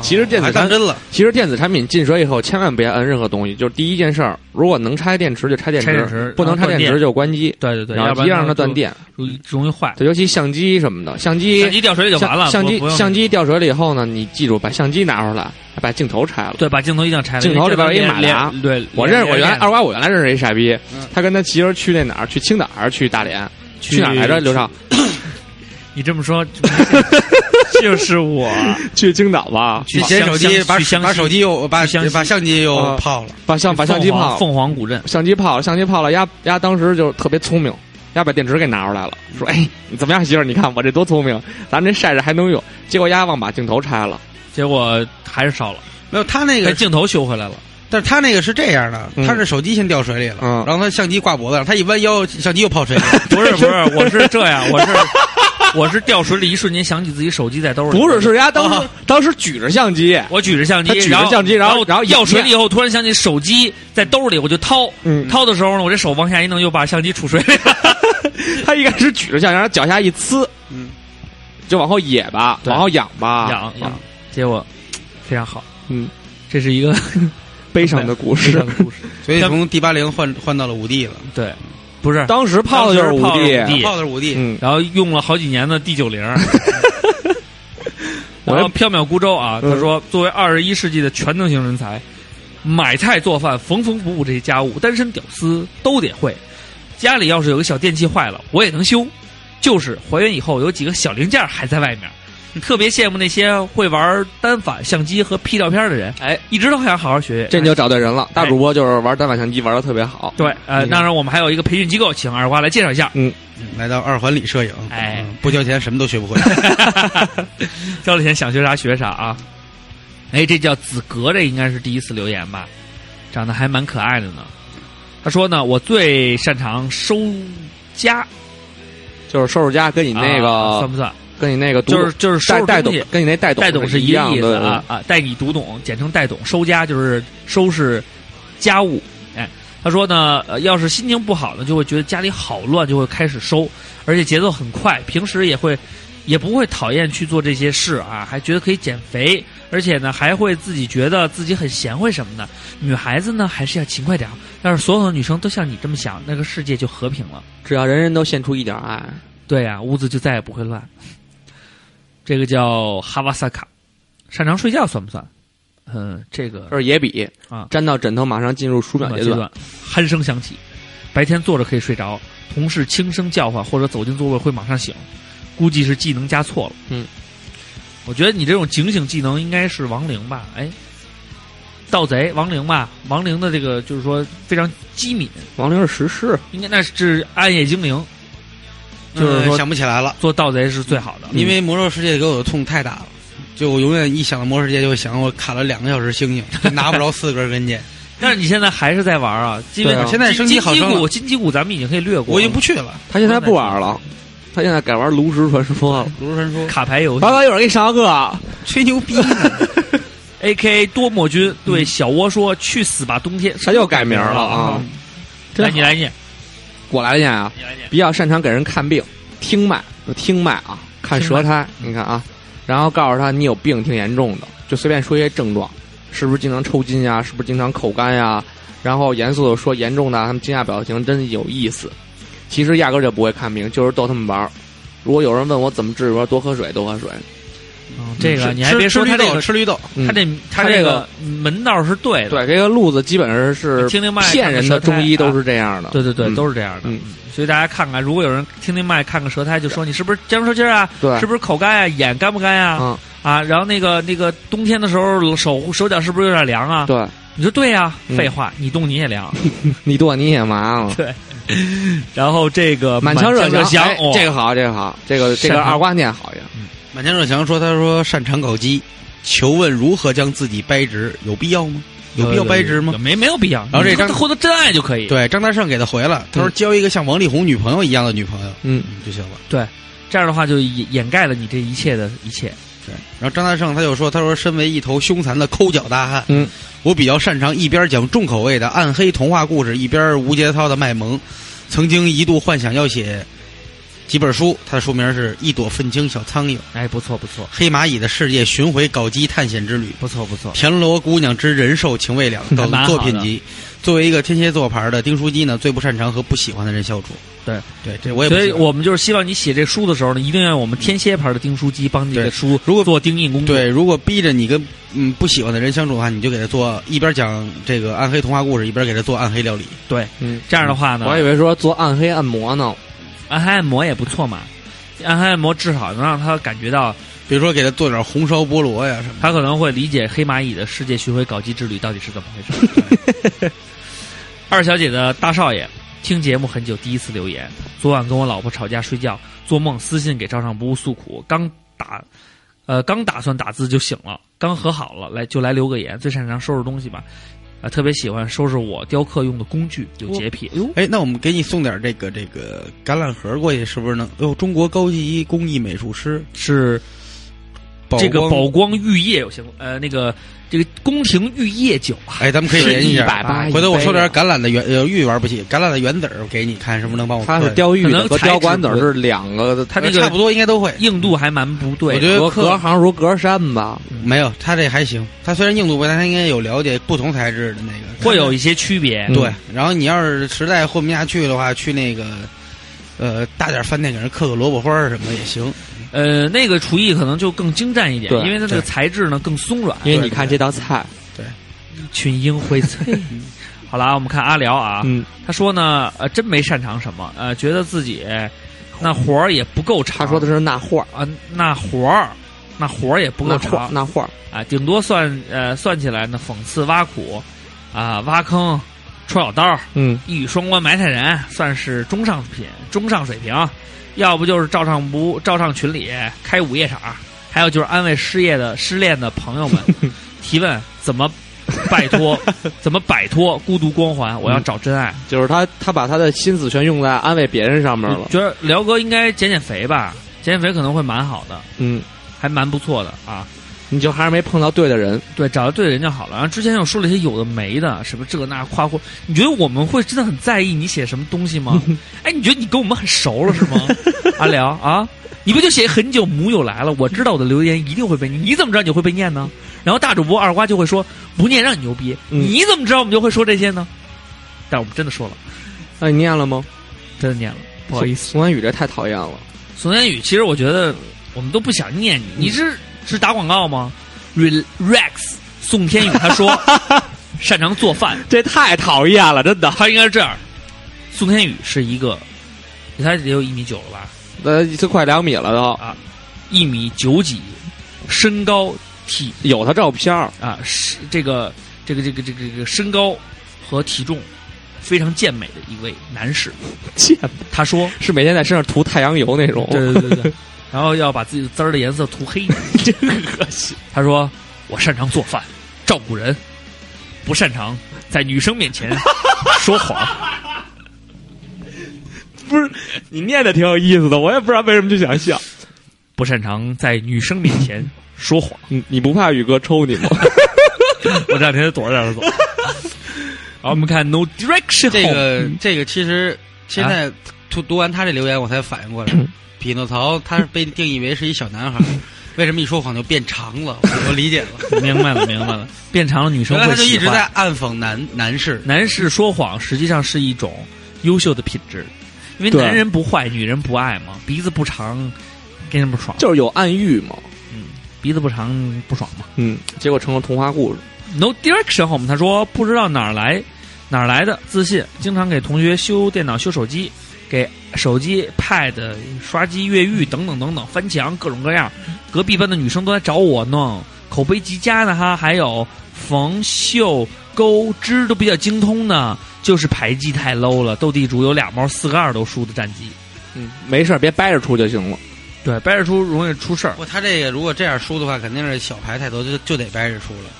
E: 其实电
B: 还
E: 子
B: 当
E: 产
B: 真了，
E: 其实电子产品进水以后，千万别摁任何东西。就是第一件事儿，如果能拆电池就拆电池，
D: 拆电池
E: 不能拆
D: 然后断
E: 电池
D: 电
E: 就关机，
D: 对对对，
E: 然
D: 要不然
E: 后一让它断电。
D: 就容易坏。
E: 对，尤其相机什么的，相机
D: 相机掉水里就完
E: 相
D: 了，
E: 相
D: 不
E: 机
D: 不用
E: 相机掉水了以后呢，你记住把相机拿出来，把镜头拆了。
D: 对，把镜头一定要拆了。
E: 镜头里边有一马达
D: 连对，
E: 我
D: 连
E: 认识我原来
D: 连
E: 二瓜，我原来认识一傻逼
B: 嗯，
E: 他跟他媳妇儿去那哪儿，去青岛还是去大连？去哪儿来着？刘畅，
D: 你这么说， 就是我。
E: 去青岛吧，
D: 去
B: 捡手机
D: 相
B: 把
D: 去相
B: 把
D: 机
B: 手机又把
D: 相机哦
B: 把相机又
E: 啊
B: 泡了，
E: 把相把相机
D: 凤凰
E: 泡，
D: 凤凰古镇，
E: 相机泡了，相机泡了，丫丫当时就特别聪明，丫把电池给拿出来了，说：“哎，你怎么样，媳妇儿？你看我这多聪明，咱这晒晒还能用。”结果丫忘把镜头拆了，
D: 结果还是烧了，
B: 没有他那
D: 把
B: 个，
D: 镜头修回来了。
B: 但是他那个是这样的，
E: 嗯
B: 他是手机先掉水里了，
E: 嗯
B: 然后他相机挂脖子上，他一弯腰，相机又泡水里了，
D: 不 是不是，我是这样，我是我是掉水里一瞬间想起自己手机在兜里，啊
E: 不是是丫当时当时举着相机，
D: 我举着相机，
E: 他举着相机
D: 然
E: 然后然后
D: 掉水
E: 眼
D: 里以后，突然想起手机在兜里，我就掏，
E: 嗯
D: 掏的时候呢，我这手往下一弄，又把相机杵水里了。
E: 他一开始举着相机，然后脚下一呲，
B: 嗯，
E: 就往后野吧，
D: 对
E: 往后仰吧，
D: 痒痒，结果非常好，
E: 啊嗯，
D: 这是一 个
E: 悲伤的故
D: 非
E: 事
D: 常。故事，
B: 所以从 D 八零换换到了五 D 了，
D: 对，不是，
E: 嗯当时泡的就是五
D: 当时泡
E: D，
D: 的是五 D
B: 泡的是五 D，
E: 嗯，
D: 然后用了好几年的 D 九零。
E: 我嗯
D: 然后缥缈孤舟啊，他说作为二十一世纪的全能型人才，买菜做饭、缝缝补补这些家务，单身屌丝都得会。家里要是有个小电器坏了，我也能修。就是还原以后有几个小零件还在外面，特别羡慕那些会玩单反相机和 P 照片的人。哎，一直都想好好学学。
E: 这你就找对人了。大
D: 哎
E: 主播就是玩单反相机玩的特别好，
D: 对，呃，
E: 嗯
D: 当然我们还有一个培训机构，请二瓜来介绍一下。
B: 来到二环里摄影，
D: 嗯哎
B: 嗯，不交钱什么都学不会。
D: 交了钱想学啥学啥啊！哎，这叫子格，这应该是第一次留言吧？长得还蛮可爱的呢。他说呢，我最擅长收家，
E: 就是收拾家跟你那
D: 啊
E: 个
D: 算不算？
E: 跟你那个独
D: 就是就是收
E: 带
D: 拾
E: 带
D: 东
E: 懂
D: 西，
E: 跟你那带
D: 带
E: 懂
D: 是
E: 一
D: 一个
E: 样
D: 意思
E: 的
D: 啊。啊！带你读懂，简称带懂。收家就是收拾家务。哎，他说呢，呃，要是心情不好呢，就会觉得家里好乱，就会开始收，而且节奏很快。平时也会也不会讨厌去做这些事啊，还觉得可以减肥，而且呢还会自己觉得自己很贤惠什么的。女孩子呢还是要勤快点儿，要是所有的女生都像你这么想，那个世界就和平了。
E: 只要人人都献出一点爱，
D: 对呀、屋子就再也不会乱。这个叫哈瓦萨卡，擅长睡觉算不算？嗯，这个
E: 这是野比
D: 啊
E: 沾到枕头马上进入舒
D: 短
E: 眠阶
D: 阶
E: 段。
D: 段，鼾声响起，白天坐着可以睡着，同事轻声叫唤或者走进座位会马上醒，估计是技能加错了。
E: 嗯，
D: 我觉得你这种警醒技能应该是亡灵吧？哎，盗贼亡灵吧？亡灵的这个就是说非常机敏，
E: 亡灵是石狮，
D: 应该那是暗夜精灵，就是
B: 嗯
D: 说
B: 想不起来了，
D: 做盗贼是最好的。
B: 因为魔兽世界给我的痛太大了，就我永远一想到魔兽世界，就会想我砍了两个小时星星，拿不着四根根 键，
D: 但是你现在还是在玩啊？因为
E: 对啊
B: 现在升级好
D: 金
B: 升
D: 鸡
B: 了
D: 谷，金鸡谷咱们已经可以略过了，
B: 我已经不去了。
E: 他现在不玩了，他现在改玩炉石传 说了。
B: 炉石传说，
D: 卡牌游戏
E: 八。哥一会儿给你上个课啊，
B: 吹牛逼呢，
D: A K 多莫君对小窝说：“去死吧，冬天！”嗯
E: 他又改名了啊！真
D: 来
E: 好
D: 你来念，
E: 我来念啊，
D: 你来念。
E: 比较擅长给人看病，听脉就听脉啊，看舌苔，你看啊，然后告诉他你有病挺严重的，就随便说一些症状，是不是经常抽筋呀、是不是经常口干呀、然后严肃的说严重的啊，他们惊讶表情真有意思。其实压根儿就不会看病，就是逗他们玩儿。如果有人问我怎么治，我说多喝水，多喝水。
D: 嗯这个
B: 吃
D: 你还别说
B: 吃
D: 他
B: 绿
D: 这
B: 豆，
D: 个，
B: 吃绿豆，
E: 嗯
D: 他这他
E: 他这
D: 这
E: 个
D: 个门道是对的，
E: 对，这个路子基本上是
D: 听听脉
E: 骗人的，
D: 看看舌苔
E: 中医都是这样的。
D: 对对对，
E: 嗯
D: 都是这样的
E: 嗯。
D: 所以大家看看，如果有人听听脉，看看舌苔，就说你是不是僵不抽筋儿啊？
E: 对
D: 是不是口干啊？眼干不干呀？
E: 嗯，
D: 啊，然后那个那个冬天的时候，手手脚是不是有点凉啊？
E: 嗯对，
D: 你说对呀，
E: 嗯
D: 废话，你冻你也凉。
E: 你剁你也麻了。
D: 然后这个
E: 满腔热
D: 呃热
E: 情，哎
D: 哦
E: 这个好，这个好，这个这
D: 擅
E: 个
D: 长
E: 二瓜念好一点。
B: 满江若翔说：“他说擅长搞基，求问如何将自己掰直，有必要吗？呃有必要掰直吗？”
D: 没没有必要。
B: 然后这张
D: 他获得真爱就可以。
B: 对，张大圣给他回了，他说交一个像王力宏女朋友一样的女朋友，
E: 嗯，
B: 嗯就行了。
D: 这样的话就掩掩盖了你这一切的一切。
B: 对，然后张大圣他就说，他说身为一头凶残的抠脚大汉，
E: 嗯，
B: 我比较擅长一边讲重口味的暗黑童话故事，一边无节操的卖萌。曾经一度幻想要写几本书，它的书名是《一朵愤青小苍蝇》《
D: 哎，不错不错
B: 黑蚂蚁的世界巡回搞基探险之旅》
D: 不错不错
B: 《田螺姑娘之人兽情 未了》等
D: 蛮好
B: 作
D: 的
B: 品集。作为一个天蝎座牌的丁书机呢，最不擅长和不喜欢的人相处。
D: 对
B: 对，这我也不
D: 所
B: 喜
D: 以
B: 欢
D: 我们就是希望你写这书的时候呢，一定要用我们天蝎牌的订书机帮你
B: 对
D: 的书
B: 如果
D: 做钉印工作。
B: 对，如果逼着你跟嗯不喜欢的人相处的话，你就给他做一边讲这个暗黑童话故事，一边给他做暗黑料理。
D: 对，
G: 嗯，
D: 这样的话呢，
G: 我还以为说做暗黑按摩呢，
D: 暗黑按摩也不错嘛。暗黑按摩至少能让他感觉到，
B: 比如说给他做点红烧菠萝呀什么的。
D: 他可能会理解黑蚂蚁的世界巡回搞基之旅到底是怎么回事。二小姐的大少爷听节目很久，第一次留言。昨晚跟我老婆吵架睡觉，做梦私信给照上不误诉苦，刚打，呃，刚打算打字就醒了，刚和好了，来就来留个言。最擅长收拾东西吧，啊、特别喜欢收拾我雕刻用的工具，有洁癖。
E: 嗯
D: 哟、
B: 哎，那我们给你送点这个这个橄榄核过去，是不是能？哟，中国高级工艺美术师
D: 是
B: 宝
D: 这个
B: 光
D: 宝光玉液有行，呃，那个这个宫廷玉液酒啊，
B: 哎，咱们可以
G: 是
B: 联系一
G: 一
B: 下。
G: 百八一
B: 回头我收
G: 杯
B: 点
G: 啊
B: 橄榄的原呃玉玩不起，橄榄的原籽儿给你看，是不是能帮我刻
G: 它
B: 一下？
G: 是雕玉
D: 哦可能
G: 的和
D: 材
G: 雕
D: 质
G: 管子
D: 不
G: 是两个，
D: 它那
B: 差
D: 个
B: 不多应该都会。
D: 硬度还蛮不对
B: 我
D: 的。
B: 觉得
G: 隔
B: 刻
G: 隔行如隔山吧。
B: 没有，他这还行。他虽然硬度不大，他应该有了解不同材质的那个。
D: 会有一些区别。
G: 嗯
B: 对，然后你要是实在混不下去的话，去那个呃大点饭店给人刻个萝卜花儿什么的 也行。
D: 呃，那个厨艺可能就更精湛一点，
G: 对
D: 因为它这
B: 对
D: 个材质呢更松软。
G: 因为你看这道菜，
D: 群英 荟萃。好啦，我们看阿辽啊，
G: 嗯，
D: 他说呢，呃，真没擅长什么，呃，觉得自己那活儿也不够长。
G: 他说的是那画儿，
D: 啊，那活儿，那活儿也不够
G: 那画儿
D: 长
G: 那画儿，
D: 啊，顶多算呃算起来呢，讽刺挖苦，啊，挖坑，戳小刀儿，
G: 嗯，
D: 一语双关埋汰人，算是中上品、中上水平。要不就是照唱不照唱群里开午夜场，还有就是安慰失业的失恋的朋友们，提问怎么摆脱怎么摆脱孤独光环？我要找真爱。
G: 就是他他把他的心思全用在安慰别人上面了，
D: 觉得辽哥应该减减肥吧，减减肥可能会蛮好的，
G: 嗯，
D: 还蛮不错的啊。
G: 你就还是没碰到对的人，
D: 对，找到对的人就好了。然后之前又说了一些有的没的，什么这那夸或，你觉得我们会真的很在意你写什么东西吗？哎，你觉得你跟我们很熟了是吗？阿辽啊，你不就写很久母友来了？我知道我的留言一定会被念，你怎么知道你会被念呢？然后大主播二瓜就会说不念让你牛逼，
G: 嗯
D: 你怎么知道我们就会说这些呢？但我们真的说了，
G: 那你念了吗？
D: 真的念了，不好意思。
G: 思，宋安宇这太讨厌了，
D: 宋天宇，其实我觉得我们都不想念你，你是是打广告吗？Relax，宋天宇他说擅长做饭。
G: 这太讨厌了，真的。
D: 他应该是这样。宋天宇是一个，他也有一米九了吧？
G: 呃，这快两米了都，
D: 一米九几，身高体
G: 有他照片儿，
D: 啊，是这个这个这个这个这个身高和体重非常健美的一位男 士。
G: 贱
D: 他说，
G: 是每天在身上涂太阳油那种，
D: 对对对对，然后要把自己的滋儿的颜色涂黑， 真恶心。他说，我擅长做饭，照顾人，不擅长在女生面前说谎。
G: 不是 你念的挺有意思的，我也不知道为什么就想笑。
D: 不擅长在女生面前说谎。
G: 嗯，你不怕宇哥抽你吗？
D: 我这两天躲着点儿 走。好，我们看 No Direction
B: 这
D: Home
G: 哦
B: 个这个其实现
G: 啊
B: 在读读完他这留言，我才反应过来，
G: 嗯
B: 匹诺曹他是被定义为是一小男 孩儿，为什么一说谎就变长了？我我理解了，
D: 明白了，明白了，变成了女生
B: 原来他
D: 会
B: 就一
D: 喜
B: 直在
D: 欢。
B: 暗讽男男士。
D: 男士说谎实际上是一种优秀的品质，因为
G: 对
D: 男人不坏，女人不爱嘛。鼻子不长，跟人不爽；
G: 就是有暗喻嘛。
D: 鼻子不长不爽嘛。
G: 嗯，结果成了童话故事。
D: No Direction Home，他说不知道哪儿来哪儿来的自信，经常给同学修电脑、修手机，给手机、Pad、刷机、越狱等等等等，翻墙各种各样。隔壁班的女生都来找我弄，口碑极佳呢哈，还有缝绣钩织都比较精通呢，就是排技太 low 了，斗地主有俩猫四个二都输的战绩。
G: 嗯，没事儿，别掰着出就行了。
D: 对，掰着出容易出事儿。
B: 不，他这个如果这样输的话，肯定是小牌太多，就就得掰着输了。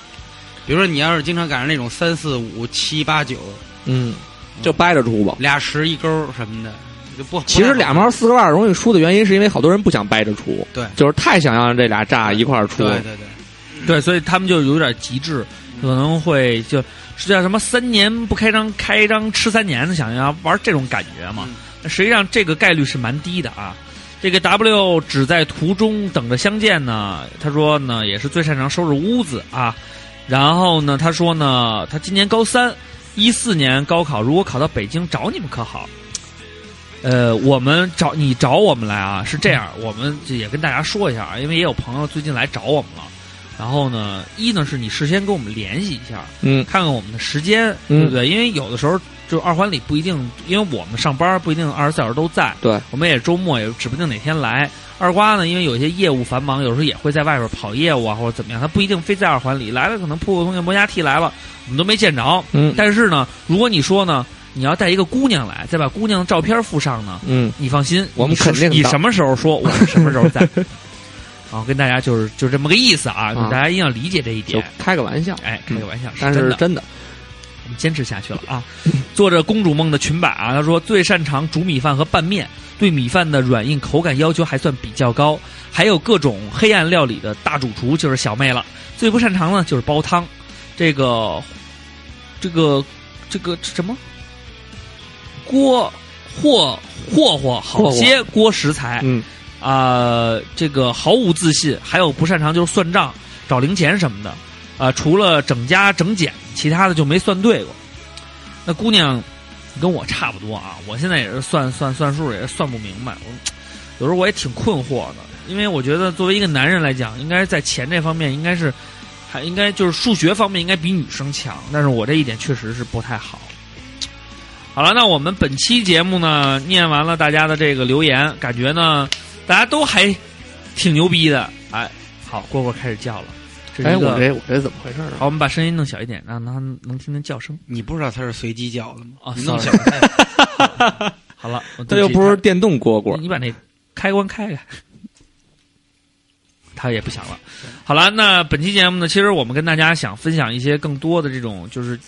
B: 比如说，你要是经常赶上那种三四五七八九
G: 嗯，就掰着出吧。
B: 俩十一勾什么的，就不
G: 其实俩猫四个二容易输的原因，是因为好多人不想掰着出，
B: 对
G: 就是太想让这俩炸一块儿出
B: 对。对对，
D: 对，所以他们就有点极致，可能会就是叫什么三年不开张，开张吃三年的，想要玩这种感觉嘛。实际上这个概率是蛮低的啊。这个 W 只在途中等着相见呢。他说呢，也是最擅长收拾屋子啊。然后呢，他说呢，他今年高三，一四年高考，如果考到北京找你们可好？呃，我们找你找我们来啊，是这样，我们这也跟大家说一下啊，因为也有朋友最近来找我们了。然后呢，一呢是你事先跟我们联系一下，
G: 嗯
D: 看看我们的时间，
G: 嗯
D: 对不对？因为有的时候就二环里不一定，因为我们上班不一定二十四小时都在，
G: 对，
D: 我们也周末也指不定哪天来。二瓜呢，因为有些业务繁忙，有时候也会在外边跑业务啊或者怎么样，他不一定非在二环里来了，可能铺个通信磨牙梯来了，我们都没见着。
G: 嗯
D: 但是呢，如果你说呢，你要带一个姑娘来，再把姑娘的照片附上呢，
G: 嗯，
D: 你放心，
G: 我们
D: 你说
G: 肯定
D: 你
G: 到
D: 什么时候说，我们什么时候 在。然后跟大家就是就这么个意思啊，就
G: 啊
D: 大家一定要理解这一
G: 就
D: 点。
G: 开个玩笑，
D: 哎，开个玩笑，
G: 但
D: 真
G: 是
D: 的，
G: 真的，
D: 我们坚持下去了啊！做着公主梦的裙摆啊，他说最擅长煮米饭和拌面，对米饭的软硬口感要求还算比较高，还有各种黑暗料理的大主厨就是小妹了。最不擅长呢就是煲汤，这个，这个，这个这什么？锅霍霍霍好
G: 霍霍
D: 些锅食材，
G: 嗯
D: 啊、这个毫无自信，还有不擅长就是算账、找零钱什么的，啊、除了整加整减，其他的就没算对过。那姑娘跟我差不多啊，我现在也是算算算数，也是算不明白。我有时候我也挺困惑的，因为我觉得作为一个男人来讲，应该是在钱这方面应该是还应该就是数学方面应该比女生强，但是我这一点确实是不太好。好了，那我们本期节目呢，念完了大家的这个留言，感觉呢，大家都还挺牛逼的。哎，好，蝈蝈开始叫了。这是
G: 哎，
D: 一个
G: 我这我这怎么回事儿啊？
D: 好，我们把声音弄小一点，让他能听见叫声。
B: 你不知道他是随机叫的 吗？
D: 哦
B: 你弄
D: sorry
B: 小太阳
D: 好了，我
G: 它
D: 对
G: 又
D: 起
G: 不是电动蝈
D: 他
G: 蝈
D: 你，把那开关开开。他也不想了。好了，那本期节目呢，其实我们跟大家想分享一些更多的这种，就是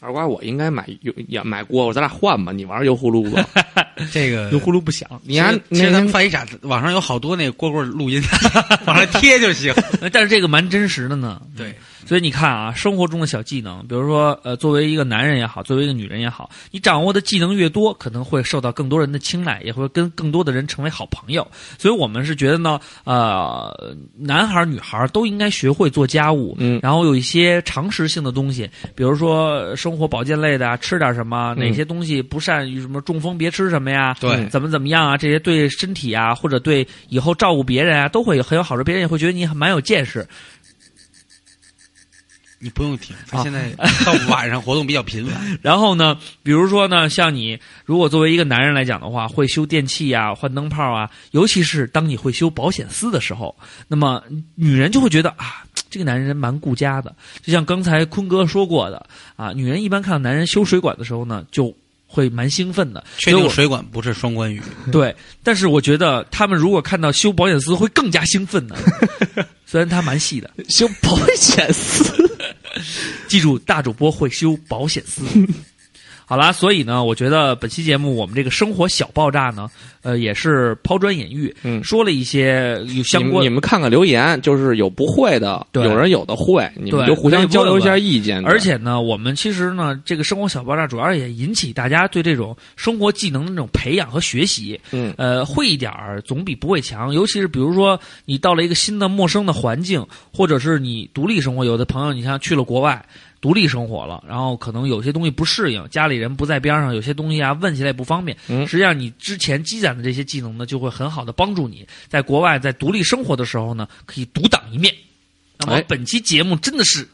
G: 二瓜，我应该买有也买蝈蝈，咱俩换吧，你玩油葫芦吧，
B: 这个
G: 油葫芦不响，你还
B: 其
G: 那
B: 实咱们
G: 天
B: 发一啥，网上有好多那个蝈蝈录音， 往上贴就行。
D: 但是这个蛮真实的呢。嗯
B: 对，
D: 所以你看啊，生活中的小技能，比如说呃，作为一个男人也好，作为一个女人也好，你掌握的技能越多，可能会受到更多人的青睐，也会跟更多的人成为好朋友。所以我们是觉得呢，呃，男孩儿女孩儿都应该学会做家务，
G: 嗯
D: 然后有一些常识性的东西，比如说呃生活保健类的啊，吃点什么，哪些东西不善于什么中风别吃什么呀，
B: 对
D: 怎么怎么样啊，这些对身体啊，或者对以后照顾别人啊，都会有很有好处，别人也会觉得你很蛮有见识。
B: 你不用听，
D: 啊
B: 他现在到晚上活动比较频繁。
D: 然后呢，比如说呢，像你如果作为一个男人来讲的话，会修电器啊、换灯泡啊，尤其是当你会修保险丝的时候，那么女人就会觉得啊，这个男人蛮顾家的。就像刚才坤哥说过的啊，女人一般看到男人修水管的时候呢，就会蛮兴奋的。
B: 确
D: 所以
B: 定
D: 我
B: 水管不是双关语，
D: 对，但是我觉得他们如果看到修保险丝，会更加 兴奋的。虽然他蛮细的，
G: 修保险丝，
D: 记住，大主播会修保险 丝。好啦，所以呢，我觉得本期节目我们这个生活小爆炸呢，呃，也是抛砖引玉，
G: 嗯
D: 说了一些有相
G: 你们
D: 关
G: 你们看看留言，就是有不会的，
D: 对
G: 有人有的会，你们
D: 对
G: 就互
D: 可以
G: 相
D: 问
G: 交流一下
D: 问
G: 意见。
D: 而且呢，我们其实呢，这个生活小爆炸主要也引起大家对这种生活技能的那种培养和学习。
G: 嗯
D: 呃，会一点儿总比不会强。尤其是比如说，你到了一个新的陌生的环境，或者是你独立生活，有的朋友你像去了国外。独立生活了，然后可能有些东西不适应，家里人不在边上，有些东西啊问起来也不方便。
G: 嗯
D: 实际上，你之前积攒的这些技能呢，就会很好的帮助你在国外在独立生活的时候呢，可以独当一面。那么
G: 哎
D: 本期节目真的是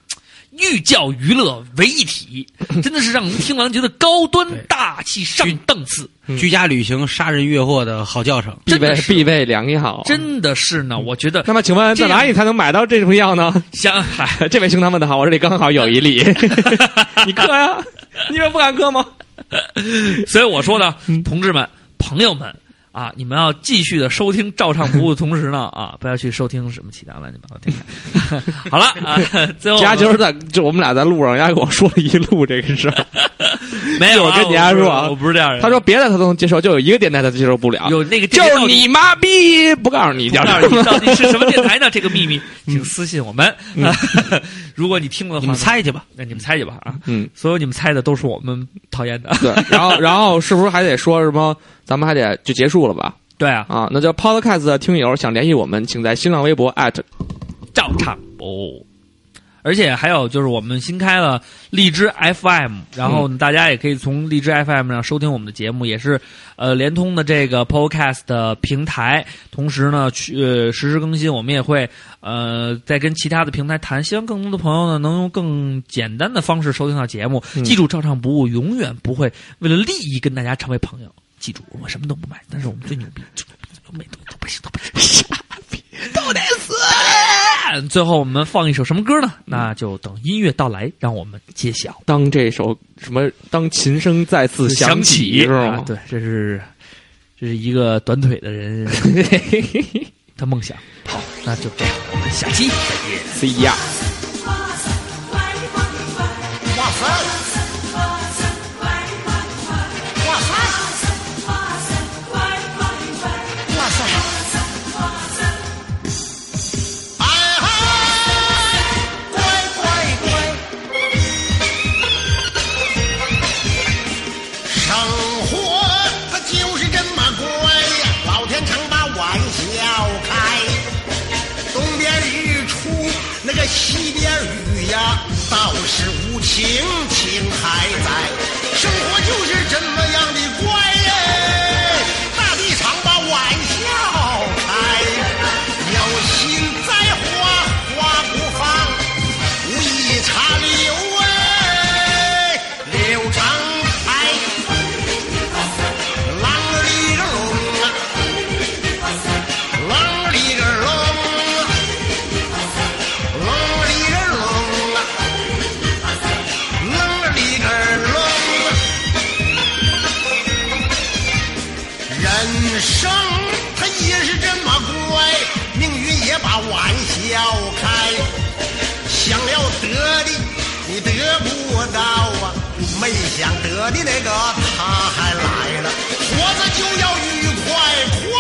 D: 寓教于乐为一体，真的是让您听完觉得高端大气上档次。
B: 居家旅行杀人越货的好教程。
G: 必
D: 真
G: 备
D: 的是
G: 必备良药。
D: 真的是呢，我觉得
G: 嗯那么，请问在哪里才能买到这种药呢？
D: 想嗨，
G: 这位兄堂们的好，我这里刚好有一粒， 你磕呀？你们不敢磕吗？
D: 所以我说呢，
G: 嗯
D: 同志们、朋友们啊，你们要继续的收听照唱不误的同时呢，啊，不要去收听什么其他乱七八糟电台。 好了啊，最后
G: 丫今儿在，就我们俩在路上，丫给我说了一路这个事儿，
D: 没有啊，
G: 我跟你家
D: 不是
G: 说啊
D: 我不是这样人。
G: 他说别的他都能接受，就有一个电台他接受不了，
D: 哎有那个
G: 就
D: 电台
G: 是你妈逼！不告诉你叫
D: 到
G: 什
D: 底，
G: 么
D: 你，到底是什么电台呢？这个秘密，
G: 嗯
D: 请私信我们。 如果你听过的
B: 你
D: 话
B: 们
D: 呢，
B: 猜去吧。
D: 那你们猜去吧啊！
G: 嗯，
D: 所有你们猜的都是我们讨厌的。
G: 对。然后，然后是不是还得说什么？咱们还得就结束了吧？
D: 对啊，
G: 啊，那叫 Podcast 的听友想联系我们，请在新浪微博
D: 照唱哦。而且还有就是，我们新开了荔枝 FM，然后呢大家也可以从荔枝 FM 上收听我们的节目，也是呃联通的这个 Podcast 的平台。同时呢，去呃实时更新，我们也会呃再跟其他的平台谈，希望更多的朋友呢能用更简单的方式收听到节目。记住，照唱不误，永远不会为了利益跟大家成为朋友。记住，我们什么都不卖，但是我们最牛逼， 最牛逼，我们每都都不行，都不行，傻逼，都得死。最后我们放一首什么歌呢？
G: 嗯
D: 那就等音乐到来，让我们揭晓。
G: 当这首什么当琴声再次响起，是
D: 啊
G: 吗？，
D: 对，这是这是一个短腿的 人他梦想。好，那就这样，我们下期再见。
G: ，See ya。
I: 哎嗨，乖乖乖，生活它就是这么乖呀，老天常把玩笑开。东边日出，那个西边雨呀，倒是无情情还在。生活就是这么样的乖呀，大地常把玩笑开。有心栽花花不放，无意插柳哎，柳常开，啷里个隆啊！啷里个啷，啷里个啷，啷里个啷。人生它也是这么乖，命运也把玩笑开。想要得的你得不到啊，没想得的那个他还来了，活着就要愉快，快啊